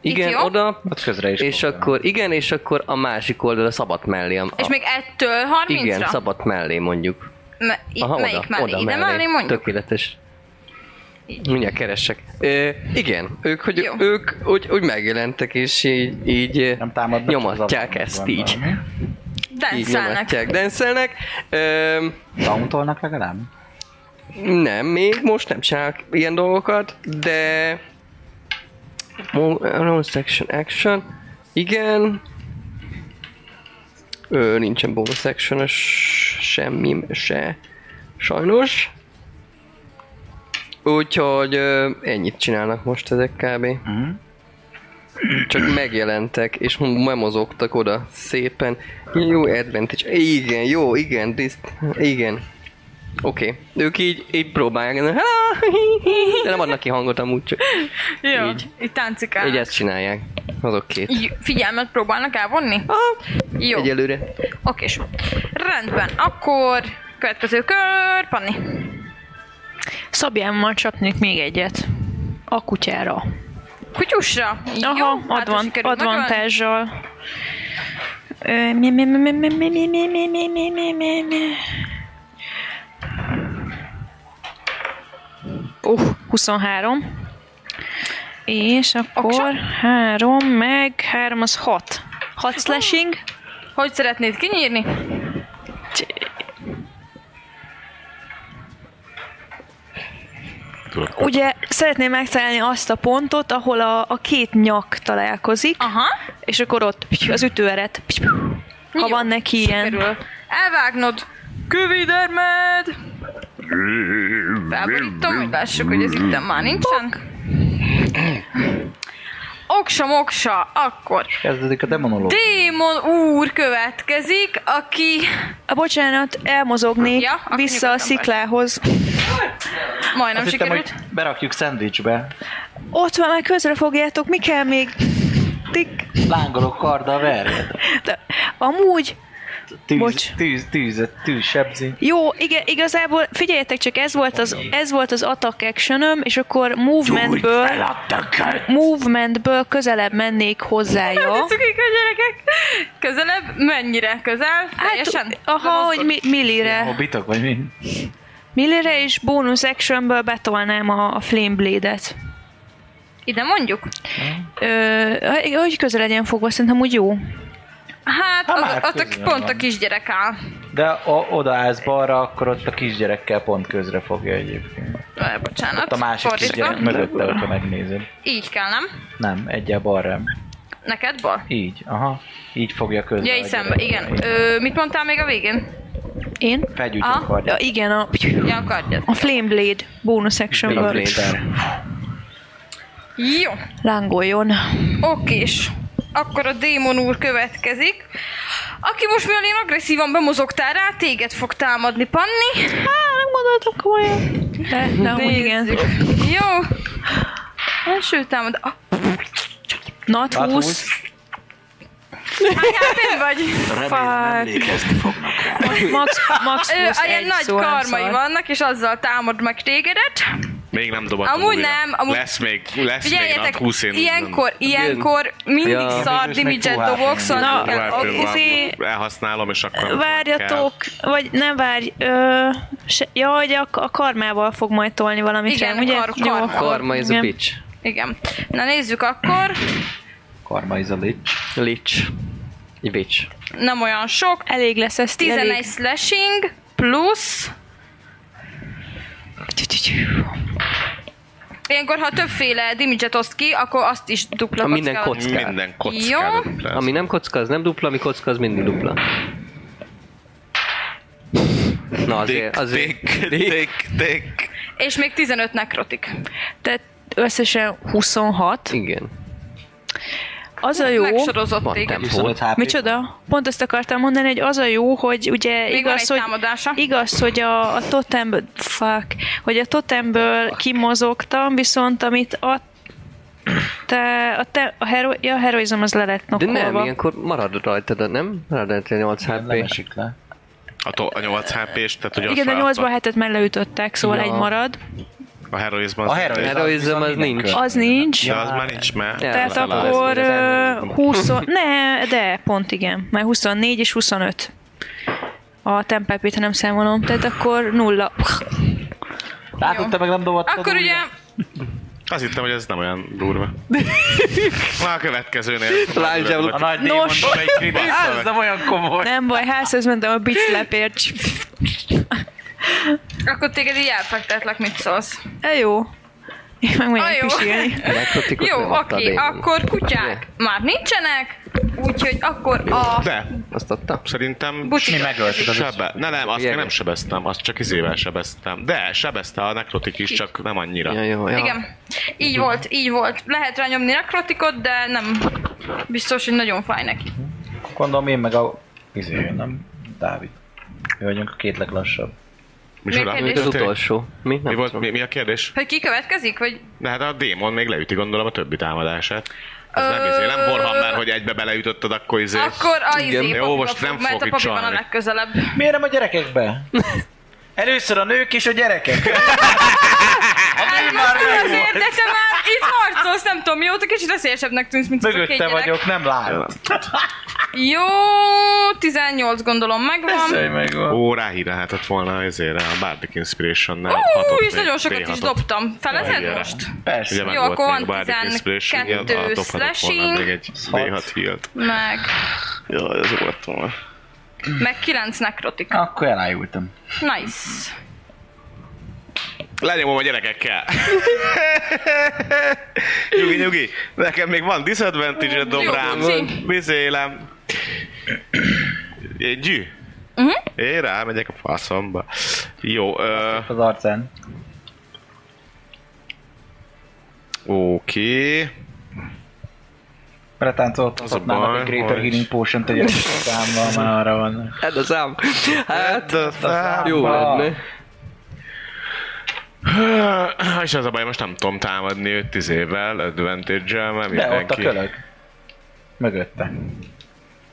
[SPEAKER 2] Itt
[SPEAKER 7] Igen,
[SPEAKER 2] jó?
[SPEAKER 7] oda,
[SPEAKER 6] Ott közre is.
[SPEAKER 7] és,
[SPEAKER 6] fogom.
[SPEAKER 7] akkor igen, és akkor a másik oldal a szabad mellé. A,
[SPEAKER 2] És még ettől 30-ra?
[SPEAKER 7] igen, szabad mellé mondjuk.
[SPEAKER 2] Me- itt melyik mellé? Ide mellé mondjuk?
[SPEAKER 7] Tökéletes. Mindjárt keresek. Ö, igen, ők, hogy,
[SPEAKER 2] Jó.
[SPEAKER 7] ők úgy, úgy megjelentek, és így, így
[SPEAKER 6] Nem támadnak. csak
[SPEAKER 7] nyomatják
[SPEAKER 6] zavarnak
[SPEAKER 7] ezt
[SPEAKER 6] van
[SPEAKER 7] így.
[SPEAKER 6] valami.
[SPEAKER 7] Így
[SPEAKER 2] Denszelnek.
[SPEAKER 7] nyomatják, denszelnek. Ö,
[SPEAKER 6] Tauntolnak legalább?
[SPEAKER 7] nem, még most nem csinálok ilyen dolgokat, de... Non section action. Igen. Ö, nincsen bonus action semmi se. Sajnos. Úgyhogy ö, ennyit csinálnak most ezek kb.
[SPEAKER 6] Mhm.
[SPEAKER 7] Csak megjelentek, és memozogtak oda szépen. Jó advantage. Igen, jó, igen, diszt, igen. Oké. Okay. Ők így, így próbálják, de nem adnak ki hangot amúgy, csak
[SPEAKER 2] Jó,
[SPEAKER 7] Így.
[SPEAKER 2] így, így táncikál.
[SPEAKER 7] így ezt csinálják. Azok két.
[SPEAKER 2] Így figyelmet próbálnak elvonni? Jó.
[SPEAKER 7] Egyelőre.
[SPEAKER 2] Oké, rendben. Akkor következő kör, Panni.
[SPEAKER 5] Szabjámmal csapnék még egyet. A kutyára.
[SPEAKER 2] Kutyusra.
[SPEAKER 5] Aha,
[SPEAKER 2] Jó, hát, ha
[SPEAKER 5] advan,
[SPEAKER 2] sikerül megölni.
[SPEAKER 5] advantással. Ö, Mi, mi, mi, mi, mi, mi, mi, mi, mi, mi, mi, mi, mi, mi. Uh, 23. És akkor
[SPEAKER 2] Oksa?
[SPEAKER 5] 3, meg 3 az 6. 6 slashing.
[SPEAKER 2] Hogy szeretnéd kinyírni?
[SPEAKER 5] Ugye szeretném megtalálni azt a pontot, ahol a, a két nyak találkozik,
[SPEAKER 2] Aha.
[SPEAKER 5] és akkor ott pty, az ütőeret. pty, pty, Ha
[SPEAKER 2] Jó,
[SPEAKER 5] van neki ilyen.
[SPEAKER 2] Sikerül. Elvágnod. Kövidermed! Felborítom, hogy lássuk, hogy ez itt már nincsen. Oksa, moksa, akkor
[SPEAKER 6] Kezdődik a demonológia.
[SPEAKER 2] Démon úr következik, aki
[SPEAKER 5] A Ah, bocsánat, elmozognék
[SPEAKER 2] Ja, akkor
[SPEAKER 5] vissza a
[SPEAKER 2] nyugodtan
[SPEAKER 5] sziklához.
[SPEAKER 2] majdnem
[SPEAKER 6] Azt hittem,
[SPEAKER 2] sikerült.
[SPEAKER 6] hogy berakjuk szendvicsbe.
[SPEAKER 5] Ott van, már közre fogjátok, mi kell még? Tik.
[SPEAKER 6] Lángolok karddal verjed.
[SPEAKER 5] De, amúgy,
[SPEAKER 6] Tűz,
[SPEAKER 5] Bocs.
[SPEAKER 6] tűz, tűz, tűz sebzi.
[SPEAKER 5] jó, igen, igazából figyeljetek csak, ez volt az, ez volt az attack actionöm, és akkor movementből, movementből közelebb mennék
[SPEAKER 2] [laughs]
[SPEAKER 5] hozzája.
[SPEAKER 2] Cukik a gyerekek. Közelebb? Mennyire közel? Teljesen?
[SPEAKER 5] Hát, aha,
[SPEAKER 2] Mozgod?
[SPEAKER 5] hogy mi, millire,
[SPEAKER 6] Hobbitok vagy mi?
[SPEAKER 5] millire és bonus actionből betolnám a, a flame blade-et.
[SPEAKER 2] Ide mondjuk?
[SPEAKER 5] Ö, hogy közel legyen fogva, szerintem úgy jó.
[SPEAKER 2] Hát,
[SPEAKER 6] Hát
[SPEAKER 2] az,
[SPEAKER 6] már
[SPEAKER 2] ott a,
[SPEAKER 6] közel
[SPEAKER 2] pont a
[SPEAKER 6] van.
[SPEAKER 2] kisgyerek áll.
[SPEAKER 6] De o- oda állsz balra, akkor ott a kisgyerekkel pont közre fogja egyébként.
[SPEAKER 2] Ö, Bocsánat.
[SPEAKER 6] Ott a másik
[SPEAKER 2] fordítva.
[SPEAKER 6] kisgyerek mögötte, hogyha megnézed.
[SPEAKER 2] Így kell, nem?
[SPEAKER 6] Nem, egyel balra.
[SPEAKER 2] Neked bal?
[SPEAKER 6] Így, aha. Így fogja közre.
[SPEAKER 2] Ja,
[SPEAKER 6] a
[SPEAKER 2] hiszem,
[SPEAKER 6] gyerekkel.
[SPEAKER 2] igen. Ö, mit mondtál még a végén?
[SPEAKER 5] Én?
[SPEAKER 6] Fegyügy
[SPEAKER 2] Aha.
[SPEAKER 5] Ja,
[SPEAKER 6] akarja.
[SPEAKER 5] igen, a,
[SPEAKER 2] Ja, akardjad.
[SPEAKER 5] a flame blade bonus
[SPEAKER 7] Flame
[SPEAKER 5] actionből
[SPEAKER 7] Blade.
[SPEAKER 2] Jó,
[SPEAKER 5] lángoljon.
[SPEAKER 2] okés. Akkor a démon úr következik. Aki most mivel én agresszívan bemozogtál rá, téged fog támadni, Panni.
[SPEAKER 5] Á, nem gondoltam komolyan. De, de amúgy igen.
[SPEAKER 2] Jó. Első támad. Ah,
[SPEAKER 5] Not
[SPEAKER 6] Hát
[SPEAKER 5] 20.
[SPEAKER 2] HP-n vagy?
[SPEAKER 5] Max, max
[SPEAKER 2] Ő,
[SPEAKER 5] 20,
[SPEAKER 2] ilyen
[SPEAKER 5] egy
[SPEAKER 2] nagy
[SPEAKER 5] szó, nem
[SPEAKER 2] karmai
[SPEAKER 5] szar.
[SPEAKER 2] vannak, és azzal támad meg tégedet.
[SPEAKER 4] Még nem dobott
[SPEAKER 2] Amúgy
[SPEAKER 4] újra.
[SPEAKER 2] nem, amúgy-
[SPEAKER 4] Lesz még, lesz még nap
[SPEAKER 2] Figyeljetek,
[SPEAKER 4] 20 én
[SPEAKER 2] ilyenkor, ilyenkor mindig
[SPEAKER 7] Ja.
[SPEAKER 2] ja. szar
[SPEAKER 6] Bizonyos
[SPEAKER 2] damage
[SPEAKER 6] meg puhá
[SPEAKER 2] dobok,
[SPEAKER 6] pénz.
[SPEAKER 2] szóval
[SPEAKER 5] Na,
[SPEAKER 2] kell-
[SPEAKER 5] a-
[SPEAKER 4] Várj,
[SPEAKER 5] izé-
[SPEAKER 4] elhasználom, és akkor... amikor
[SPEAKER 5] Várjatok, vagy nem várj, ö, se, ja, hogy a, a karmával fog majd tolni valamit
[SPEAKER 2] Igen,
[SPEAKER 5] rám, ugye?
[SPEAKER 2] kar-
[SPEAKER 5] Jó,
[SPEAKER 2] karma.
[SPEAKER 5] akkor-
[SPEAKER 7] Karma is a
[SPEAKER 5] igen.
[SPEAKER 7] bitch.
[SPEAKER 2] Igen. Na nézzük akkor.
[SPEAKER 6] Karma is a lich.
[SPEAKER 7] Lich. Egy bitch.
[SPEAKER 2] Nem olyan sok.
[SPEAKER 5] Elég lesz ez,
[SPEAKER 2] 11
[SPEAKER 5] elég.
[SPEAKER 2] slashing plusz... Ilyenkor, ha többféle damage-et oszt ki, akkor azt is dupla
[SPEAKER 7] Ha minden
[SPEAKER 2] kockával.
[SPEAKER 7] kocka. kockát.
[SPEAKER 4] Minden
[SPEAKER 2] Jó.
[SPEAKER 4] kockát. dupláz.
[SPEAKER 7] Ami nem kocka, az nem dupla, ami kocka, az mindig dupla. Na azért, azért.
[SPEAKER 4] Ték, ték, ték.
[SPEAKER 2] És még 15 nekrotik.
[SPEAKER 5] Tehát összesen 26.
[SPEAKER 7] Igen.
[SPEAKER 5] Az a jó,
[SPEAKER 2] Megsorozott
[SPEAKER 7] Van
[SPEAKER 2] téged.
[SPEAKER 7] tempó.
[SPEAKER 6] Volt HP.
[SPEAKER 5] micsoda? Pont azt akartam mondani, hogy az a jó, hogy ugye
[SPEAKER 2] Még van egy
[SPEAKER 5] igaz, hogy
[SPEAKER 2] támadása.
[SPEAKER 5] Igaz, hogy a, a totemből, fuck, hogy a totemből kimozogtam, viszont amit a te, a, te, a, hero, ja, a heroizom az le lett
[SPEAKER 7] De nem,
[SPEAKER 5] nokkolva.
[SPEAKER 7] ilyenkor marad rajtad, nem? Marad rajtad 8
[SPEAKER 6] Nem
[SPEAKER 7] HP.
[SPEAKER 6] esik le.
[SPEAKER 4] A, to- a 8 HP-s, tehát hogy
[SPEAKER 5] Igen, de
[SPEAKER 4] azt
[SPEAKER 5] 8-ban 7-et már leütöttek, szóval
[SPEAKER 7] Ja.
[SPEAKER 5] egy marad.
[SPEAKER 4] A heroizmus.
[SPEAKER 6] A heroizmus.
[SPEAKER 7] Heroizom az
[SPEAKER 6] Bizony,
[SPEAKER 7] nincs.
[SPEAKER 6] mindenkor.
[SPEAKER 5] Az nincs.
[SPEAKER 4] De az már nincs, mert...
[SPEAKER 7] Ja.
[SPEAKER 5] Tehát
[SPEAKER 4] eltalálsz.
[SPEAKER 5] akkor
[SPEAKER 7] Ez
[SPEAKER 5] ö, 20... Ne, de pont igen. Már 24 és 25. A tempelpét, ha nem számolom. Tehát akkor nulla.
[SPEAKER 6] Látod, te meg nem dobottad
[SPEAKER 2] Akkor
[SPEAKER 6] újra?
[SPEAKER 2] ugye
[SPEAKER 4] Azt hittem, hogy ez nem olyan
[SPEAKER 2] [laughs]
[SPEAKER 4] durva. Már a következőnél.
[SPEAKER 7] Lányzsáblok.
[SPEAKER 6] A nagy démon
[SPEAKER 5] Nos.
[SPEAKER 6] dob egy kritik, az nem olyan komoly.
[SPEAKER 5] Nem baj, házhoz mentem a biclepért.
[SPEAKER 2] Akkor téged így elfektetlek, mit szólsz.
[SPEAKER 5] E, jó. Én meg
[SPEAKER 2] Ah,
[SPEAKER 5] mondjuk
[SPEAKER 2] jó.
[SPEAKER 5] pisilni.
[SPEAKER 7] Nekrotikot nem
[SPEAKER 2] Jó,
[SPEAKER 7] adta a
[SPEAKER 2] oké,
[SPEAKER 7] démon.
[SPEAKER 2] akkor kutyák már nincsenek, úgyhogy akkor a...
[SPEAKER 4] De,
[SPEAKER 7] Azt adta?
[SPEAKER 4] szerintem...
[SPEAKER 2] Buci-
[SPEAKER 6] Mi megöltük az
[SPEAKER 4] Sebe... Ne, nem, azt még
[SPEAKER 7] Jege.
[SPEAKER 4] nem sebeztem, azt csak izével sebeztem. De, sebezte a nekrotik is, csak nem annyira.
[SPEAKER 7] Ja, jó, ja.
[SPEAKER 2] Igen, így volt, így volt. Lehet rányomni nekrotikot, de nem biztos, hogy nagyon fáj neki.
[SPEAKER 6] Gondolom én meg a... Izé, nem? Dávid. Mi vagyunk a két leglassabb.
[SPEAKER 4] Micsoda?
[SPEAKER 2] Miért
[SPEAKER 4] Mi
[SPEAKER 2] kérdés?
[SPEAKER 7] Az
[SPEAKER 4] történik?
[SPEAKER 7] utolsó. Mi? Nem
[SPEAKER 4] Mi, volt,
[SPEAKER 7] tudom.
[SPEAKER 4] mi, mi a kérdés?
[SPEAKER 2] Hogy ki következik, vagy
[SPEAKER 4] De hát a démon még leüti gondolom a többi támadását. Az nem
[SPEAKER 2] Ö-
[SPEAKER 4] izé, nem Warhammer, hogy egybe beleütötted, akkor izé...
[SPEAKER 2] akkor a
[SPEAKER 7] Igen.
[SPEAKER 2] izé
[SPEAKER 4] Jó,
[SPEAKER 2] Papiba
[SPEAKER 4] most
[SPEAKER 2] fog,
[SPEAKER 4] nem
[SPEAKER 2] mert a
[SPEAKER 4] fogok itt
[SPEAKER 2] papi van a
[SPEAKER 4] csalni.
[SPEAKER 2] legközelebb.
[SPEAKER 6] Miért nem a
[SPEAKER 2] [laughs]
[SPEAKER 6] gyerekekbe? Először a nők és a gyerekek.
[SPEAKER 2] Hát most mi az érdeke már? Itt harcolsz, nem tudom mióta, kicsit veszélyesebbnek tűnsz, mint azok a két
[SPEAKER 6] Mögötte
[SPEAKER 2] gyerek.
[SPEAKER 6] vagyok, nem látom.
[SPEAKER 2] Jó, 18 gondolom megvan.
[SPEAKER 6] meg van.
[SPEAKER 4] Ó, ráhírálhatott volna ezért a Bardic Inspiration-nál.
[SPEAKER 2] Ú,
[SPEAKER 4] hatot
[SPEAKER 2] és
[SPEAKER 4] még,
[SPEAKER 2] nagyon sokat is
[SPEAKER 4] D6-ot.
[SPEAKER 2] dobtam. Felezed
[SPEAKER 4] Igen.
[SPEAKER 2] most?
[SPEAKER 6] Persze.
[SPEAKER 4] Ugye meg
[SPEAKER 2] Jó,
[SPEAKER 4] volt
[SPEAKER 2] akkor
[SPEAKER 4] még
[SPEAKER 2] van
[SPEAKER 4] a Bardic
[SPEAKER 2] 12
[SPEAKER 4] Inspiration, igen, a dobhatott volna
[SPEAKER 2] slashing.
[SPEAKER 4] még egy D6 healt.
[SPEAKER 2] Meg,
[SPEAKER 4] Jaj, ez volt volna.
[SPEAKER 2] meg 9 nekrotik.
[SPEAKER 6] Akkor elájultam.
[SPEAKER 2] Nice.
[SPEAKER 4] Lenyomom a gyerekekkel. [laughs] nyugi, nyugi. Nekem még van disadvantage dob
[SPEAKER 2] Jó,
[SPEAKER 4] rám.
[SPEAKER 2] puci.
[SPEAKER 4] Vizélem. Én gyű.
[SPEAKER 2] Mhm.
[SPEAKER 4] Uh-huh. Én rámegyek a faszomba. Jó, ö,
[SPEAKER 6] Az arcán.
[SPEAKER 4] oké. Az a
[SPEAKER 6] Beletáncoltatnának
[SPEAKER 4] baj,
[SPEAKER 6] a Greater
[SPEAKER 4] hogy-
[SPEAKER 6] Healing Potion tegyek számmal, már arra van.
[SPEAKER 7] Hát az ám. Hát,
[SPEAKER 4] Hát,
[SPEAKER 7] jó
[SPEAKER 6] számba.
[SPEAKER 7] lenne.
[SPEAKER 4] És az a baj, most nem tudom támadni őt tízével, advantage-el, mert
[SPEAKER 6] De ott a
[SPEAKER 4] mindenki
[SPEAKER 6] kölök. Mögötte.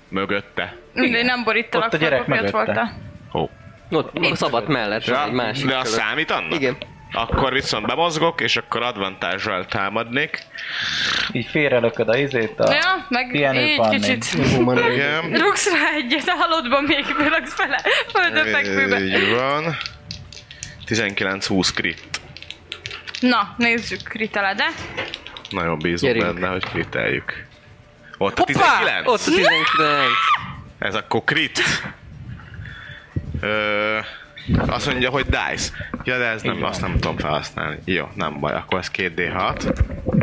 [SPEAKER 4] mögötte.
[SPEAKER 2] Mindegy, nem borítalak
[SPEAKER 6] Ott a
[SPEAKER 2] fel,
[SPEAKER 6] gyerek
[SPEAKER 2] papi ott
[SPEAKER 6] mögötte.
[SPEAKER 2] voltál.
[SPEAKER 4] Ó.
[SPEAKER 7] Ott a szabad mellett van
[SPEAKER 4] Ja,
[SPEAKER 7] egy másik.
[SPEAKER 4] de azt
[SPEAKER 7] kölök.
[SPEAKER 4] számít annak?
[SPEAKER 7] Igen.
[SPEAKER 4] Akkor viszont bemozgok, és akkor advantage támadnék.
[SPEAKER 6] Így félrelököd a izét a...
[SPEAKER 2] Ja, meg
[SPEAKER 6] Pihenő
[SPEAKER 2] így
[SPEAKER 6] van még.
[SPEAKER 2] kicsit.
[SPEAKER 4] Igen.
[SPEAKER 2] Rúgsz rá egyet, a halottban még raksz fele, földön fekvőbe.
[SPEAKER 4] Így van. 19-20 crit.
[SPEAKER 2] Na, nézzük Ritele, de.
[SPEAKER 4] Nagyon bízom
[SPEAKER 7] Gyerünk.
[SPEAKER 4] benne, hogy kriteljük. Ott a
[SPEAKER 7] Hoppá!
[SPEAKER 4] 19.
[SPEAKER 7] Ott a 19.
[SPEAKER 4] Ez akkor crit. Ö, azt mondja, hogy dice. Ja, de ez nem, azt nem tudom felhasználni. Jó, nem baj, akkor ez 2D6.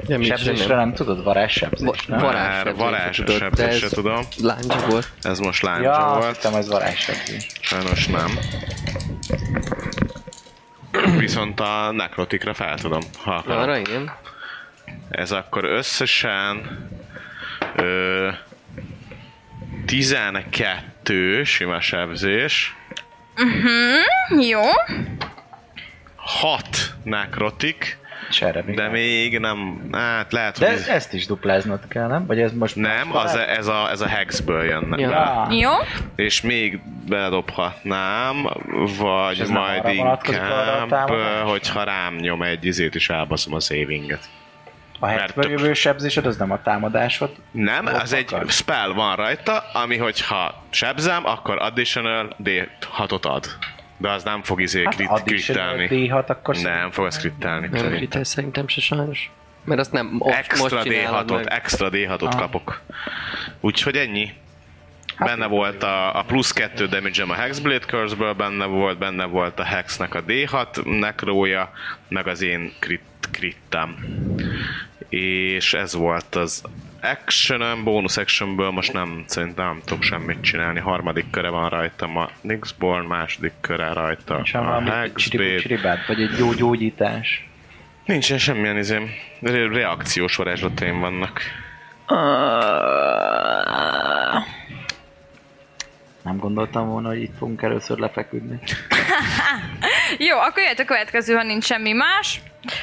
[SPEAKER 7] Nem is,
[SPEAKER 6] Sebzésre nem tudod, varázs sebzés, nem?
[SPEAKER 7] Varázs
[SPEAKER 4] Már
[SPEAKER 7] sebzés
[SPEAKER 4] varázs
[SPEAKER 7] se tudod, de
[SPEAKER 4] sebzés se
[SPEAKER 7] ez
[SPEAKER 4] tudom.
[SPEAKER 7] Láncsa volt.
[SPEAKER 4] Ez most láncsa
[SPEAKER 6] Ja, azt
[SPEAKER 4] volt.
[SPEAKER 6] hittem ez varázs sebzés.
[SPEAKER 4] Sajnos nem. Viszont a nekrotikra fel tudom, ha akarok.
[SPEAKER 7] Arra igen.
[SPEAKER 4] Ez akkor összesen ö, 12 sima sebzés,
[SPEAKER 2] Jó.
[SPEAKER 4] 6 nekrotik,
[SPEAKER 6] Serre még.
[SPEAKER 4] de még nem, hát lehet,
[SPEAKER 6] De
[SPEAKER 4] hogy
[SPEAKER 6] ez,
[SPEAKER 4] ez,
[SPEAKER 6] ezt is dupláznod kell, nem? Vagy ez most...
[SPEAKER 4] nem,
[SPEAKER 6] más
[SPEAKER 4] az, e-
[SPEAKER 6] varázs?
[SPEAKER 4] ez, a, ez a hexből jönne.
[SPEAKER 7] Ja.
[SPEAKER 4] bele.
[SPEAKER 6] Ah,
[SPEAKER 2] Jó.
[SPEAKER 4] És még bedobhatnám, vagy
[SPEAKER 6] ez nem
[SPEAKER 4] majd
[SPEAKER 6] arra vonatkozik, arra a
[SPEAKER 4] inkább,
[SPEAKER 6] támadás?
[SPEAKER 4] hogyha rám nyom egy izét is elbaszom a savinget.
[SPEAKER 6] a
[SPEAKER 4] mert
[SPEAKER 6] hetből
[SPEAKER 4] tök-
[SPEAKER 6] jövő sebzésed, az nem a támadásod.
[SPEAKER 4] Nem,
[SPEAKER 6] Ott
[SPEAKER 4] az egy
[SPEAKER 6] akar.
[SPEAKER 4] spell van rajta, ami hogyha sebzem, akkor additional D6-ot ad. De az nem fog izé
[SPEAKER 6] Hát
[SPEAKER 4] krit,
[SPEAKER 6] addig se
[SPEAKER 4] krittelni.
[SPEAKER 6] D6, akkor
[SPEAKER 4] Nem, fog az krittelni.
[SPEAKER 7] Nem
[SPEAKER 4] szerintem.
[SPEAKER 7] kritel szerintem se sajnos. Mert azt nem most,
[SPEAKER 4] Extra
[SPEAKER 7] most csinálod
[SPEAKER 4] D6-ot,
[SPEAKER 7] meg. Ah.
[SPEAKER 4] extra D6-ot kapok. Úgyhogy ennyi.
[SPEAKER 7] Hát
[SPEAKER 4] Benne volt a, a plusz 2 damage a Hexblade Curse-ből, benne volt, benne volt a Hexnek a D6 nekrója, meg az én crit, crittem. És ez volt az action bónusz actionből most nem, szerintem nem tudok semmit csinálni. Harmadik köre van rajtam a Nixborn, második köre rajta
[SPEAKER 6] Sem
[SPEAKER 4] a
[SPEAKER 6] valami
[SPEAKER 4] Hexblade.
[SPEAKER 6] csiribát, vagy egy jó gyógyítás.
[SPEAKER 4] Nincsen semmilyen izém. Re- Reakciós varázslataim vannak.
[SPEAKER 6] Nem gondoltam volna, hogy itt fogunk először lefeküdni.
[SPEAKER 2] Jó, akkor jöhet a következő, ha nincs semmi más.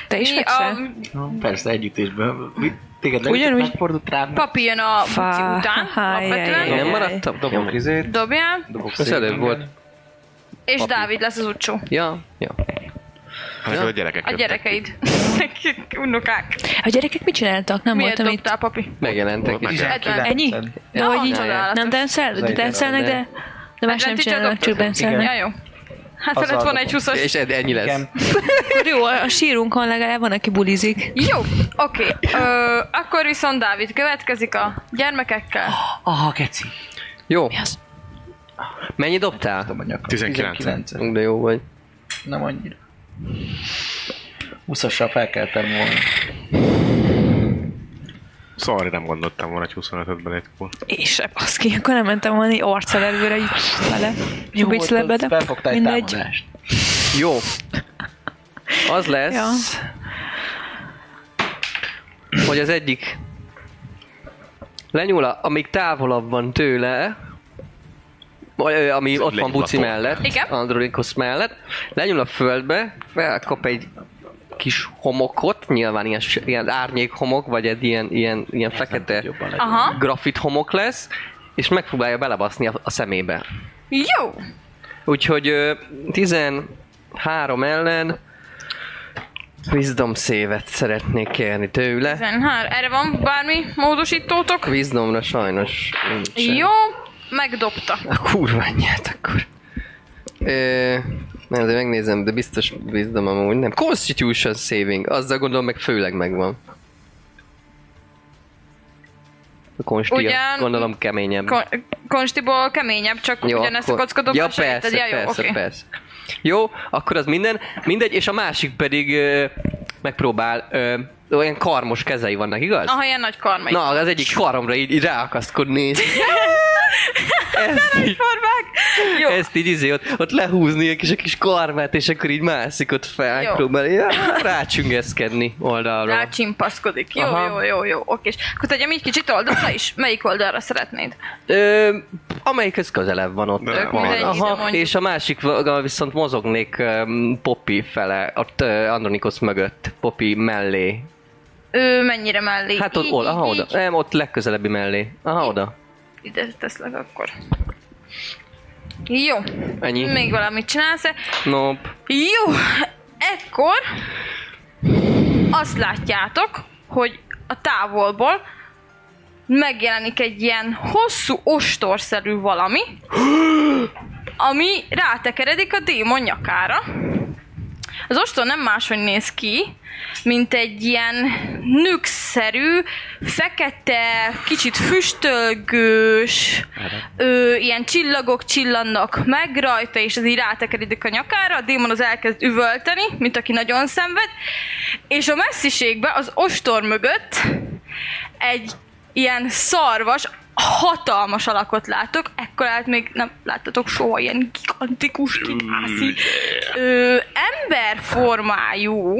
[SPEAKER 5] Te is
[SPEAKER 2] Mi
[SPEAKER 5] fekszel?
[SPEAKER 2] a
[SPEAKER 6] No, persze, együttésben. Mi- Téged leütött,
[SPEAKER 5] Ugyanúgy-
[SPEAKER 6] megfordult rád, meg
[SPEAKER 2] papi jön a
[SPEAKER 5] Fá,
[SPEAKER 2] buci után,
[SPEAKER 5] háj,
[SPEAKER 7] Én
[SPEAKER 2] alapvetően.
[SPEAKER 7] nem maradtam?
[SPEAKER 6] dobok izét,
[SPEAKER 2] Dobjál,
[SPEAKER 6] dobok
[SPEAKER 7] Az
[SPEAKER 6] szépen.
[SPEAKER 7] előbb volt.
[SPEAKER 2] és Dávid lesz az utcsó.
[SPEAKER 7] Ja, ja.
[SPEAKER 4] Hát a gyerekek
[SPEAKER 2] A
[SPEAKER 4] jöttek.
[SPEAKER 2] gyerekeid. Nekik [laughs] Unokák.
[SPEAKER 5] A gyerekek mit csináltak? Nem
[SPEAKER 2] Miért
[SPEAKER 5] voltam itt.
[SPEAKER 2] dobtál, papi?
[SPEAKER 7] Megjelentek.
[SPEAKER 4] Meg-
[SPEAKER 7] is.
[SPEAKER 2] Edven.
[SPEAKER 5] Ennyi?
[SPEAKER 6] Kilencen.
[SPEAKER 5] Ja,
[SPEAKER 2] Na,
[SPEAKER 5] hogy így
[SPEAKER 2] csodálatos.
[SPEAKER 5] nem táncel,
[SPEAKER 6] egy
[SPEAKER 5] táncelnek, de, de más nem
[SPEAKER 2] Advantage-et
[SPEAKER 5] csinálnak, csak
[SPEAKER 2] dobtad? Ja,
[SPEAKER 5] benszelnek.
[SPEAKER 2] jó. Hát
[SPEAKER 6] Azzal
[SPEAKER 2] lett volna egy
[SPEAKER 6] dobom.
[SPEAKER 5] Szóval-
[SPEAKER 6] e-
[SPEAKER 2] 20
[SPEAKER 7] És ed- ennyi lesz.
[SPEAKER 6] Igen.
[SPEAKER 5] Akkor jó, a sírunkon legalább van, aki bulizik.
[SPEAKER 2] Jó, oké. Ö, Akkor viszont Dávid következik a gyermekekkel.
[SPEAKER 6] Aha, keci.
[SPEAKER 7] Jó.
[SPEAKER 5] az?
[SPEAKER 7] Mennyi dobtál?
[SPEAKER 6] Tudom a nyakam.
[SPEAKER 4] 19.
[SPEAKER 6] 19-en.
[SPEAKER 7] De jó vagy.
[SPEAKER 6] Nem annyira. 20-assal felkeltem volna.
[SPEAKER 4] Sorry, nem gondoltam volna, hogy 25-öt belépkor.
[SPEAKER 5] És se baszki, akkor nem mentem volna így arccal előre, így bele. Jó,
[SPEAKER 6] volt,
[SPEAKER 5] biclebe,
[SPEAKER 6] az
[SPEAKER 5] de
[SPEAKER 6] Felfogtál egy
[SPEAKER 5] mindegy.
[SPEAKER 6] támadást.
[SPEAKER 7] Jó. Az lesz,
[SPEAKER 5] Ja.
[SPEAKER 7] hogy az egyik lenyúl, a- amíg távolabb van tőle, vagy, ö, ami ott van
[SPEAKER 4] Lenyúl a
[SPEAKER 7] Buci
[SPEAKER 4] pont.
[SPEAKER 7] mellett,
[SPEAKER 2] Igen.
[SPEAKER 7] Andronikos mellett, lenyúl a földbe, felkap egy kis homokot, nyilván ilyen, s- ilyen árnyék homok, vagy egy ilyen, ilyen, ilyen fekete
[SPEAKER 2] Aha.
[SPEAKER 7] grafit homok lesz, és megpróbálja belebaszni a, a szemébe.
[SPEAKER 2] Jó!
[SPEAKER 7] Úgyhogy ö, 13 ellen Wisdom szévet szeretnék kérni tőle.
[SPEAKER 2] 13. Erre van bármi módosítótok?
[SPEAKER 7] Wisdomra sajnos nincsen.
[SPEAKER 2] Jó, megdobta.
[SPEAKER 7] A kurva anyját akkor. Ö, nem, de megnézem, de biztos Wisdom amúgy nem. Constitution saving, azzal gondolom meg főleg megvan. A konstia,
[SPEAKER 2] Ugyan-
[SPEAKER 7] gondolom keményebb.
[SPEAKER 2] Kon- konstiból keményebb, csak jó, ugyanezt a kocka
[SPEAKER 7] ja,
[SPEAKER 2] dobásra
[SPEAKER 7] persze,
[SPEAKER 2] érted? Ja, jó,
[SPEAKER 7] persze,
[SPEAKER 2] oké.
[SPEAKER 7] persze. Jó, akkor az minden, mindegy, és a másik pedig ö, megpróbál, ö, olyan karmos kezei vannak, igaz?
[SPEAKER 2] Aha, ilyen nagy karmai.
[SPEAKER 7] Na, az egyik karomra így, így
[SPEAKER 2] [laughs]
[SPEAKER 7] ráakaszkodni. és- Ezt így,
[SPEAKER 2] Formák. Jó.
[SPEAKER 7] ezt így izé, ott, ott lehúzni a kis, a kis karmát, és akkor így mászik ott fel,
[SPEAKER 2] Jó.
[SPEAKER 7] próbálja rácsüngeszkedni oldalról.
[SPEAKER 2] Rácsimpaszkodik. Jó,
[SPEAKER 7] Aha.
[SPEAKER 2] jó, jó, jó, oké. És Akkor tegyem így kicsit oldalra is. Melyik oldalra szeretnéd?
[SPEAKER 7] Ö, amelyikhez közelebb van ott.
[SPEAKER 4] Ők
[SPEAKER 7] van.
[SPEAKER 2] mindegy, ide
[SPEAKER 7] Aha,
[SPEAKER 2] mondjuk.
[SPEAKER 7] és a másik val- viszont mozognék um, Poppy fele, ott uh, Andronikos mögött, Poppy mellé.
[SPEAKER 2] Ő mennyire mellé?
[SPEAKER 7] Hát ott,
[SPEAKER 2] Így,
[SPEAKER 7] oda, aha,
[SPEAKER 2] így,
[SPEAKER 7] oda.
[SPEAKER 2] így.
[SPEAKER 7] Nem, ott legközelebbi mellé. Aha, oda.
[SPEAKER 2] Ide teszlek akkor. Jó.
[SPEAKER 7] Ennyi.
[SPEAKER 2] Még valamit csinálsz
[SPEAKER 7] Nope.
[SPEAKER 2] Jó, ekkor azt látjátok, hogy a távolból megjelenik egy ilyen hosszú ostorszerű valami, [gasps] ami rátekeredik a démon nyakára. Az ostor nem máshogy néz ki, mint egy ilyen nükszerű, fekete, kicsit füstölgős, ö, ilyen csillagok csillannak meg rajta, és az így rátekeredik a nyakára, a démon az elkezd üvölteni, mint aki nagyon szenved, és a messziségbe az ostor mögött egy ilyen szarvas, hatalmas alakot látok, ekkorát még nem láttatok soha ilyen gigantikus, kikászi, ö, emberformájú,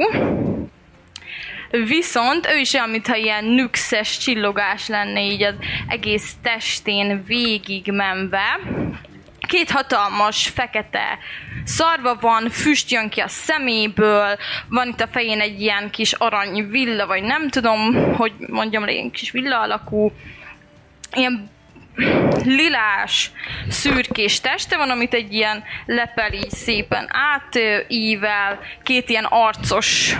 [SPEAKER 2] Viszont ő is olyan, mintha ilyen nükszes csillogás lenne így az egész testén végigmenve. Két hatalmas fekete szarva van, füst jön ki a szeméből, van itt a fején egy ilyen kis arany villa, vagy nem tudom, hogy mondjam, ilyen kis villa alakú, ilyen lilás, szürkés teste van, amit egy ilyen lepel így szépen átível, két ilyen arcos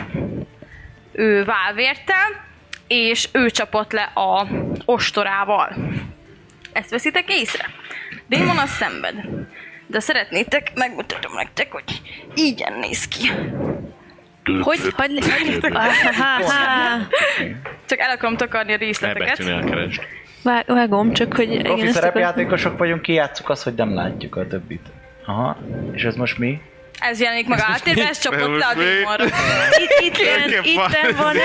[SPEAKER 2] ő válvértel, és ő csapott le a ostorával. Ezt veszitek észre. Démon az szenved. De szeretnétek, megmutatom nektek, hogy így néz ki.
[SPEAKER 5] Hogy? Hogy? hogy Aha,
[SPEAKER 2] Csak el akarom takarni a részleteket.
[SPEAKER 4] Ebetűnél keresd.
[SPEAKER 5] Vág, vágom, csak hogy igen,
[SPEAKER 6] Profi
[SPEAKER 5] ezt akartam.
[SPEAKER 6] szerepjátékosok vagyunk, kijátszuk azt, hogy nem látjuk a többit. Aha, és ez most mi?
[SPEAKER 2] Ez jelenik meg áttérve, ez csapott le
[SPEAKER 4] most
[SPEAKER 2] a
[SPEAKER 4] mi?
[SPEAKER 2] démonra.
[SPEAKER 5] Itt, itt, itten, itten van ő.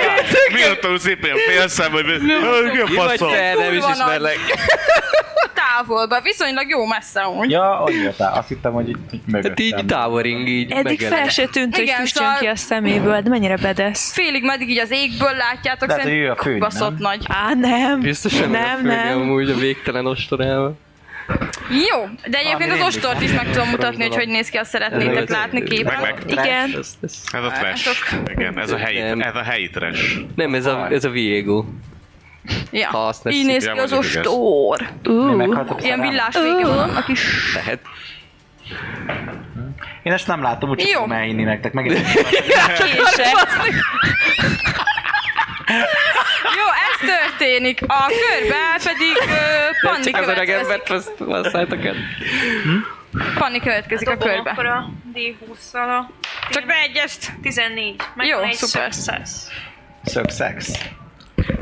[SPEAKER 4] Miattam szépen a félszem, hogy hogy ki a
[SPEAKER 7] Ki vagy
[SPEAKER 4] faszom.
[SPEAKER 7] te? Nem is
[SPEAKER 2] Kurva
[SPEAKER 7] ismerlek.
[SPEAKER 2] Távolba, viszonylag jó messze úgy.
[SPEAKER 6] Ja, ott jöttál. Azt hittem, hogy itt hogy
[SPEAKER 7] Hát így
[SPEAKER 6] mögöttem.
[SPEAKER 7] towering, így
[SPEAKER 5] Eddig
[SPEAKER 7] megjelenik.
[SPEAKER 5] fel se tűnt, hogy
[SPEAKER 2] Igen,
[SPEAKER 5] füstjön
[SPEAKER 2] szóval-
[SPEAKER 5] ki a szeméből, de mennyire bedesz.
[SPEAKER 2] Félig meddig így az égből látjátok,
[SPEAKER 6] Lehet, hogy ő a főnyi,
[SPEAKER 2] baszott
[SPEAKER 6] nem?
[SPEAKER 2] nagy.
[SPEAKER 5] Á, nem.
[SPEAKER 7] Biztosan
[SPEAKER 5] nem, nem.
[SPEAKER 7] amúgy a végtelen ostorával.
[SPEAKER 2] Jó, de egyébként az ostort is meg tudom mutatni, hogy hogy néz ki, azt szeretnétek látni
[SPEAKER 4] Meg,
[SPEAKER 2] képen.
[SPEAKER 4] meg.
[SPEAKER 5] Igen.
[SPEAKER 7] Ez, ez.
[SPEAKER 4] Ez a trash. Igen, ez a helyi,
[SPEAKER 7] Nem.
[SPEAKER 4] ez a helyi trash.
[SPEAKER 7] Nem, ez a, ez a Viego. Ha
[SPEAKER 2] Ja.
[SPEAKER 7] azt ne
[SPEAKER 2] Így néz ki
[SPEAKER 4] szívjam,
[SPEAKER 2] az
[SPEAKER 4] az igaz.
[SPEAKER 2] ostor.
[SPEAKER 6] Mi meghaltok
[SPEAKER 2] Ilyen
[SPEAKER 6] szarám?
[SPEAKER 2] villás vége van annak is.
[SPEAKER 7] Lehet.
[SPEAKER 6] Én ezt nem látom, úgyhogy
[SPEAKER 2] Jó.
[SPEAKER 6] fogom elhinni nektek. Megint
[SPEAKER 2] Jó, ez történik. A körbe pedig ö, Panni
[SPEAKER 7] Csak az öreg
[SPEAKER 2] következik.
[SPEAKER 7] embert, azt használtak el.
[SPEAKER 2] Panni következik a
[SPEAKER 8] Dobom Hát akkor
[SPEAKER 2] körbe.
[SPEAKER 8] a D20-szal a...
[SPEAKER 2] Csak ne egyest.
[SPEAKER 8] 14.
[SPEAKER 2] Jó,
[SPEAKER 8] Megvan egy
[SPEAKER 2] szuper.
[SPEAKER 8] success.
[SPEAKER 6] szök szex.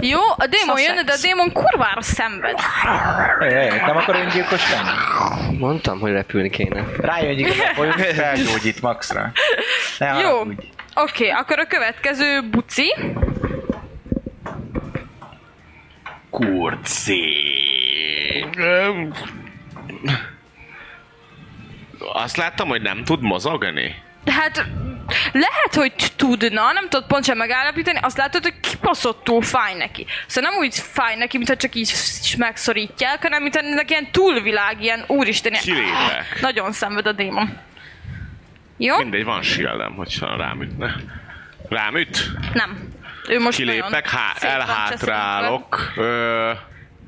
[SPEAKER 2] Jó, a démon
[SPEAKER 5] Sussex.
[SPEAKER 2] jön, de a démon kurvára szenved.
[SPEAKER 6] Jaj, jaj, Nem akar öngyilkos lenni?
[SPEAKER 7] Mondtam, hogy repülni kéne.
[SPEAKER 6] Rájön, hogy igazából
[SPEAKER 2] [laughs]
[SPEAKER 6] hogy felgyógyít maxra. Ne
[SPEAKER 7] Hát,
[SPEAKER 2] Jó.
[SPEAKER 6] haragudj.
[SPEAKER 2] Oké, akkor a következő buci.
[SPEAKER 6] Kurci.
[SPEAKER 4] Azt láttam, hogy nem tud mozogni.
[SPEAKER 2] Hát lehet, hogy tudna, nem tudod pont sem megállapítani, azt látod, hogy baszottul fáj neki. Szóval nem úgy fáj neki, mintha csak így is megszorítják, hanem mintha ennek ilyen túlvilág, ilyen úristen, ilyen-
[SPEAKER 4] Kilépek.
[SPEAKER 2] nagyon szenved a démon. Jó?
[SPEAKER 4] Mindegy, van sílelem, hogyha rám ütne. Rám üt?
[SPEAKER 2] Nem. Ő most
[SPEAKER 4] Kilépek,
[SPEAKER 2] nagyon
[SPEAKER 4] há-
[SPEAKER 2] szép van
[SPEAKER 4] elhátrálok. Ö,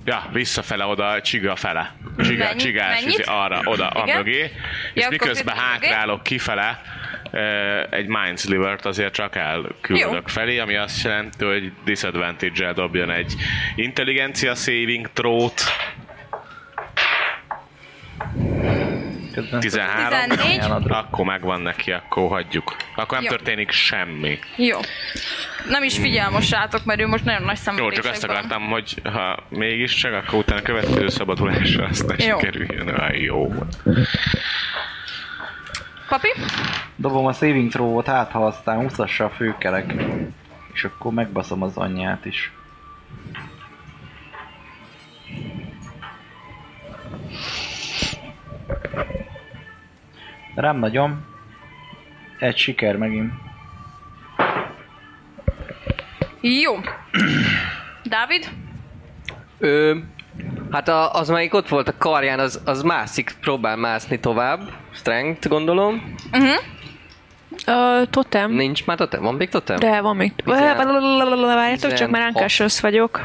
[SPEAKER 4] ja, visszafele oda, csiga fele. Csiga,
[SPEAKER 2] Mennyi-
[SPEAKER 4] csigás,
[SPEAKER 2] mennyit?
[SPEAKER 4] izé, arra, oda, a
[SPEAKER 2] Igen.
[SPEAKER 4] mögé. És
[SPEAKER 2] akkor
[SPEAKER 4] miközben
[SPEAKER 2] picit mögé.
[SPEAKER 4] hátrálok kifele, ö, egy Mind Slivert azért csak elküldök
[SPEAKER 2] Jó.
[SPEAKER 4] felé, ami azt jelenti, hogy disadvantage-el dobjon egy intelligencia saving trót.
[SPEAKER 6] Közben
[SPEAKER 4] 13.
[SPEAKER 2] 14.
[SPEAKER 4] Akkor megvan neki, akkor hagyjuk. Akkor nem
[SPEAKER 2] Jó.
[SPEAKER 4] történik semmi.
[SPEAKER 2] Jó. Nem is figyelmossátok, mert ő most nagyon nagy
[SPEAKER 4] Jó, csak azt
[SPEAKER 2] szenvedésekben. van.
[SPEAKER 4] akartam, hogy ha mégiscsak, akkor utána a következő szabadulásra azt ne
[SPEAKER 2] Jó.
[SPEAKER 4] sikerüljön. Ah, jó.
[SPEAKER 2] Papi?
[SPEAKER 6] Dobom a saving throw-ot, hát ha aztán 20 a főkelek. És akkor megbaszom az anyját is. Rám nagyon. Egy siker megint.
[SPEAKER 2] Jó. [clears throat] Dávid?
[SPEAKER 7] Ö, hát a, az, melyik ott volt a karján, az, az mászik, próbál mászni tovább. Strength, gondolom.
[SPEAKER 5] Ö, totem.
[SPEAKER 7] Nincs már totem? Van még totem?
[SPEAKER 5] De van még.
[SPEAKER 7] Tizen-
[SPEAKER 5] Várjátok, csak már
[SPEAKER 7] tizenhat.
[SPEAKER 5] ánkásos vagyok.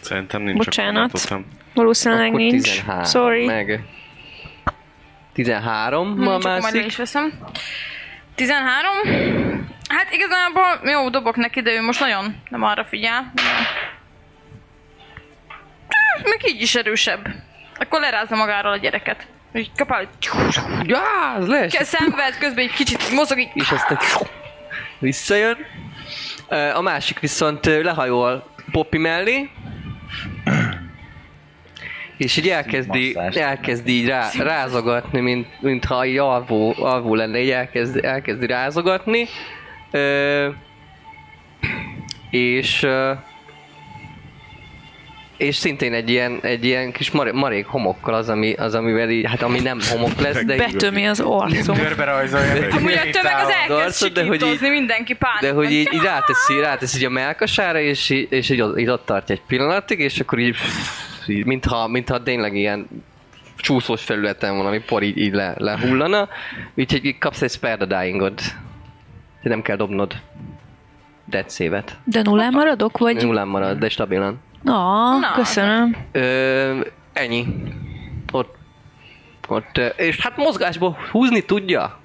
[SPEAKER 4] Szerintem nincs
[SPEAKER 5] Bocsánat.
[SPEAKER 4] akkor nem tudtam.
[SPEAKER 5] Valószínűleg
[SPEAKER 7] Akkor
[SPEAKER 5] nincs.
[SPEAKER 7] 13.
[SPEAKER 5] Sorry.
[SPEAKER 7] Meg. 13 ma
[SPEAKER 2] Nincs, akkor majd le
[SPEAKER 7] mászik.
[SPEAKER 2] is veszem. 13. Hát igazából jó, dobok neki, de ő most nagyon nem arra figyel. Még így is erősebb. Akkor lerázza magáról a gyereket. Így kapál,
[SPEAKER 7] Já, az lesz.
[SPEAKER 2] ke- szenved, közben egy kicsit mozog, így
[SPEAKER 7] És aztán visszajön. Ö, A másik viszont ö, lehajol Poppy mellé. És így elkezdi,
[SPEAKER 6] Masszást.
[SPEAKER 7] elkezdi így rá, rázogatni, mint, mintha így alvó, alvó lenne, így elkezdi, elkezdi rázogatni. Ö, és ö, és szintén egy ilyen, egy ilyen kis marék, marék homokkal az, ami, az amivel így, hát ami nem homok lesz, de így,
[SPEAKER 5] Betömi az arcom.
[SPEAKER 6] Körbe rajzolja.
[SPEAKER 2] Amúgy a tömeg az elkezd
[SPEAKER 7] Arcod, de hogy így-
[SPEAKER 2] sikítozni, mindenki pánikban.
[SPEAKER 7] De hogy így, így ráteszi, ráteszi így a melkasára, és, így, és így, ott- így ott tartja egy pillanatig, és akkor így, így mintha, mintha tényleg ilyen csúszós felületen van, ami por így, így le, lehullana. Úgyhogy így kapsz egy spare the dyingot. De nem kell dobnod dead save-et.
[SPEAKER 5] De nullán maradok, vagy?
[SPEAKER 7] Nullán marad, de stabilan.
[SPEAKER 5] Na,
[SPEAKER 2] Na.
[SPEAKER 5] köszönöm.
[SPEAKER 7] Ö, ennyi. Ott, ott, ö, és hát mozgásból húzni tudja.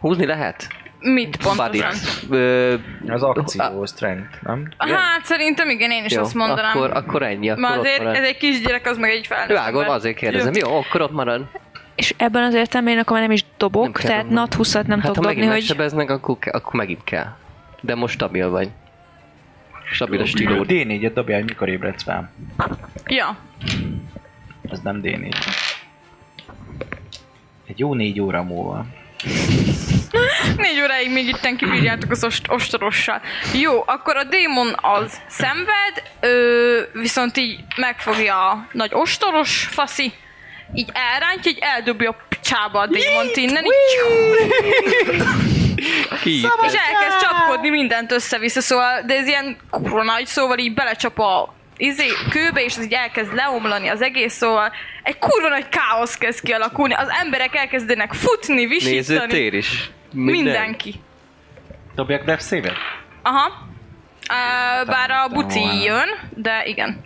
[SPEAKER 7] Húzni lehet.
[SPEAKER 2] Mit pontosan?
[SPEAKER 7] Buddy. Ö,
[SPEAKER 6] Az akció, strength, nem?
[SPEAKER 2] Hát szerintem igen, én is
[SPEAKER 7] Jó,
[SPEAKER 2] azt mondanám.
[SPEAKER 7] Akkor, akkor ennyi, akkor
[SPEAKER 2] Mert
[SPEAKER 7] ott
[SPEAKER 2] azért
[SPEAKER 7] marad.
[SPEAKER 2] ez egy kisgyerek, az meg egy felnőtt.
[SPEAKER 7] Vágom,
[SPEAKER 2] ember.
[SPEAKER 7] azért kérdezem. Jó, akkor ott marad.
[SPEAKER 5] És ebben az értelmében akkor már nem is
[SPEAKER 7] Nem
[SPEAKER 5] dobok,
[SPEAKER 7] kell
[SPEAKER 5] tehát
[SPEAKER 7] dobnod.
[SPEAKER 5] nat 20 nem
[SPEAKER 7] Hát ha
[SPEAKER 5] tudok dobni,
[SPEAKER 7] megint
[SPEAKER 5] hogy
[SPEAKER 7] megsebeznek, akkor, ke- akkor megint kell. De most stabil vagy. Stabil a stílód.
[SPEAKER 6] D4-et dobjál, hogy mikor ébredsz fel.
[SPEAKER 2] Ja.
[SPEAKER 6] Ez nem D4. Egy jó négy óra múlva.
[SPEAKER 2] Négy óráig még itten kibírjátok az ost- ostorossal. Jó, akkor a démon az szenved, ö, viszont így megfogja a nagy ostoros faszi, így elrántja, így eldobja a picsába a démont innen, így,
[SPEAKER 7] Ki?
[SPEAKER 2] és elkezd csapkodni mindent össze-vissza, szóval, de ez ilyen kurva nagy, szóval így belecsap a izé, kőbe, és az így elkezd leomlani az egész, szóval egy kurva nagy káosz kezd kialakulni, az emberek elkezdenek futni, visítani,
[SPEAKER 7] Nézőtér is. Minden.
[SPEAKER 2] mindenki.
[SPEAKER 6] Dobjak Death Save-et?
[SPEAKER 2] Aha.
[SPEAKER 7] Hát,
[SPEAKER 2] Uh, bár a buci
[SPEAKER 6] volna.
[SPEAKER 2] jön, de igen.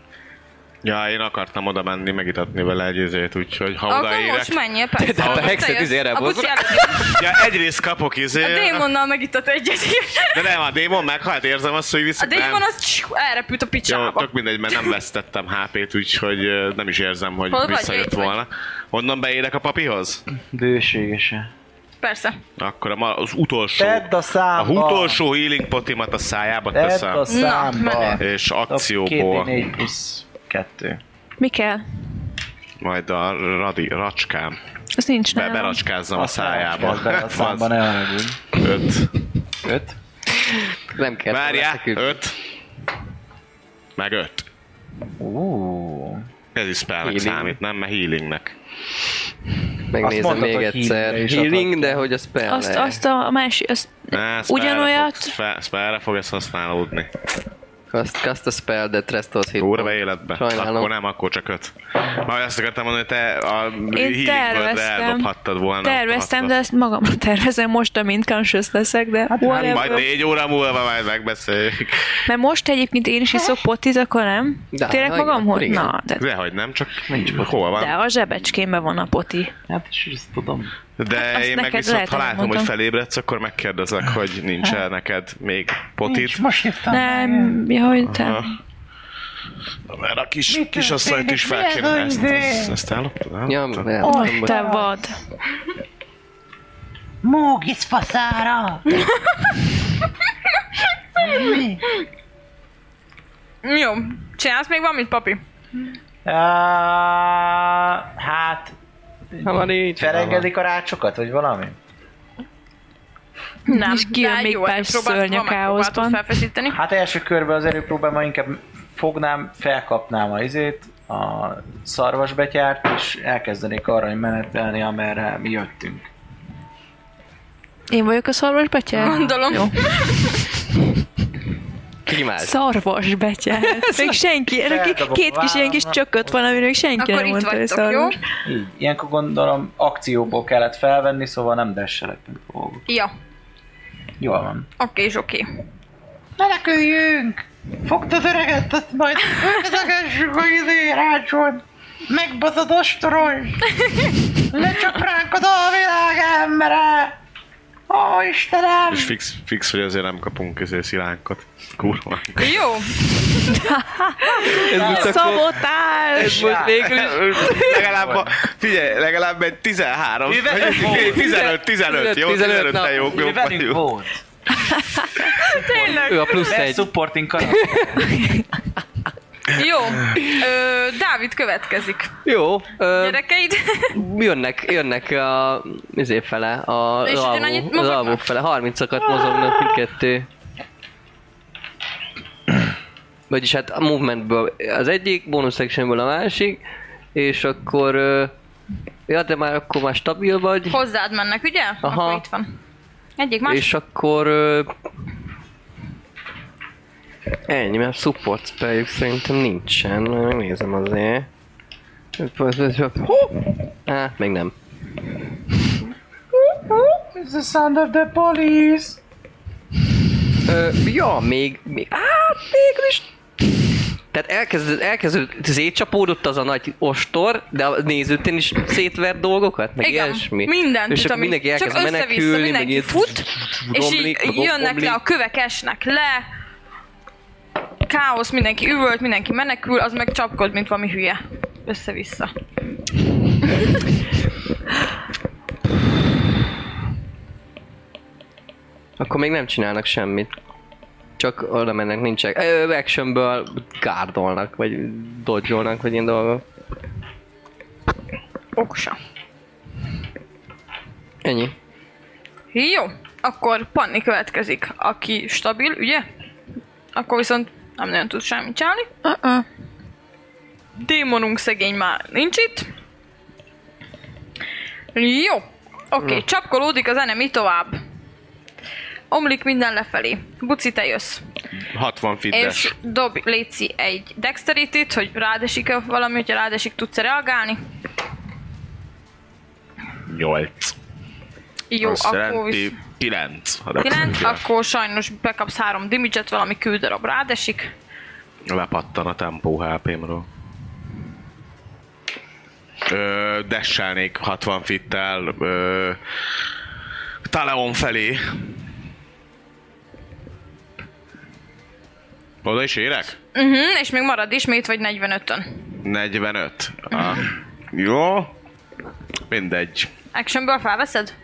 [SPEAKER 4] Ja, én akartam oda menni, megitatni vele egy izét, úgyhogy ha
[SPEAKER 2] Akkor
[SPEAKER 4] odaérek...
[SPEAKER 2] most menjél, persze.
[SPEAKER 7] De hát a
[SPEAKER 2] Most
[SPEAKER 7] hexet
[SPEAKER 2] eljössz.
[SPEAKER 7] izére
[SPEAKER 2] A buci
[SPEAKER 7] bozza.
[SPEAKER 2] előtt.
[SPEAKER 4] Ja, egyrészt kapok izé...
[SPEAKER 2] A démonnal megitat egyet.
[SPEAKER 4] De nem, a démon meghalt, érzem azt, hogy vissza...
[SPEAKER 2] A démon
[SPEAKER 4] nem.
[SPEAKER 2] az csiu, elrepült a
[SPEAKER 4] Jó,
[SPEAKER 2] picsába.
[SPEAKER 4] tök mindegy, mert nem vesztettem HP-t, úgyhogy ö, nem is érzem, hogy
[SPEAKER 2] Hol vagy?
[SPEAKER 4] visszajött
[SPEAKER 2] Itt vagy?
[SPEAKER 4] volna. Honnan beérek a papihoz?
[SPEAKER 6] Bőségesen.
[SPEAKER 2] Persze.
[SPEAKER 4] Akkor a ma, az utolsó...
[SPEAKER 6] Tedd a
[SPEAKER 4] A
[SPEAKER 6] számba!
[SPEAKER 4] utolsó healing potimat a szájába
[SPEAKER 6] Tedd
[SPEAKER 4] teszem.
[SPEAKER 6] a számba!
[SPEAKER 2] menj.
[SPEAKER 4] És
[SPEAKER 6] Két
[SPEAKER 4] akcióból
[SPEAKER 6] négy plusz kettő.
[SPEAKER 5] mi kell?
[SPEAKER 4] majd a radi, racskám.
[SPEAKER 5] Az nincs
[SPEAKER 4] Be,
[SPEAKER 5] nálam.
[SPEAKER 4] beracskázzam a szájába.
[SPEAKER 6] Kezd bele A számba
[SPEAKER 4] Az
[SPEAKER 6] ne haragudj.
[SPEAKER 4] Öt.
[SPEAKER 6] Öt.
[SPEAKER 7] Nem kell.
[SPEAKER 4] Várjál,
[SPEAKER 7] leszekül.
[SPEAKER 4] öt. Meg öt.
[SPEAKER 6] Úúúú.
[SPEAKER 4] Ez is spellnek
[SPEAKER 7] Healing.
[SPEAKER 4] számít, nem? Mert healingnek.
[SPEAKER 7] Megnézem
[SPEAKER 6] Azt
[SPEAKER 7] még
[SPEAKER 6] mondtad, hogy
[SPEAKER 7] egyszer.
[SPEAKER 6] healingre is
[SPEAKER 7] Healing,
[SPEAKER 6] adhatod.
[SPEAKER 7] de hogy a spell
[SPEAKER 5] Azt, azt a másik, azt
[SPEAKER 4] Ne, spellre
[SPEAKER 5] ugyanolyat,
[SPEAKER 4] Fog, spe- spellre fog ez használódni.
[SPEAKER 7] Cast, cast a spell that restores hit.
[SPEAKER 4] Úrva életbe.
[SPEAKER 7] Sajnálom.
[SPEAKER 4] Akkor nem, akkor csak öt. Már azt akartam mondani, hogy te a healing word
[SPEAKER 5] terveztem.
[SPEAKER 4] eldobhattad volna.
[SPEAKER 5] Terveztem, de
[SPEAKER 4] Hattad.
[SPEAKER 5] ezt magamra [laughs] tervezem most, amint conscious leszek, de hát
[SPEAKER 4] Hát majd négy óra múlva majd megbeszéljük.
[SPEAKER 5] Mert most egyébként én is iszok potit, akkor nem?
[SPEAKER 7] De,
[SPEAKER 5] Tényleg
[SPEAKER 7] na igen,
[SPEAKER 5] magamhoz?
[SPEAKER 7] akkor igen.
[SPEAKER 5] Na, de,
[SPEAKER 4] Dehogy nem, csak nincs hol van.
[SPEAKER 5] de a zsebecskémben van a poti.
[SPEAKER 6] Hát és ezt tudom.
[SPEAKER 4] De
[SPEAKER 5] Azt
[SPEAKER 4] én meg
[SPEAKER 5] neked
[SPEAKER 4] viszont,
[SPEAKER 5] lehet,
[SPEAKER 4] ha
[SPEAKER 5] amit
[SPEAKER 4] látom, hogy
[SPEAKER 5] mondtam.
[SPEAKER 4] felébredsz, akkor megkérdezek, hogy nincs el neked még potid.
[SPEAKER 6] Nincs, most hívtam.
[SPEAKER 5] Nem, jaj, te.
[SPEAKER 4] Aha. Mert a kis, kisasszonyt is fel kéne. Ezt, ezt, ezt elloptad?
[SPEAKER 7] Ja,
[SPEAKER 4] elloptad?
[SPEAKER 7] nem,
[SPEAKER 5] Oh, te vad.
[SPEAKER 8] Mógisz faszára!
[SPEAKER 2] Jó. Csinálsz még valamit, papi?
[SPEAKER 6] Á, hát,
[SPEAKER 7] Ha van így.
[SPEAKER 6] felengedik a rácsokat, vagy valami?
[SPEAKER 2] Nem.
[SPEAKER 5] És kijön
[SPEAKER 2] de
[SPEAKER 5] még
[SPEAKER 2] jó,
[SPEAKER 5] pár
[SPEAKER 2] megpróbáltad,
[SPEAKER 5] szörny a
[SPEAKER 2] ha megpróbáltad
[SPEAKER 5] káoszban.
[SPEAKER 2] felfeszíteni.
[SPEAKER 6] Hát első körben az erőpróbán ma inkább fognám, felkapnám a izét, a szarvasbetyárt, és elkezdenék arra menetelni, amerre mi jöttünk.
[SPEAKER 5] Én vagyok a szarvas betyár?
[SPEAKER 2] Gondolom. Jó.
[SPEAKER 7] Kimált.
[SPEAKER 5] Szarvas
[SPEAKER 7] [laughs]
[SPEAKER 5] betyár. Még senki, erre ki-
[SPEAKER 6] Feldobom
[SPEAKER 5] két
[SPEAKER 6] a
[SPEAKER 5] kis ilyen kis
[SPEAKER 6] vállamra.
[SPEAKER 5] csököt van, amiről senki
[SPEAKER 2] Akkor
[SPEAKER 5] nem
[SPEAKER 2] itt
[SPEAKER 5] mondta, hogy
[SPEAKER 2] vagytok, jó?
[SPEAKER 5] szarvas.
[SPEAKER 6] Így. Ilyenkor gondolom akcióból kellett felvenni, szóval nem desselek, mint fogok.
[SPEAKER 2] Ja.
[SPEAKER 6] Jól van.
[SPEAKER 2] Oké, és oké.
[SPEAKER 8] Meneküljünk! Fogd az öreget, azt majd összegessük a izé rácson! Megbaszott ostorony! Lecsap ránk a dalvilág embere! Ó, Istenem!
[SPEAKER 4] És fix, fix, hogy azért nem kapunk ezért szilánkat. Kurva.
[SPEAKER 2] Jó.
[SPEAKER 7] Ez most
[SPEAKER 5] Szabotás!
[SPEAKER 7] Ez most végül is...
[SPEAKER 4] legalább, a, figyelj, legalább egy 13,
[SPEAKER 6] Mi velünk
[SPEAKER 4] vagy egy-
[SPEAKER 6] volt?
[SPEAKER 4] 15, 15, jó,
[SPEAKER 7] 15,
[SPEAKER 4] 15,
[SPEAKER 7] na.
[SPEAKER 4] te jó, jó,
[SPEAKER 6] Mi velünk
[SPEAKER 4] jó.
[SPEAKER 6] volt?
[SPEAKER 7] Ő a plusz
[SPEAKER 6] Best
[SPEAKER 7] egy.
[SPEAKER 6] supporting karakter.
[SPEAKER 2] Jó. Ö, Dávid következik.
[SPEAKER 7] Jó. Ö,
[SPEAKER 2] Gyerekeid?
[SPEAKER 7] jönnek, jönnek a izé fele, a
[SPEAKER 2] És
[SPEAKER 7] lalvó-
[SPEAKER 2] ugyanannyit
[SPEAKER 7] az
[SPEAKER 2] mozognak?
[SPEAKER 7] alvó fele. 30-akat mozognak mindkettő. Vagyis hát a movementből az egyik, bonus actionből a másik, és akkor... ö, Ja, de már akkor már stabil vagy.
[SPEAKER 2] Hozzád mennek, ugye?
[SPEAKER 7] Aha.
[SPEAKER 2] Akkor itt van. Egyik, másik.
[SPEAKER 7] És akkor... Ö, ennyi, mert support spelljük szerintem nincsen. Majd Megnézem azért. Hú! Á, még nem.
[SPEAKER 8] It's the sound of the police!
[SPEAKER 7] Ö, ja, még... még hát, végül is... Tehát elkezdődött, elkezdődött, szétcsapódott az a nagy ostor, de a nézőtén is szétver dolgokat, meg
[SPEAKER 2] Igen,
[SPEAKER 7] ilyesmi.
[SPEAKER 2] mindent,
[SPEAKER 7] és
[SPEAKER 2] tudom,
[SPEAKER 7] akkor mindenki
[SPEAKER 2] így
[SPEAKER 7] elkezd
[SPEAKER 2] csak össze-vissza
[SPEAKER 7] menekülni, meg
[SPEAKER 2] mindenki
[SPEAKER 7] így
[SPEAKER 2] fut, és
[SPEAKER 7] romlik, meg
[SPEAKER 2] így jönnek le,
[SPEAKER 7] omlik.
[SPEAKER 2] a kövek esnek le, káosz, mindenki üvölt, mindenki menekül, az meg csapkod, mint valami hülye. Össze-vissza.
[SPEAKER 7] Akkor még nem csinálnak semmit. Csak oda mennek, nincsenek. Ö, actionből gárdolnak, vagy dodgyolnak, vagy ilyen dolgok.
[SPEAKER 2] Oksa.
[SPEAKER 7] Ennyi.
[SPEAKER 2] Jó, akkor Panni következik, aki stabil, ugye? Akkor viszont nem nagyon tud semmit csinálni.
[SPEAKER 5] Uh-uh.
[SPEAKER 2] Démonunk szegény már nincs itt. Jó. Oké, okay, csapkolódik az enemi tovább. Omlik minden lefelé. Buci, te jössz.
[SPEAKER 4] 60
[SPEAKER 2] És
[SPEAKER 4] fitness.
[SPEAKER 2] dob Léci egy dexterity hogy rádesik -e valami, hogyha rádesik, tudsz reagálni.
[SPEAKER 4] 8.
[SPEAKER 2] Jó,
[SPEAKER 4] Azt
[SPEAKER 2] akkor visz...
[SPEAKER 4] jelenti 9.
[SPEAKER 2] 9, akkor sajnos bekapsz három damage-et, valami küldarab rádesik.
[SPEAKER 4] Lepattan a tempó HP-mről. Ö, desselnék 60 fittel ö, Taleon felé. Oda is érek?
[SPEAKER 2] Uh-huh, és még marad ismét, vagy 45-ön.
[SPEAKER 4] 45. Ah, jó. Mindegy.
[SPEAKER 2] Actionből felveszed?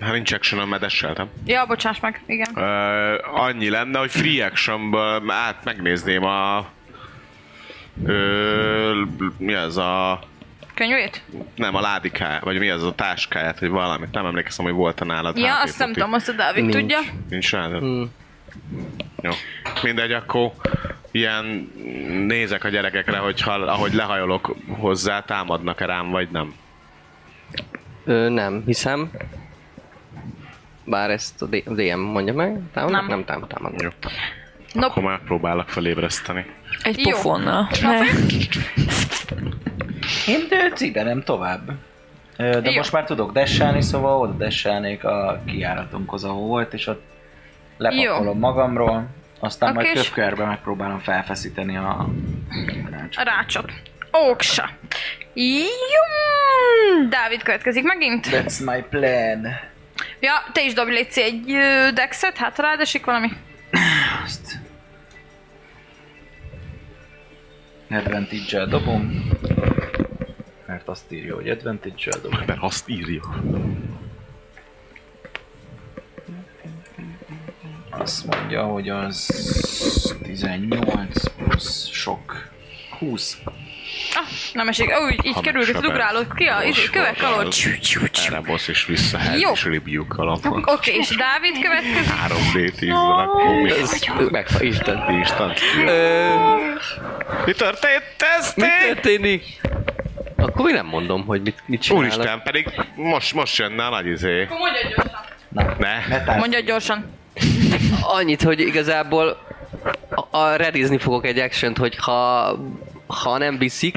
[SPEAKER 4] Hát nincs action mert desseltem.
[SPEAKER 2] Ja, bocsáss meg, igen.
[SPEAKER 4] Ö, annyi lenne, hogy free actionből át megnézném a... Ö, mi az a...
[SPEAKER 2] Könyvét?
[SPEAKER 4] Nem, a ládiká, vagy mi az a táskáját, vagy valamit. Nem emlékszem, hogy volt a nálad.
[SPEAKER 2] Ja,
[SPEAKER 4] HP
[SPEAKER 2] azt nem
[SPEAKER 4] poti.
[SPEAKER 2] tudom, azt a Dávid
[SPEAKER 7] Nincs.
[SPEAKER 2] tudja.
[SPEAKER 4] Nincs nálad? Jó. Mindegy, akkor ilyen nézek a gyerekekre, hogy ha, ahogy lehajolok hozzá, támadnak-e rám, vagy nem.
[SPEAKER 7] Ö, nem, hiszem. Bár ezt a D- DM mondja meg. Támadnak?
[SPEAKER 2] Nem.
[SPEAKER 7] Nem, tám- támadnak.
[SPEAKER 4] Jó.
[SPEAKER 2] Nope.
[SPEAKER 4] Akkor megpróbálok felébreszteni.
[SPEAKER 5] Egy
[SPEAKER 2] Jó. Hát,
[SPEAKER 5] pofonnal. Ne.
[SPEAKER 6] Én de ciderem tovább. Ö, De
[SPEAKER 2] Jó.
[SPEAKER 6] most már tudok desselni, szóval oda desselnék a kiáratunkhoz, ahol volt, és ott lepakolom magamról,
[SPEAKER 2] Oké,
[SPEAKER 6] aztán majd
[SPEAKER 2] és-
[SPEAKER 6] köpkörbe megpróbálom felfeszíteni a...
[SPEAKER 2] A rácsot. Óksa. Jum! Dávid következik megint.
[SPEAKER 6] That's my plan.
[SPEAKER 2] Ja, te is dobj légy egy ö, dexet, hát rád esik valami.
[SPEAKER 6] Azt. Advantage-el dobom. Mert azt írja, hogy advantage-el dobom.
[SPEAKER 4] Mert azt írja.
[SPEAKER 6] Azt mondja, hogy az 18 plusz sok. 20.
[SPEAKER 2] Ah, nem esik. Ó, így, így
[SPEAKER 4] Ha
[SPEAKER 2] kerülök,
[SPEAKER 4] megsebez,
[SPEAKER 2] ugrálok ki a izé,
[SPEAKER 4] gyors
[SPEAKER 2] kövek
[SPEAKER 4] volt
[SPEAKER 2] alól.
[SPEAKER 4] az.
[SPEAKER 2] Csú, csú, csú.
[SPEAKER 4] Erre bossz és vissza, hát
[SPEAKER 2] Jó.
[SPEAKER 4] és ribjuk alapon.
[SPEAKER 2] Oké, és Dávid következik.
[SPEAKER 4] 3D10 van, akkor mi?
[SPEAKER 7] Ez meg, Isten.
[SPEAKER 4] Instant.
[SPEAKER 7] Ö,
[SPEAKER 4] Mi történt? Teszt?
[SPEAKER 7] mi történik? Akkor még nem mondom, hogy mit, mit csinálok.
[SPEAKER 4] Úristen, pedig most, most jönne a nagy izé.
[SPEAKER 2] Akkor Mondja gyorsan.
[SPEAKER 4] Ne?
[SPEAKER 6] Metál
[SPEAKER 2] Mondja gyorsan.
[SPEAKER 7] Annyit, hogy igazából a, a redizni fogok egy action hogy ha, ha nem viszik,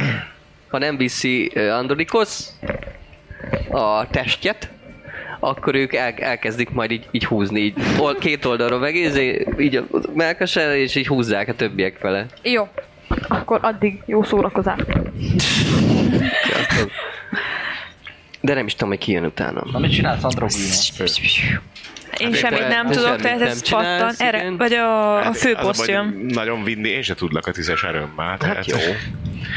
[SPEAKER 7] ha nem viszi ö, Andronikos a testjet, akkor ők el, elkezdik majd így, így húzni, így ol, két oldalról meg így, így a melkasel, és így húzzák a többiek vele.
[SPEAKER 2] Jó. Akkor addig jó szórakozás.
[SPEAKER 7] De nem is tudom, hogy ki jön utánam.
[SPEAKER 6] Na mit csinálsz, Androgyn?
[SPEAKER 5] Én semmit nem
[SPEAKER 7] te
[SPEAKER 5] tudok,
[SPEAKER 7] semmit
[SPEAKER 5] tehát
[SPEAKER 7] nem
[SPEAKER 5] ez
[SPEAKER 7] csinálsz,
[SPEAKER 5] pattan. Erre,
[SPEAKER 7] igen.
[SPEAKER 5] vagy a,
[SPEAKER 4] Hát,
[SPEAKER 5] a főposzt jön.
[SPEAKER 4] Nagyon vinni, én se tudlak a tízes erőmmel.
[SPEAKER 7] Hát
[SPEAKER 4] tehát-
[SPEAKER 7] jó.
[SPEAKER 4] Ez a,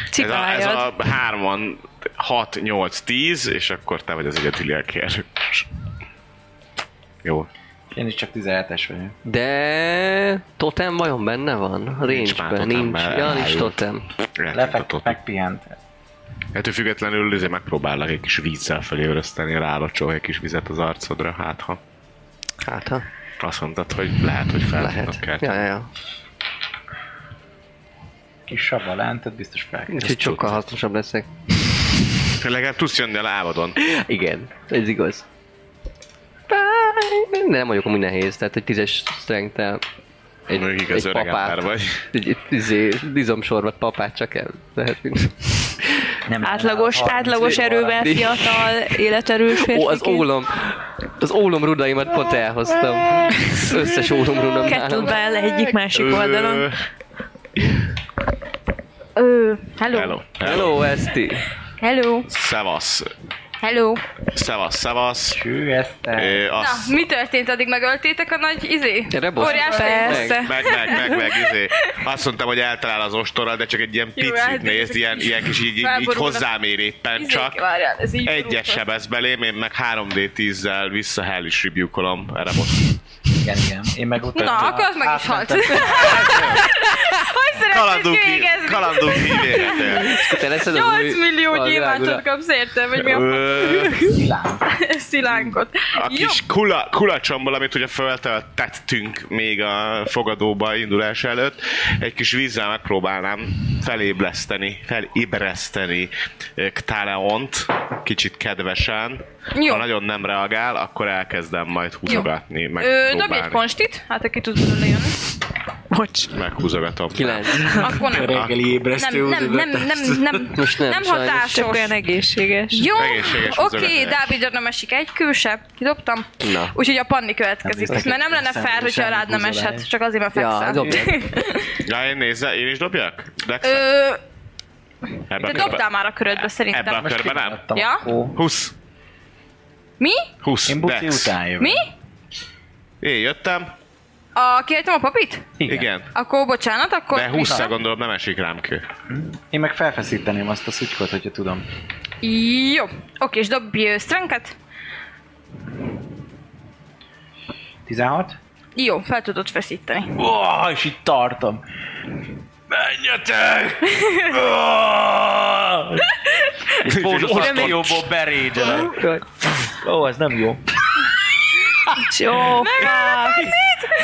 [SPEAKER 4] ez
[SPEAKER 5] Cipáljad.
[SPEAKER 4] a hárman 6, 8, 10, és akkor te vagy az egyetili elkér. Jó.
[SPEAKER 6] Én is csak 17-es vagyok.
[SPEAKER 7] De totem vajon benne van?
[SPEAKER 4] már
[SPEAKER 7] Range-ben,
[SPEAKER 4] totem,
[SPEAKER 7] nincs.
[SPEAKER 4] mert
[SPEAKER 7] Ja, nincs
[SPEAKER 4] elájult.
[SPEAKER 7] totem.
[SPEAKER 6] Lefekt,
[SPEAKER 4] Eltudtatott.
[SPEAKER 6] megpihent.
[SPEAKER 4] Ettől függetlenül azért megpróbállak egy kis vízzel felébreszteni, rálacsol egy kis vizet az arcodra, hát ha
[SPEAKER 7] Hát ha
[SPEAKER 4] azt mondtad, hogy lehet, hogy fel tudnak
[SPEAKER 7] lehet. Ja,
[SPEAKER 4] kelteni.
[SPEAKER 7] ja, ja.
[SPEAKER 6] Kis sabalán, tehát biztos fel.
[SPEAKER 7] Úgyhogy sokkal hasznosabb leszek.
[SPEAKER 4] Legalább tudsz jönni a lábadon.
[SPEAKER 7] Igen, ez igaz. Bye. Nem vagyok amúgy nehéz, tehát egy tízes strength egy,
[SPEAKER 4] Mondjuk igaz, öreg ember vagy.
[SPEAKER 7] Egy, egy, izé, izomsorvat papát csak el lehet
[SPEAKER 6] Nem,
[SPEAKER 5] Átlagos,
[SPEAKER 6] nem,
[SPEAKER 5] átlagos erővel fiatal, életerős
[SPEAKER 7] Ó, az
[SPEAKER 5] férfiként.
[SPEAKER 7] ólom, az ólom rudaimat pont elhoztam. Az összes ólom rudam nálam.
[SPEAKER 5] Kettlebell egyik másik oldalon.
[SPEAKER 4] Ö,
[SPEAKER 2] Ö, hello.
[SPEAKER 4] Hello. Hello.
[SPEAKER 7] Hello, Esti!
[SPEAKER 2] Hello.
[SPEAKER 4] Szevasz.
[SPEAKER 2] Hello.
[SPEAKER 4] Szevasz, szevasz.
[SPEAKER 6] Ő ezt el-
[SPEAKER 4] Ö,
[SPEAKER 2] Na,
[SPEAKER 4] Azt
[SPEAKER 2] mi történt addig? Megöltétek a nagy izé?
[SPEAKER 7] Rebosz.
[SPEAKER 2] Óriás
[SPEAKER 5] Persze.
[SPEAKER 7] Meg.
[SPEAKER 4] meg, meg, meg, meg, izé. Azt mondtam, hogy eltalál az ostorral, de csak egy ilyen
[SPEAKER 2] Jó, hát
[SPEAKER 4] picit
[SPEAKER 2] de
[SPEAKER 4] nézd,
[SPEAKER 2] csak
[SPEAKER 4] ilyen,
[SPEAKER 2] így
[SPEAKER 4] ilyen kis így, így, így
[SPEAKER 2] felborulnak.
[SPEAKER 4] hozzám ér éppen,
[SPEAKER 2] Izék,
[SPEAKER 4] csak
[SPEAKER 2] Izé, várjál, ez így
[SPEAKER 4] egyes
[SPEAKER 2] furcsa.
[SPEAKER 4] sebez belém, én meg 3D10-zel vissza Hell is rebuke-olom. Erre most.
[SPEAKER 6] igen, igen. Én meg utána...
[SPEAKER 2] Na, akkor az meg is halt.
[SPEAKER 6] átmentem.
[SPEAKER 2] [laughs] Hogy szeretnéd
[SPEAKER 4] Kalandunk,
[SPEAKER 2] kivégezni?
[SPEAKER 4] kalandunk hívére tér.
[SPEAKER 7] Te leszel az
[SPEAKER 2] 8
[SPEAKER 7] új-
[SPEAKER 2] millió
[SPEAKER 7] a
[SPEAKER 2] gyémántot
[SPEAKER 7] drágura.
[SPEAKER 2] kapsz érte, vagy mi a
[SPEAKER 4] Ö,
[SPEAKER 2] szilánkot.
[SPEAKER 4] A
[SPEAKER 2] Jó,
[SPEAKER 4] kis kula, kulacsomból, amit ugye feltettünk még a fogadóba indulás előtt, egy kis vízzel megpróbálnám felébreszteni, felébreszteni ö, Ktaleont, kicsit kedvesen.
[SPEAKER 2] Jó.
[SPEAKER 4] Ha nagyon nem reagál, akkor elkezdem majd húzogatni,
[SPEAKER 2] Ö, dobj egy
[SPEAKER 4] megpróbálni.
[SPEAKER 2] konstit, hát aki tud belőle jönni.
[SPEAKER 5] Bocs.
[SPEAKER 4] Meghúzogatom.
[SPEAKER 7] Kilenc.
[SPEAKER 2] Akkor nem.
[SPEAKER 6] Reggeli ébresztő
[SPEAKER 2] Nem, nem, nem, nem, nem,
[SPEAKER 7] Most nem,
[SPEAKER 2] nem
[SPEAKER 7] sajnos.
[SPEAKER 5] Csak
[SPEAKER 2] hatásos.
[SPEAKER 5] olyan egészséges.
[SPEAKER 2] Jó,
[SPEAKER 4] Egészséges
[SPEAKER 2] oké, okay,
[SPEAKER 4] üzenetek.
[SPEAKER 2] Dávidra nem esik egy külse, kidobtam.
[SPEAKER 7] Na.
[SPEAKER 2] Úgyhogy a panni következik,
[SPEAKER 6] Nem
[SPEAKER 2] mert nem lenne
[SPEAKER 6] hiszem,
[SPEAKER 2] fair, hogyha
[SPEAKER 6] semmi
[SPEAKER 2] rád nem
[SPEAKER 6] húzolás.
[SPEAKER 2] eshet, csak azért, mert
[SPEAKER 7] Ja,
[SPEAKER 2] fekszel.
[SPEAKER 7] dobjad.
[SPEAKER 4] Ja, én nézze, én is dobjak? Dexet?
[SPEAKER 2] Ö,
[SPEAKER 4] Ebben
[SPEAKER 2] te
[SPEAKER 4] a
[SPEAKER 2] dobtál
[SPEAKER 4] körben.
[SPEAKER 2] már a körödbe
[SPEAKER 4] Ebben a
[SPEAKER 2] szerintem.
[SPEAKER 4] körben nem?
[SPEAKER 2] [laughs] Ja?
[SPEAKER 6] Ó,
[SPEAKER 4] 20.
[SPEAKER 2] Mi?
[SPEAKER 4] 20.
[SPEAKER 6] én buci
[SPEAKER 4] Dex.
[SPEAKER 6] után jövök.
[SPEAKER 2] Mi?
[SPEAKER 4] Én jöttem.
[SPEAKER 2] A, kértem a papit?
[SPEAKER 4] Igen.
[SPEAKER 2] Akkor bocsánat, akkor...
[SPEAKER 4] De 20 gondolom nem esik rám kő.
[SPEAKER 6] Én meg felfeszíteném azt a szutykot, hogyha tudom.
[SPEAKER 2] Jó, oké, és dobj ö, strength-et.
[SPEAKER 6] 16?
[SPEAKER 2] Jó, fel tudod feszíteni.
[SPEAKER 6] Ó, és itt tartom.
[SPEAKER 3] Menjetek!
[SPEAKER 6] És bónuszos trióból berégyelek. Ó, ez nem jó.
[SPEAKER 5] Jó,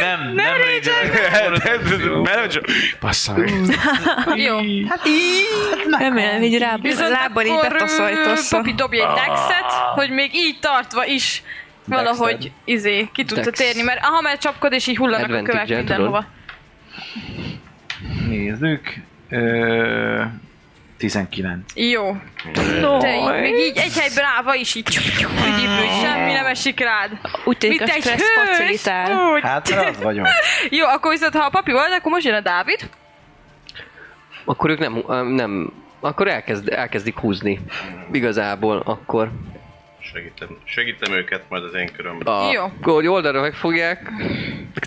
[SPEAKER 6] Nem, nem, nem
[SPEAKER 2] [laughs]
[SPEAKER 4] Bassza meg.
[SPEAKER 2] Jó.
[SPEAKER 5] remélem, hogy rá,
[SPEAKER 2] Viszont
[SPEAKER 5] lábbal így
[SPEAKER 2] akkor, ö,
[SPEAKER 5] betaszajtosz.
[SPEAKER 2] Popi dobj egy dexet, hogy még így tartva is valahogy izé, ki tudta
[SPEAKER 7] Dex.
[SPEAKER 2] térni, mert aha, mert csapkod és így hullanak a
[SPEAKER 7] Advantage-el
[SPEAKER 2] kövek mindenhova.
[SPEAKER 6] nézzük. Ö, 19.
[SPEAKER 2] Jó.
[SPEAKER 5] No.
[SPEAKER 2] Te így, még így egy helyben állva is így, így ívül, semmi nem esik rád.
[SPEAKER 5] Úgy tűnik,
[SPEAKER 2] Mint
[SPEAKER 5] a
[SPEAKER 2] egy
[SPEAKER 5] stressz
[SPEAKER 2] hős.
[SPEAKER 5] facilitál.
[SPEAKER 2] Úgy.
[SPEAKER 6] Hát
[SPEAKER 2] [laughs]
[SPEAKER 6] mert az vagyok.
[SPEAKER 2] Jó, akkor viszont ha a papi volt, akkor most jön a Dávid.
[SPEAKER 7] Akkor ők nem, ö, nem akkor elkezd, elkezdik húzni. Igazából akkor.
[SPEAKER 4] Segítem, segítem őket majd az én körömben.
[SPEAKER 7] A,
[SPEAKER 2] Jó.
[SPEAKER 7] Akkor hogy oldalra megfogják,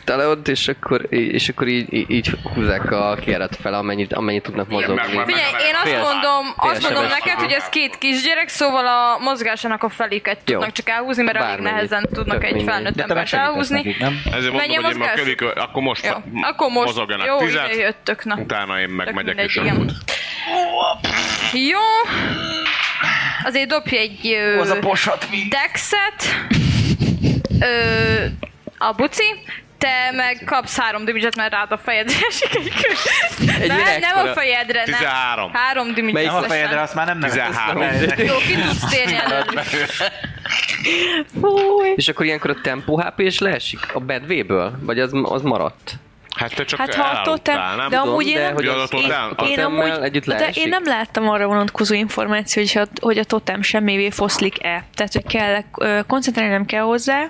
[SPEAKER 7] tele ott, és akkor, és akkor így, így, így húzzák a kiárat fel, amennyit, amennyit tudnak mozogni.
[SPEAKER 4] meg- meg-
[SPEAKER 2] Figyelj, én azt
[SPEAKER 7] Fél-
[SPEAKER 2] mondom, azt
[SPEAKER 7] fél
[SPEAKER 2] mondom
[SPEAKER 7] sebesség.
[SPEAKER 2] neked, hogy ez két kisgyerek, szóval a mozgásának a feléket
[SPEAKER 7] Jó.
[SPEAKER 2] tudnak csak elhúzni, mert elég
[SPEAKER 7] Bármennyit.
[SPEAKER 2] nehezen tudnak
[SPEAKER 7] Tök
[SPEAKER 2] egy
[SPEAKER 7] mindegy.
[SPEAKER 2] felnőtt
[SPEAKER 6] De te meg
[SPEAKER 2] embert
[SPEAKER 6] segítesz
[SPEAKER 2] elhúzni.
[SPEAKER 6] nekik, nem?
[SPEAKER 4] Ezért mondom,
[SPEAKER 2] Menjen
[SPEAKER 4] hogy én már
[SPEAKER 2] mozgás?
[SPEAKER 4] kövük, akkor most
[SPEAKER 2] Jó,
[SPEAKER 4] fa-
[SPEAKER 2] akkor most
[SPEAKER 4] mozogjanak
[SPEAKER 2] jó ide
[SPEAKER 4] tizet,
[SPEAKER 2] jöttök, na.
[SPEAKER 4] utána én meg
[SPEAKER 2] Tök
[SPEAKER 4] megyek
[SPEAKER 2] mindegy,
[SPEAKER 4] és
[SPEAKER 2] igen.
[SPEAKER 4] akkor-
[SPEAKER 2] Jó. Azért dobj egy ö,
[SPEAKER 3] Az a posat mi?
[SPEAKER 2] dexet. Ö, a buci. Te meg kapsz három dimidzset, mert rád a fejedre esik egy kö- Nem, nem a
[SPEAKER 7] üregkora.
[SPEAKER 2] fejedre, nem.
[SPEAKER 4] 13.
[SPEAKER 2] Három dimidzset.
[SPEAKER 7] Melyik
[SPEAKER 6] Nem a fejedre, azt már nem nevetsz.
[SPEAKER 4] 13.
[SPEAKER 2] Jó, ki tudsz
[SPEAKER 7] [laughs]
[SPEAKER 2] térni előtt.
[SPEAKER 5] Fúj.
[SPEAKER 7] És akkor ilyenkor a tempó HP is leesik a bedvéből? Vagy az, az maradt?
[SPEAKER 4] Hát te csak
[SPEAKER 5] Hát ha a
[SPEAKER 4] elállultál,
[SPEAKER 5] totem,
[SPEAKER 4] nem?
[SPEAKER 5] de
[SPEAKER 7] tudom,
[SPEAKER 5] amúgy én
[SPEAKER 7] de
[SPEAKER 5] nem,
[SPEAKER 7] hogy
[SPEAKER 5] én,
[SPEAKER 4] az a totem-
[SPEAKER 5] én
[SPEAKER 7] totemmel
[SPEAKER 5] amúgy,
[SPEAKER 7] együtt
[SPEAKER 5] de
[SPEAKER 7] leesik?
[SPEAKER 5] én nem láttam arra vonatkozó információ, hogy a, hogy a totem semmivé foszlik-e. Tehát, hogy kell ö, koncentrálni nem kell hozzá,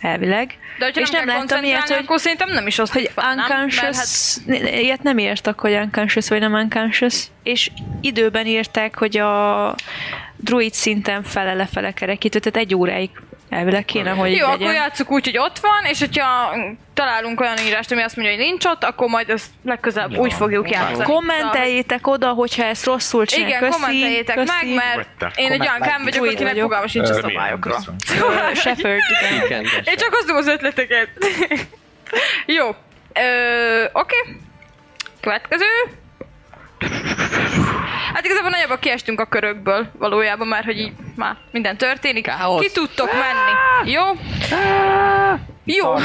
[SPEAKER 5] elvileg.
[SPEAKER 2] De hogyha
[SPEAKER 5] és nem,
[SPEAKER 2] kell
[SPEAKER 5] láttam ilyet,
[SPEAKER 2] koncentrálni,
[SPEAKER 5] hogy,
[SPEAKER 2] akkor szerintem nem is osztjuk
[SPEAKER 5] hogy
[SPEAKER 2] fel, nem? Mert hát
[SPEAKER 5] unconscious, hát... ilyet nem írtak, hogy unconscious vagy nem unconscious, és időben írták, hogy a druid szinten fele lefele kerekítő, tehát egy óráig elvileg kéne, hogy
[SPEAKER 2] Jó,
[SPEAKER 5] legyen.
[SPEAKER 2] akkor játsszuk úgy, hogy ott van, és hogyha találunk olyan írást, ami azt mondja, hogy nincs ott, akkor majd ezt legközelebb úgy fogjuk játszani.
[SPEAKER 5] Kommenteljétek oda, hogyha ezt rosszul csinál.
[SPEAKER 2] Igen,
[SPEAKER 5] köszi,
[SPEAKER 2] kommenteljétek
[SPEAKER 5] köszi.
[SPEAKER 2] meg, mert
[SPEAKER 4] Vettek,
[SPEAKER 2] én egy olyan
[SPEAKER 6] kommentáljuk.
[SPEAKER 2] kám vagyok,
[SPEAKER 5] Úgy
[SPEAKER 2] akinek
[SPEAKER 5] vagyok.
[SPEAKER 2] fogalmas nincs a
[SPEAKER 4] milyen
[SPEAKER 2] szabályokra.
[SPEAKER 5] Ö, Shepard, igen.
[SPEAKER 7] Igen.
[SPEAKER 2] Én csak hozom az ötleteket. [laughs] Jó. Ö, Oké. Következő. Hát igazából nagyjából kiestünk a körökből valójában, mert hogy így már minden történik. Ki tudtok menni. Jó? Jó. Na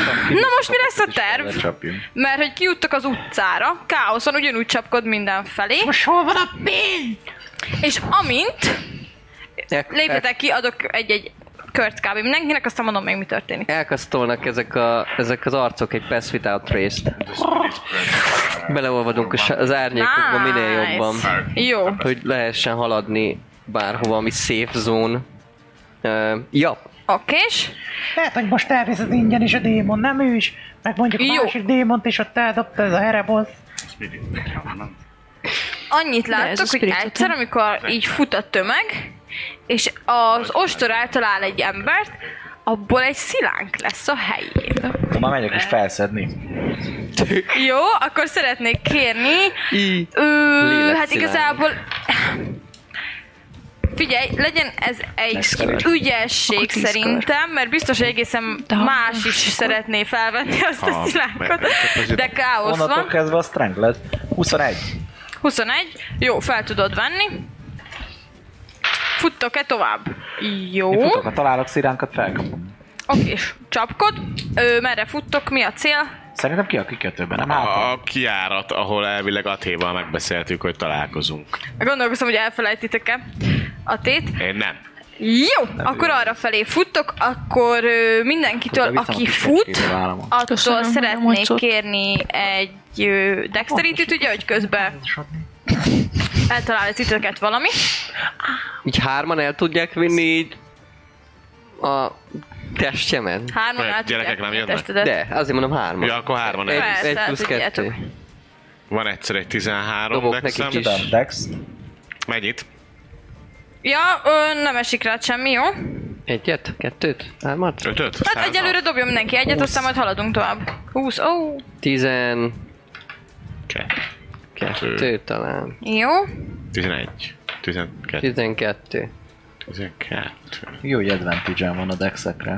[SPEAKER 2] most mi lesz a terv?
[SPEAKER 6] Lecsapjunk.
[SPEAKER 2] Mert hogy kijuttok az utcára, káoszon ugyanúgy csapkod mindenfelé,
[SPEAKER 8] Most hol van a pénz?
[SPEAKER 2] és amint lépjetek ki, adok egy-egy kört kb. mindenkinek, aztán mondom még mi történik.
[SPEAKER 7] elkasztolnak ezek, a, ezek az arcok egy Pass Without Trace-t. Beleolvadunk a s- az árnyékokba minél
[SPEAKER 2] Nice.
[SPEAKER 7] jobban,
[SPEAKER 2] Jó.
[SPEAKER 7] hogy lehessen haladni bárhova, ami safe zone. Uh, ja,
[SPEAKER 2] Okés.
[SPEAKER 8] Lehet, hogy most elviszed ingyen is a démon, nem ő is? Meg mondjuk a
[SPEAKER 2] Jó.
[SPEAKER 8] másik démont is ott eldobta ez a hereboz.
[SPEAKER 2] Annyit
[SPEAKER 5] ez
[SPEAKER 2] láttok,
[SPEAKER 5] a
[SPEAKER 2] hogy
[SPEAKER 5] spirit
[SPEAKER 2] egyszer,
[SPEAKER 5] totem.
[SPEAKER 2] amikor így fut a tömeg, és az ostor eltalál egy embert, abból egy szilánk lesz a helyén.
[SPEAKER 6] Ma megyek is felszedni.
[SPEAKER 2] Jó, akkor szeretnék kérni... Ő,
[SPEAKER 7] Lélekszilánk.
[SPEAKER 2] hát igazából... Figyelj, legyen ez egy
[SPEAKER 7] Leszkör.
[SPEAKER 2] ügyesség
[SPEAKER 5] Akkor tíz
[SPEAKER 2] szerintem, mert biztos, hogy egészen
[SPEAKER 5] De ha
[SPEAKER 2] más is szeretné felvenni azt a
[SPEAKER 4] Ha, meg-
[SPEAKER 2] szilánkot,
[SPEAKER 4] meg csak azért-
[SPEAKER 2] de káosz
[SPEAKER 6] Onnantól
[SPEAKER 2] van. Hm?
[SPEAKER 6] kezdve a strength lesz. 21.
[SPEAKER 2] 21. Jó, fel tudod venni. Futtok-e tovább? Jó.
[SPEAKER 6] Én futok, ha találok sziránkat, felkapom.
[SPEAKER 2] Oké, és csapkod. Ö, merre futtok? Mi a cél?
[SPEAKER 6] Szerintem ki a kikötőben, nem
[SPEAKER 4] A,
[SPEAKER 6] hátra?
[SPEAKER 4] a kiárat, ahol elvileg Atéval megbeszéltük, hogy találkozunk.
[SPEAKER 2] Gondolkozom, hogy elfelejtitek-e a tét.
[SPEAKER 4] Én nem.
[SPEAKER 2] Jó, akkor arra felé futtok, akkor ö, mindenkitől,
[SPEAKER 6] Akkor
[SPEAKER 2] aki
[SPEAKER 6] beviszem a
[SPEAKER 2] fut,
[SPEAKER 6] kicsit várom.
[SPEAKER 2] attól
[SPEAKER 5] Köszönöm, hogy
[SPEAKER 2] szeretnék
[SPEAKER 5] mocsot.
[SPEAKER 2] kérni egy ö, dexterity ugye, hogy közben eltalálja titeket valami.
[SPEAKER 7] így hárman el tudják vinni így a testjemen.
[SPEAKER 2] Hárman
[SPEAKER 4] Mert
[SPEAKER 2] át tudják
[SPEAKER 4] gyerekek nem
[SPEAKER 2] vinni a
[SPEAKER 4] jönnek?
[SPEAKER 2] testedet.
[SPEAKER 7] De, azért mondom hárman.
[SPEAKER 4] Ja, akkor hárman
[SPEAKER 7] egy,
[SPEAKER 4] egy.
[SPEAKER 2] Persze,
[SPEAKER 7] egy plusz
[SPEAKER 2] tudjátok.
[SPEAKER 7] kettő.
[SPEAKER 4] Van egyszer egy 13
[SPEAKER 7] Dobok
[SPEAKER 4] dexem.
[SPEAKER 7] nekik is.
[SPEAKER 6] Tudom, Dex.
[SPEAKER 4] Mennyit?
[SPEAKER 2] Ja, ö, nem esik rá semmi, jó?
[SPEAKER 7] Egyet? Kettőt? Hármat?
[SPEAKER 4] Ötöt?
[SPEAKER 2] Hát egyelőre dobjon mindenki egyet, aztán majd haladunk tovább. 20, ó, oh,
[SPEAKER 7] Tizen...
[SPEAKER 4] Kettő.
[SPEAKER 7] Kettő talán.
[SPEAKER 2] jó.
[SPEAKER 4] 11. 12.
[SPEAKER 7] Tizenkettő.
[SPEAKER 4] 12.
[SPEAKER 6] Jó, hogy advantage van a dexekre.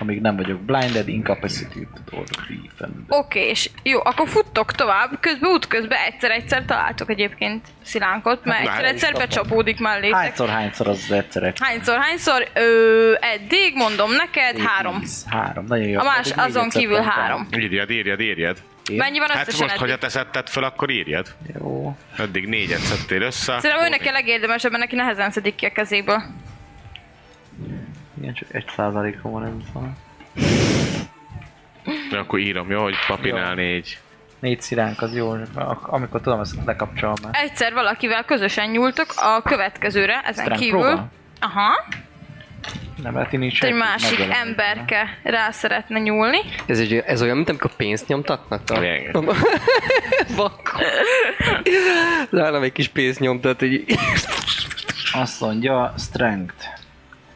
[SPEAKER 6] Amíg nem vagyok blinded, incapacitated or defended.
[SPEAKER 2] Oké, és jó, akkor futtok tovább, közben útközben egyszer-egyszer találtok egyébként szilánkot, mert
[SPEAKER 6] Hát
[SPEAKER 4] már
[SPEAKER 2] egyszer-egyszer becsapódik mellétek.
[SPEAKER 6] Hányszor, hányszor az egyszer egy?
[SPEAKER 2] Hányszor, hányszor? Ö, eddig mondom neked, három.
[SPEAKER 6] Tíz, Három, nagyon jó.
[SPEAKER 2] A más,
[SPEAKER 6] Pedig még
[SPEAKER 2] azon
[SPEAKER 6] egyszer
[SPEAKER 2] kívül
[SPEAKER 6] feltámad.
[SPEAKER 2] három.
[SPEAKER 4] Írjad, írjad, írjad.
[SPEAKER 2] Mennyi van
[SPEAKER 4] Hát
[SPEAKER 2] összesen
[SPEAKER 4] most, hogyha
[SPEAKER 2] eddig?
[SPEAKER 4] te szedted fel, akkor írjad.
[SPEAKER 6] Jó.
[SPEAKER 4] Eddig négyet szedtél össze.
[SPEAKER 2] Szerintem ő neki a legérdemesebb, mert neki nehezen szedik ki a kezéből.
[SPEAKER 6] Igen, csak egy százalékom van ez a
[SPEAKER 4] Akkor írom, jó, hogy papinál négy.
[SPEAKER 6] Négy sziránk, az jó. Ak- Amikor tudom, ezt lekapcsolom már.
[SPEAKER 2] Egyszer valakivel közösen nyúltok a következőre, ezen
[SPEAKER 6] Strength
[SPEAKER 2] kívül.
[SPEAKER 6] próba?
[SPEAKER 2] Aha,
[SPEAKER 6] Nem hát lehet inni
[SPEAKER 2] egy
[SPEAKER 6] senki.
[SPEAKER 2] másik emberke rá szeretne nyúlni.
[SPEAKER 7] Ez, egy, ez olyan, mint amikor pénzt nyomtatnak? talán?
[SPEAKER 4] Igen.
[SPEAKER 7] Vakko. Nálam egy kis pénzt nyomtat, hogy
[SPEAKER 6] Azt mondja, strength.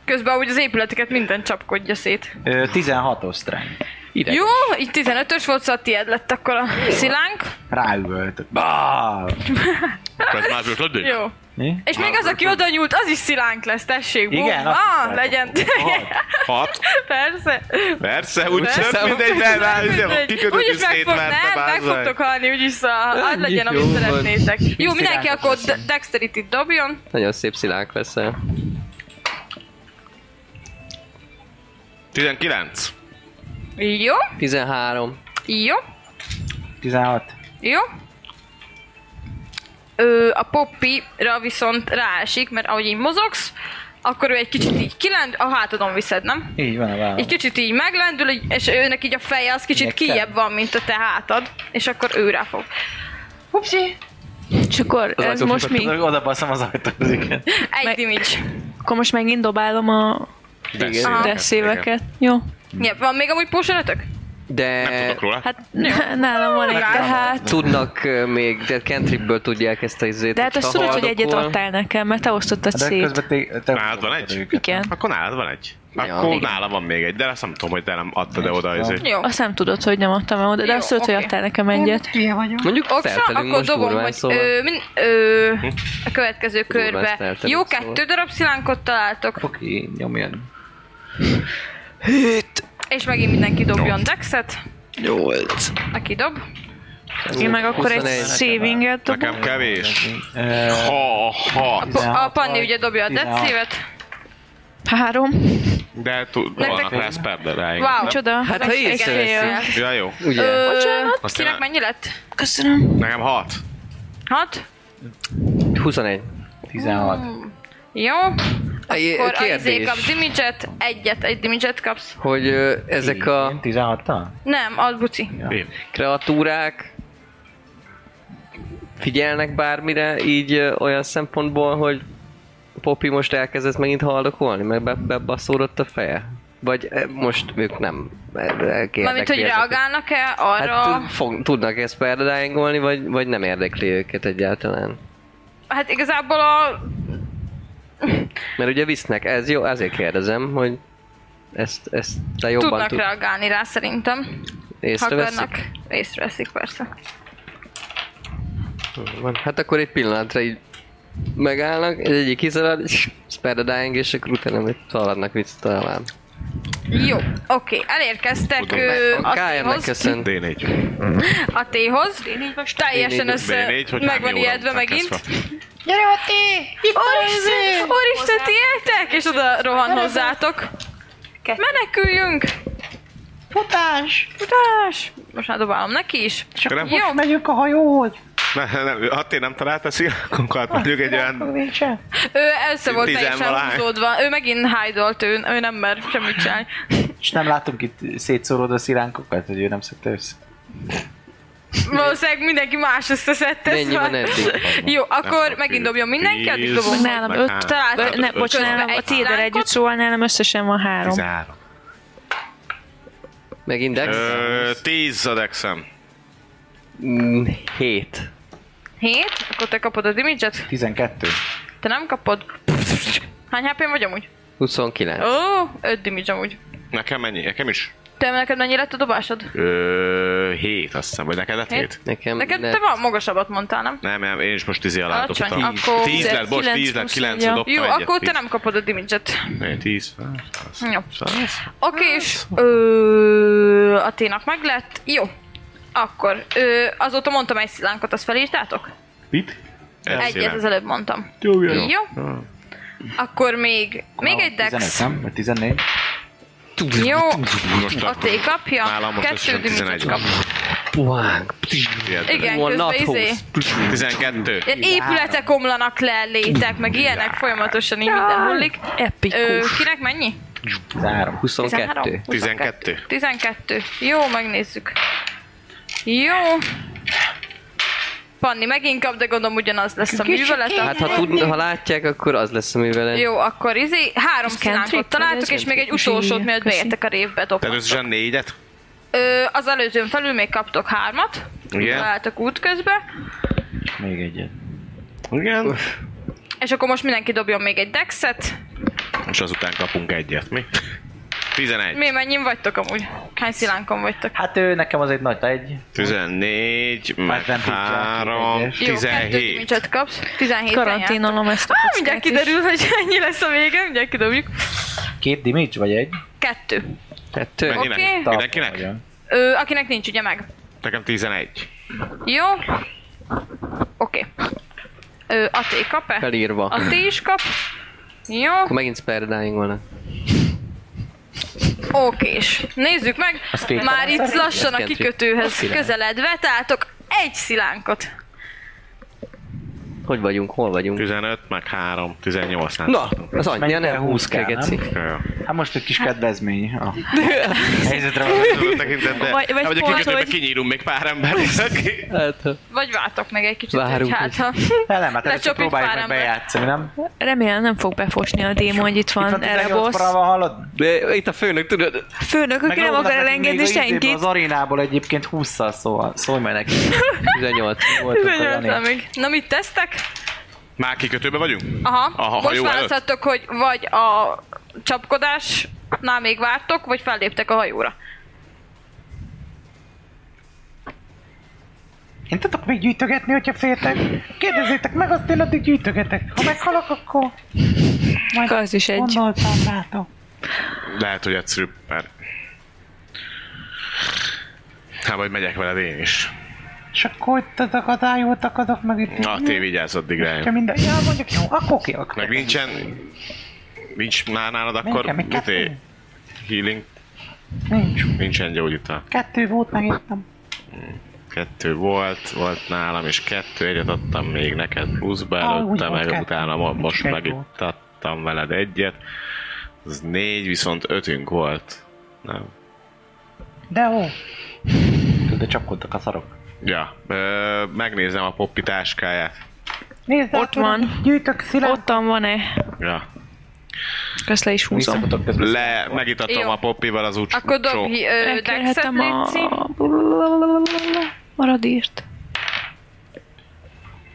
[SPEAKER 2] Közben úgy az épületeket minden csapkodja szét.
[SPEAKER 6] Ö, 16-os strength.
[SPEAKER 7] ideg.
[SPEAKER 2] Jó, így 15-ös volt, szóval tiéd lett akkor a szilánk.
[SPEAKER 6] Ráüvölt. Bá!
[SPEAKER 4] Ez más volt, Ludwig?
[SPEAKER 2] Jó.
[SPEAKER 6] Mi?
[SPEAKER 2] És még az, aki oda nyúlt, az is szilánk lesz, tessék. bum.
[SPEAKER 6] Igen, azt
[SPEAKER 2] ah,
[SPEAKER 6] hiszem.
[SPEAKER 2] legyen. [laughs]
[SPEAKER 4] Hat.
[SPEAKER 2] Persze.
[SPEAKER 4] Persze, úgy
[SPEAKER 7] Persze,
[SPEAKER 4] sem mindegy, mert már ugye kikötött is
[SPEAKER 2] Úgyis meg,
[SPEAKER 4] szét,
[SPEAKER 2] fog,
[SPEAKER 4] mert
[SPEAKER 2] nem, meg fogtok halni, úgyis szóval hadd legyen,
[SPEAKER 7] jó
[SPEAKER 2] amit
[SPEAKER 7] van.
[SPEAKER 2] szeretnétek. Jó, mindenki
[SPEAKER 6] Szilánkos
[SPEAKER 2] akkor de- dexterity-t dobjon.
[SPEAKER 7] [laughs] Nagyon szép szilánk leszel.
[SPEAKER 4] 19.
[SPEAKER 2] Jó,
[SPEAKER 7] 13.
[SPEAKER 2] jó,
[SPEAKER 6] 16.
[SPEAKER 2] jó. Ö, a Poppy-ra viszont ráesik, mert ahogy így mozogsz, akkor ő egy kicsit így kilend, a hátadon viszed, nem?
[SPEAKER 6] Így van a vállam.
[SPEAKER 2] Így kicsit így meglendül, így- és őnek így a feje az kicsit
[SPEAKER 6] Nekem?
[SPEAKER 2] kijebb van, mint a te hátad, és akkor ő rá fog. Hupsi!
[SPEAKER 5] És akkor ez most mi?
[SPEAKER 6] Oda baszom az ajtóhoz, igen.
[SPEAKER 2] Egy
[SPEAKER 5] Meg-
[SPEAKER 2] damage.
[SPEAKER 5] Akkor most megint dobálom a
[SPEAKER 4] Igen.
[SPEAKER 5] desszéveket. Jó.
[SPEAKER 2] Ja, van még amúgy pósorotok?
[SPEAKER 7] De
[SPEAKER 4] Nem tudok róla.
[SPEAKER 5] Hát [laughs] nálam van egy, de hát...
[SPEAKER 7] tudnak ö, még, de cantripből tudják ezt a izét.
[SPEAKER 5] De hát
[SPEAKER 7] hogyha
[SPEAKER 5] azt tudod, hogy egyet
[SPEAKER 7] haldokol.
[SPEAKER 5] adtál nekem, mert te osztottad
[SPEAKER 6] De
[SPEAKER 5] szét.
[SPEAKER 6] közben te... te
[SPEAKER 4] Nálad hát van egy?
[SPEAKER 5] Igen.
[SPEAKER 4] Akkor nálad van egy.
[SPEAKER 7] Ja,
[SPEAKER 4] Akkor
[SPEAKER 7] igen.
[SPEAKER 4] nálam van még egy, de azt nem tudom, hogy te nem adtad-e oda
[SPEAKER 6] tudom.
[SPEAKER 4] ezért.
[SPEAKER 2] Jó.
[SPEAKER 5] Azt nem tudod, hogy nem adtam el oda, de
[SPEAKER 2] Jó,
[SPEAKER 5] azt tudod, hogy
[SPEAKER 2] oké.
[SPEAKER 5] adtál nekem egyet.
[SPEAKER 8] Hülye vagyok.
[SPEAKER 7] Mondjuk
[SPEAKER 2] Oksa,
[SPEAKER 7] feltelünk
[SPEAKER 2] akkor
[SPEAKER 7] most
[SPEAKER 2] dobom,
[SPEAKER 7] durván,
[SPEAKER 2] hogy
[SPEAKER 7] szóval.
[SPEAKER 2] ö, min, ö, a következő
[SPEAKER 7] Hm? Durván
[SPEAKER 2] körbe.
[SPEAKER 7] feltelünk,
[SPEAKER 2] Jó,
[SPEAKER 7] szóval.
[SPEAKER 2] kettő darab szilánkot találtok,
[SPEAKER 6] Oké, nyomjon.
[SPEAKER 2] és megint mindenki dobjon dexet. Nyolc. Aki dob.
[SPEAKER 5] Én meg akkor egy
[SPEAKER 7] 21.
[SPEAKER 5] savinget dobom.
[SPEAKER 4] Nekem kevés.
[SPEAKER 6] Ö,
[SPEAKER 4] Ha, ha.
[SPEAKER 2] A
[SPEAKER 6] 16
[SPEAKER 2] Panni
[SPEAKER 6] vagy
[SPEAKER 2] ugye dobja a
[SPEAKER 6] 16.
[SPEAKER 2] decévet.
[SPEAKER 5] Három.
[SPEAKER 4] De tud,
[SPEAKER 2] Nektek-
[SPEAKER 4] vannak rá spellbe rá. igen.
[SPEAKER 2] Wow.
[SPEAKER 5] Csoda.
[SPEAKER 7] Hát ha észreveszi.
[SPEAKER 4] Ja, jó.
[SPEAKER 7] Ugye?
[SPEAKER 4] Azt
[SPEAKER 2] Kinek
[SPEAKER 4] nem-
[SPEAKER 2] mennyi lett?
[SPEAKER 5] Köszönöm.
[SPEAKER 4] Nekem hat.
[SPEAKER 2] Hat?
[SPEAKER 7] 21.
[SPEAKER 5] Mm.
[SPEAKER 6] 16.
[SPEAKER 2] Jó. Akkor a izé kap dimidzset, egyet, egy dimidzset kapsz.
[SPEAKER 7] hogy ö, ezek a
[SPEAKER 6] 16-tal?
[SPEAKER 2] Nem, az buci.
[SPEAKER 4] Én.
[SPEAKER 7] kreatúrák figyelnek bármire így ö, olyan szempontból, hogy Poppy most elkezdett megint haldokolni, meg be, bebaszódott a feje? Vagy ö, most ők nem e, ö, érdekli
[SPEAKER 2] Mármint, hogy
[SPEAKER 7] ezeket?
[SPEAKER 2] reagálnak-e
[SPEAKER 7] Hát
[SPEAKER 2] arra...
[SPEAKER 7] tud, fog, tudnak ezt perdáingolni, vagy, vagy nem érdekli őket egyáltalán?
[SPEAKER 2] Hát igazából a...
[SPEAKER 7] Mert ugye visznek, ez jó, azért kérdezem, hogy ezt, ezt te jobban
[SPEAKER 2] Tudnak
[SPEAKER 7] tud,
[SPEAKER 2] reagálni rá szerintem. Ha
[SPEAKER 7] észreveszik?
[SPEAKER 2] akarnak, észreveszik persze.
[SPEAKER 7] Van. Hát akkor egy pillanatra így megállnak, az egyik kiszalad, és spare the dying, és akkor utána meg szaladnak vissza talán.
[SPEAKER 2] Jó, oké, elérkeztek ö,
[SPEAKER 7] A
[SPEAKER 2] a
[SPEAKER 7] KM-nek
[SPEAKER 2] téhoz,
[SPEAKER 7] köszön.
[SPEAKER 4] D4.
[SPEAKER 2] a téhoz, teljesen össze,
[SPEAKER 4] D4, hogy
[SPEAKER 2] meg van
[SPEAKER 4] hány óra
[SPEAKER 2] Szóval ijedve
[SPEAKER 4] után kezdve.
[SPEAKER 2] megint. Úristen, úristen, ti éltek? És oda rohan hozzátok. Meneküljünk!
[SPEAKER 8] Futás!
[SPEAKER 2] Tudás! Most már dobálom neki is.
[SPEAKER 4] Akkor nem
[SPEAKER 2] Jó,
[SPEAKER 8] Megyünk a hajóhoz!
[SPEAKER 4] Ne, nem, ha ti nem találta szilákunkat, mondjuk egy olyan...
[SPEAKER 8] Nincsen.
[SPEAKER 2] ő össze volt teljesen
[SPEAKER 4] Tizenvalahány.
[SPEAKER 2] húzódva. Ő megint hajdolt, ő, ő nem mer semmit csinálni.
[SPEAKER 7] [laughs]
[SPEAKER 6] És nem látunk itt szétszóródó sziránkokat, hogy ő nem szedte össze?
[SPEAKER 2] Valószínűleg mindenki más összeszedte.
[SPEAKER 7] Mennyi van
[SPEAKER 2] szóval-
[SPEAKER 7] eddig?
[SPEAKER 2] Jó, akkor
[SPEAKER 4] Nem,
[SPEAKER 2] megint dobjon mindenki, addig
[SPEAKER 4] tíz.
[SPEAKER 2] dobom.
[SPEAKER 5] Meg nálam
[SPEAKER 4] Meg
[SPEAKER 5] öt.
[SPEAKER 4] három.
[SPEAKER 2] Találtam.
[SPEAKER 5] Ö, Ne,
[SPEAKER 4] Öt.
[SPEAKER 5] bocs, nálam a
[SPEAKER 2] Egy
[SPEAKER 5] tiéddel
[SPEAKER 2] szilánkot.
[SPEAKER 5] együtt, szóval nálam összesen van három.
[SPEAKER 4] 13.
[SPEAKER 7] Meg index?
[SPEAKER 4] Ö, 10 a dexem.
[SPEAKER 7] Mm, 7.
[SPEAKER 2] Hét, akkor te kapod a damage
[SPEAKER 6] 12.
[SPEAKER 2] Te nem kapod. Hány hp vagy amúgy?
[SPEAKER 7] 29.
[SPEAKER 2] Ó, 5 damage amúgy.
[SPEAKER 4] Nekem mennyi? Nekem is?
[SPEAKER 2] Te neked mennyi lett a dobásod?
[SPEAKER 4] Ö, 7 azt hiszem, vagy neked lett
[SPEAKER 2] Hét?
[SPEAKER 4] 7?
[SPEAKER 7] Nekem
[SPEAKER 2] Neked
[SPEAKER 7] ne-
[SPEAKER 2] te van magasabbat mondtál, nem?
[SPEAKER 4] Nem, nem, én is most 10 alá
[SPEAKER 2] Alacsony,
[SPEAKER 4] dobtam.
[SPEAKER 2] akkor-
[SPEAKER 4] 10 lett, bocs,
[SPEAKER 5] 19,
[SPEAKER 4] 10 lett, 9
[SPEAKER 5] ja.
[SPEAKER 4] dobtam
[SPEAKER 2] Jó,
[SPEAKER 4] egyet.
[SPEAKER 2] akkor te nem kapod a damage
[SPEAKER 4] 10,
[SPEAKER 2] Jó.
[SPEAKER 4] 100,
[SPEAKER 2] Oké, és ö, a ténak meg lett. Jó. Akkor, ö, azóta mondtam egy szilánkot, azt felírtátok? Egyet az előbb mondtam. Jó, jó. jó. Akkor még, még egy dex.
[SPEAKER 6] 15, nem? Vagy 14?
[SPEAKER 2] Jó,
[SPEAKER 4] Most
[SPEAKER 2] a T kapja,
[SPEAKER 4] Nálam most
[SPEAKER 2] kettő
[SPEAKER 4] összesen
[SPEAKER 2] damage
[SPEAKER 4] 11
[SPEAKER 2] kap.
[SPEAKER 4] van.
[SPEAKER 7] Puhánk.
[SPEAKER 2] Igen,
[SPEAKER 7] Van
[SPEAKER 2] közben
[SPEAKER 7] not
[SPEAKER 2] izé,
[SPEAKER 7] host.
[SPEAKER 4] 12.
[SPEAKER 2] ilyen épületek omlanak le, létek, meg ilyenek folyamatosan így minden hullik. Ö,
[SPEAKER 5] Epikus.
[SPEAKER 2] kinek mennyi? 13?
[SPEAKER 6] 13.
[SPEAKER 7] 22.
[SPEAKER 4] 12.
[SPEAKER 2] 12. Jó, megnézzük. Jó. Panni, megint kap, de gondolom ugyanaz lesz a művelete.
[SPEAKER 7] Hát ha, tud, ha látják, akkor az lesz, amivel...
[SPEAKER 2] Jó, akkor izé, három szilánkot
[SPEAKER 5] cantrip,
[SPEAKER 2] találtuk,
[SPEAKER 5] vagy
[SPEAKER 2] és
[SPEAKER 5] ez
[SPEAKER 2] még egy
[SPEAKER 5] cantrip?
[SPEAKER 2] utolsót,
[SPEAKER 5] Zsí,
[SPEAKER 2] mielőtt
[SPEAKER 5] köszi.
[SPEAKER 2] beértek a révbe
[SPEAKER 4] Tehát
[SPEAKER 2] dobhatok.
[SPEAKER 4] összesen négyet?
[SPEAKER 2] Ö, az előzőn felül még kaptok hármat.
[SPEAKER 4] Igen.
[SPEAKER 2] Találtak útközben.
[SPEAKER 6] Még egyet.
[SPEAKER 4] Igen.
[SPEAKER 2] És akkor most mindenki dobjon még egy dexet.
[SPEAKER 4] És azután kapunk egyet, mi? 11.
[SPEAKER 2] Mi mennyin vagytok amúgy? Hány szilánkon vagytok?
[SPEAKER 6] Hát ő, nekem az egy nagy egy.
[SPEAKER 4] 14, meg
[SPEAKER 6] Advantage-el
[SPEAKER 4] 3,
[SPEAKER 6] egyes.
[SPEAKER 2] Jó, kettő
[SPEAKER 4] 17.
[SPEAKER 2] kincset kapsz. 17
[SPEAKER 5] Karanténolom ezt a
[SPEAKER 2] Ah,
[SPEAKER 5] kockát
[SPEAKER 2] mindjárt
[SPEAKER 5] is.
[SPEAKER 2] kiderül, hogy ennyi lesz a vége, mindjárt kidobjuk.
[SPEAKER 6] Két damage vagy egy?
[SPEAKER 2] Kettő.
[SPEAKER 7] Kettő.
[SPEAKER 4] Mennyinek?
[SPEAKER 2] Oké.
[SPEAKER 4] Mindenkinek?
[SPEAKER 6] Vagyok.
[SPEAKER 2] Ö, akinek nincs, ugye meg.
[SPEAKER 4] Nekem 11.
[SPEAKER 2] Jó? Oké. Ö, Até kap-e?
[SPEAKER 7] Felírva. Akkor
[SPEAKER 2] Até is kap. Jó,
[SPEAKER 7] megint Sperdying volna.
[SPEAKER 2] okés. Nézzük meg,
[SPEAKER 6] fél-
[SPEAKER 2] már itt lassan a
[SPEAKER 7] Kentri.
[SPEAKER 2] kikötőhöz
[SPEAKER 7] Szilánkot.
[SPEAKER 2] közeledve, tátok egy szilánkot.
[SPEAKER 7] Hogy vagyunk? Hol vagyunk?
[SPEAKER 4] 15, meg 3, 18 nál
[SPEAKER 7] Na, az anyja
[SPEAKER 6] Mennyire
[SPEAKER 7] nem 20
[SPEAKER 6] húztál,
[SPEAKER 7] kegeci.
[SPEAKER 6] Hát most egy kis kedvezmény. Ah. A helyzetre
[SPEAKER 4] tekintetben.
[SPEAKER 5] Vagy- vagy
[SPEAKER 4] Hát, a
[SPEAKER 5] pont,
[SPEAKER 4] kikötőben
[SPEAKER 5] hogy-
[SPEAKER 4] kinyírunk még pár embert. aki-
[SPEAKER 7] Hát, ha-
[SPEAKER 2] Vagy vártok meg egy kicsit,
[SPEAKER 7] Várunk
[SPEAKER 2] hogy hát ha... [laughs]
[SPEAKER 6] Hát nem, hát először
[SPEAKER 2] Lecsapít
[SPEAKER 6] próbáljuk meg
[SPEAKER 2] pár embert.
[SPEAKER 6] bejátszani, nem?
[SPEAKER 5] Remélem nem fog befosni a démon, hogy itt
[SPEAKER 6] Itt
[SPEAKER 5] van
[SPEAKER 6] van
[SPEAKER 5] erre
[SPEAKER 6] 18
[SPEAKER 5] boss.
[SPEAKER 6] para van, hallod?
[SPEAKER 7] De itt a főnök, tudod,
[SPEAKER 5] Főnök, aki nem akar
[SPEAKER 6] lógnak nekünk
[SPEAKER 5] elengedni
[SPEAKER 6] még a izéből,
[SPEAKER 5] senkit.
[SPEAKER 6] Az arénából egyébként 20-szal szóval, szólj majd
[SPEAKER 5] [laughs]
[SPEAKER 6] neki.
[SPEAKER 7] 18.
[SPEAKER 6] Voltunk
[SPEAKER 2] Bizonyos,
[SPEAKER 6] olyan
[SPEAKER 2] amíg. Na mit tesztek?
[SPEAKER 4] Már kikötőben vagyunk?
[SPEAKER 2] Aha,
[SPEAKER 4] Aha,
[SPEAKER 2] most
[SPEAKER 4] hajó előtt?
[SPEAKER 2] választhattok, hogy vagy a csapkodásnál még vártok, vagy felléptek a hajóra.
[SPEAKER 8] Én tudok még gyűjtögetni, hogyha féltek. Kérdezzétek meg, azt én addig gyűjtögetek. Ha meghalok, akkor
[SPEAKER 5] Az is egy.
[SPEAKER 8] gondoltam rátok.
[SPEAKER 4] Lehet, hogy egyszerűbb, mert... Hát vagy megyek veled én is.
[SPEAKER 8] És akkor itt az akadályot akadok meg itt.
[SPEAKER 4] Na, te vigyázz addig
[SPEAKER 8] Ha
[SPEAKER 4] rá.
[SPEAKER 8] minden, ja, mondjuk jó, akkor ki akkor.
[SPEAKER 4] Meg nincsen... Nincs már nálad akkor...
[SPEAKER 8] Nekem még kettő.
[SPEAKER 4] izé, Healing?
[SPEAKER 8] Nincs.
[SPEAKER 4] Nincsen gyógyítás.
[SPEAKER 8] Kettő volt, megittem.
[SPEAKER 4] Kettő volt, volt nálam, és kettő egyet adtam még neked pluszba
[SPEAKER 8] Ah, úgy
[SPEAKER 4] előtte,
[SPEAKER 8] volt,
[SPEAKER 4] meg
[SPEAKER 8] kettő.
[SPEAKER 4] utána mo- most
[SPEAKER 8] Egy
[SPEAKER 4] meg
[SPEAKER 8] volt.
[SPEAKER 4] itt adtam veled egyet. Az négy, viszont ötünk volt. Nem.
[SPEAKER 8] De ó,
[SPEAKER 6] De csapkodtak a szarok.
[SPEAKER 4] Ja, ö, megnézem a poppi táskáját.
[SPEAKER 8] nézd át,
[SPEAKER 5] Ott van.
[SPEAKER 8] Gyűjtök szilárd.
[SPEAKER 5] Ottan van-e?
[SPEAKER 4] Ja.
[SPEAKER 5] Ezt le is húzom.
[SPEAKER 6] Visszafutok közben.
[SPEAKER 4] Le, megitatom
[SPEAKER 2] Jó.
[SPEAKER 4] a poppival az úgy.
[SPEAKER 2] Akkor dobj ö, Dexet,
[SPEAKER 5] Elkérhetem a...
[SPEAKER 2] Léci.
[SPEAKER 5] Maradírt.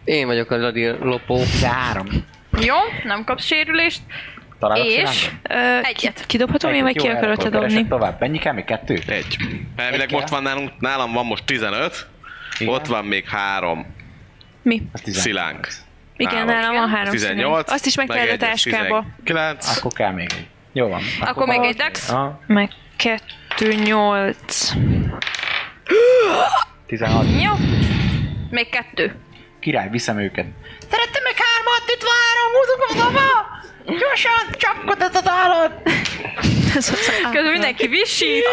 [SPEAKER 7] Én vagyok a Ladi lopó.
[SPEAKER 6] 13.
[SPEAKER 2] Jó, nem kapsz sérülést.
[SPEAKER 6] Találok
[SPEAKER 2] És
[SPEAKER 6] szilánkot?
[SPEAKER 5] Ö,
[SPEAKER 2] Egyet.
[SPEAKER 5] ki- Kidobhatom én, meg
[SPEAKER 6] Jó,
[SPEAKER 5] ki
[SPEAKER 6] erre
[SPEAKER 5] akarod te
[SPEAKER 6] akkor keresek
[SPEAKER 5] dobni?
[SPEAKER 6] Tovább. Mennyi kell még? Kettő?
[SPEAKER 4] Egy. Elvileg
[SPEAKER 6] kell?
[SPEAKER 4] most van nálunk, nálam van most 15,
[SPEAKER 6] Igen.
[SPEAKER 4] ott van még három
[SPEAKER 5] Mi?
[SPEAKER 6] Az 10.
[SPEAKER 4] szilánk.
[SPEAKER 5] Igen,
[SPEAKER 4] Nálam.
[SPEAKER 5] nálam van
[SPEAKER 4] Az
[SPEAKER 5] három
[SPEAKER 4] 18.
[SPEAKER 5] Azt is megtalálod a
[SPEAKER 4] meg egy, ez
[SPEAKER 5] táskába.
[SPEAKER 4] 19.
[SPEAKER 6] Akkor kell még egy. Jó van.
[SPEAKER 2] akkor még egy Dex.
[SPEAKER 6] Aha,
[SPEAKER 5] Meg kettő, nyolc.
[SPEAKER 6] 16.
[SPEAKER 2] Jó. Még kettő.
[SPEAKER 6] Király, viszem őket.
[SPEAKER 8] Szerettem meg hármat, itt van három, húzom a szava! Gyorsan, csapkodod az állat!
[SPEAKER 2] Közben mindenki visít.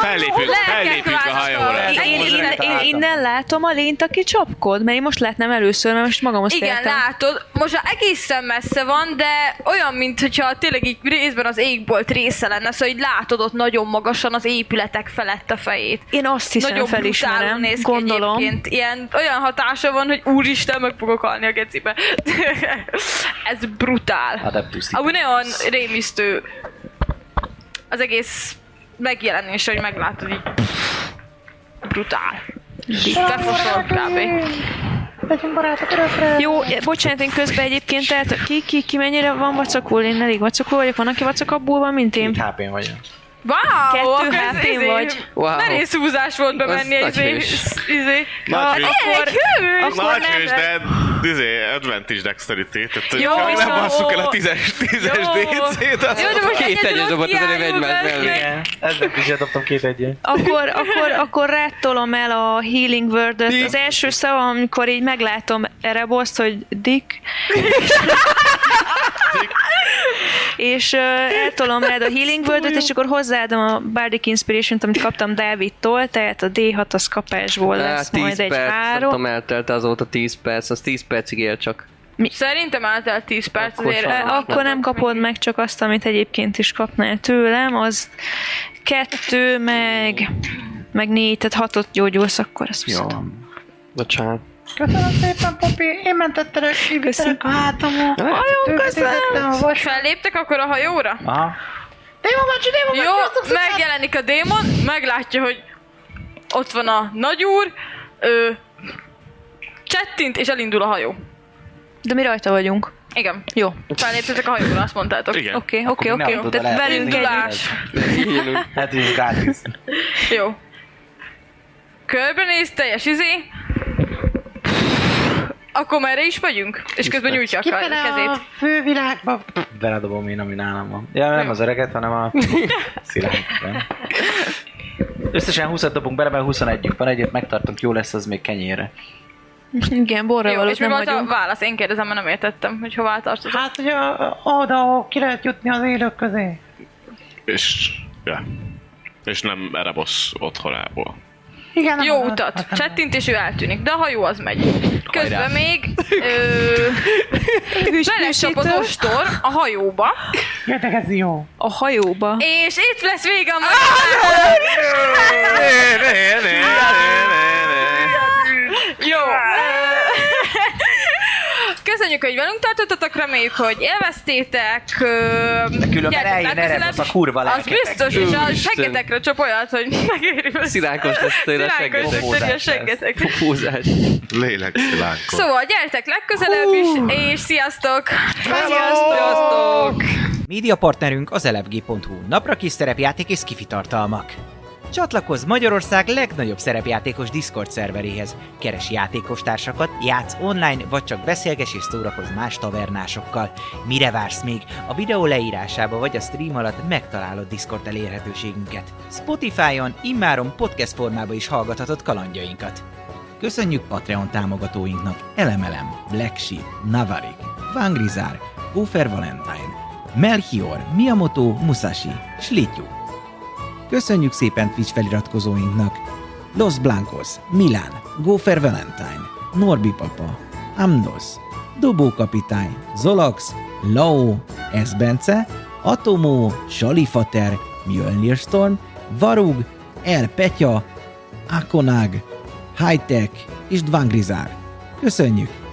[SPEAKER 4] Fellépünk, fellépünk a
[SPEAKER 2] vázak
[SPEAKER 4] hajóra.
[SPEAKER 2] alatt. Én-
[SPEAKER 5] Én, én, én innen látom a lényt, aki csapkod, mert én most látnám először, mert most magam azt
[SPEAKER 2] Igen,
[SPEAKER 5] értem.
[SPEAKER 2] látod, most már egészen messze van, de olyan, mintha tényleg így részben az égbolt része lenne, szóval így látod ott nagyon magasan az épületek felett a fejét.
[SPEAKER 5] Én azt hiszem
[SPEAKER 2] nagyon brutálul
[SPEAKER 5] felismerem,
[SPEAKER 2] néz ki
[SPEAKER 5] gondolom.
[SPEAKER 2] egyébként. Ilyen, olyan hatása van, hogy úristen, meg fogok halni a gecibe. [laughs] Ez brutál.
[SPEAKER 6] Adeptus.
[SPEAKER 2] Amúgy nagyon rémisztő az egész megjelenés, hogy meglátod így. Brutál. Befosol kb.
[SPEAKER 8] Legyünk barátok örökre!
[SPEAKER 5] Jó, eh, bocsánat, én közben egyébként, tehát ki, ki, ki mennyire van vacakul? Én elég vacakul vagyok, van, aki vacakabbul van, mint én.
[SPEAKER 6] Itt HP-n vagyok.
[SPEAKER 2] Wow,
[SPEAKER 5] Kettő
[SPEAKER 2] akkor ez
[SPEAKER 5] HP-n
[SPEAKER 2] izé-
[SPEAKER 5] vagy.
[SPEAKER 7] Wow.
[SPEAKER 2] Merész húzás volt bemenni egy
[SPEAKER 7] Az nagy
[SPEAKER 2] izé,
[SPEAKER 7] hős.
[SPEAKER 2] sz- izé.
[SPEAKER 4] Nagy hős.
[SPEAKER 2] Egy hős!
[SPEAKER 4] Nagy
[SPEAKER 5] nem
[SPEAKER 4] hős,
[SPEAKER 5] lesz.
[SPEAKER 4] de izé, advantage dexterity. Tehát, hogy
[SPEAKER 5] Jó,
[SPEAKER 4] nem
[SPEAKER 5] viszont-
[SPEAKER 4] basszuk el a 10-es 10-es DC-t. az-
[SPEAKER 2] Jó, de most
[SPEAKER 7] Két
[SPEAKER 2] egyedül
[SPEAKER 7] egyet
[SPEAKER 2] ott
[SPEAKER 7] dobott az előbb
[SPEAKER 2] kiállul
[SPEAKER 7] egymás
[SPEAKER 2] be,
[SPEAKER 7] mellé.
[SPEAKER 2] meg-
[SPEAKER 6] E, Ezzel is dobtam két egyet.
[SPEAKER 5] Akkor, akkor, akkor rátolom el a Healing word
[SPEAKER 7] Dick.
[SPEAKER 5] Az első szavam, amikor így meglátom erre boszt, hogy Dick. és uh, eltolom rád a Healing word és akkor hozzáadom a Bardic Inspiration-t, amit kaptam Dávidtól, tehát a D6 az kapásból lesz
[SPEAKER 7] Hát,
[SPEAKER 5] majd
[SPEAKER 7] 10
[SPEAKER 5] egy
[SPEAKER 7] perc, nem
[SPEAKER 5] három.
[SPEAKER 7] tudom, eltelt azóta 10 perc, az 10 percig él csak.
[SPEAKER 2] Szerintem eltelt 10 perc,
[SPEAKER 7] Akkor
[SPEAKER 2] azért Eh,
[SPEAKER 7] sem.
[SPEAKER 5] Ö, Akkor nem kapod meg csak azt, amit egyébként is kapnál tőlem, az kettő, meg, meg négy, tehát hatot gyógyulsz, akkor ezt
[SPEAKER 6] Jó
[SPEAKER 5] viszont.
[SPEAKER 6] van.
[SPEAKER 7] Bocsánat.
[SPEAKER 8] Köszönöm szépen, Popi, én mentettelek, kivittelek a hátamon.
[SPEAKER 5] Nagyon
[SPEAKER 8] Tőzsdítettem a vas.
[SPEAKER 2] Felléptek akkor a hajóra?
[SPEAKER 6] Aha.
[SPEAKER 8] Démon bácsi, démon
[SPEAKER 2] Jó,
[SPEAKER 8] bácsi, osztok
[SPEAKER 5] szóval-
[SPEAKER 8] szépen!
[SPEAKER 2] megjelenik a démon, meglátja, hogy ott van a nagyúr, ő csettint, és elindul a hajó.
[SPEAKER 5] De mi rajta vagyunk.
[SPEAKER 2] Igen.
[SPEAKER 5] Jó.
[SPEAKER 2] Felléptetek a hajóra, azt mondtátok.
[SPEAKER 4] Igen.
[SPEAKER 5] Oké, oké,
[SPEAKER 6] Akkor mi
[SPEAKER 5] oké.
[SPEAKER 6] nem tudod
[SPEAKER 5] Tehát
[SPEAKER 6] elvenni.
[SPEAKER 5] velünk együtt.
[SPEAKER 2] Indulás.
[SPEAKER 6] Hát így gratis.
[SPEAKER 2] Jó. Körbenéz, teljes izé. Akkor merre is megyünk? És közben nyújtja a
[SPEAKER 8] Kifele a
[SPEAKER 2] kezét.
[SPEAKER 8] fővilágba.
[SPEAKER 6] Beledobom én, ami nálam van. Ja, nem az öreget, hanem a szilányt. Összesen 20 dobunk bele, mert 21 van, egyet megtartunk, jó lesz az még kenyére.
[SPEAKER 5] Igen, borra
[SPEAKER 2] Jó, és
[SPEAKER 5] valót
[SPEAKER 2] mi
[SPEAKER 5] nem
[SPEAKER 2] volt a
[SPEAKER 5] vagyunk.
[SPEAKER 2] válasz? Én kérdezem, mert nem értettem, hogy hová tartozik.
[SPEAKER 8] Hát ugye oda, ahol ki lehet jutni az élők közé.
[SPEAKER 4] És... Ja. És nem Erebos otthonából.
[SPEAKER 8] Igen,
[SPEAKER 2] Jó
[SPEAKER 8] nem-
[SPEAKER 5] Hát,
[SPEAKER 2] utat. Csettint, és ő eltűnik. De a hajó az megy. Közben még
[SPEAKER 5] [laughs]
[SPEAKER 2] ö, [laughs] belecsap az ostor a hajóba,
[SPEAKER 8] Jöttek, ez jó.
[SPEAKER 5] A hajóba.
[SPEAKER 2] és itt lesz vége a magyarázat. Jó. [laughs] Köszönjük, hogy velünk tartottatok, reméljük, hogy élveztétek. De
[SPEAKER 6] különben eljön Erebus a kurva
[SPEAKER 2] Az
[SPEAKER 6] lelketek.
[SPEAKER 2] biztos, és a
[SPEAKER 7] Úristen.
[SPEAKER 2] seggetekre csap olyat, hogy megérjük.
[SPEAKER 7] Szilánkos lesz tőle a
[SPEAKER 2] Szilánkos lesz
[SPEAKER 7] seggetek.
[SPEAKER 2] tőle a
[SPEAKER 6] Bohózás
[SPEAKER 2] seggetek.
[SPEAKER 7] Húzás.
[SPEAKER 4] Lélekszilánkkor.
[SPEAKER 2] Szóval gyertek legközelebb is, és sziasztok!
[SPEAKER 7] Sziasztok!
[SPEAKER 1] Média partnerünk az elefg.hu, napra kis szerepjáték és kifi tartalmak. Csatlakozz Magyarország legnagyobb szerepjátékos Discord szerveréhez. Keres játékostársakat, játsz online, vagy csak beszélges és szórakozz más tavernásokkal. Mire vársz még? A videó leírásába vagy a stream alatt megtalálod Discord elérhetőségünket. Spotify-on immáron podcast formába is hallgathatod kalandjainkat. Köszönjük Patreon támogatóinknak Elemelem, Black Sheep, Navarik, Vangrizár, Ufer Valentine, Melchior, Miyamoto, Musashi, Slityu. Köszönjük szépen Twitch feliratkozóinknak Los Blancos, Milán, Gófer Valentine, Norbi Papa, Amnos, Dobó Kapitány, Zolax, Lao, Esbence, Atomó, Salifater, Mjölnir Storm, Varug, El Petya, Akonag, Hightech és Dvangrizár. Köszönjük!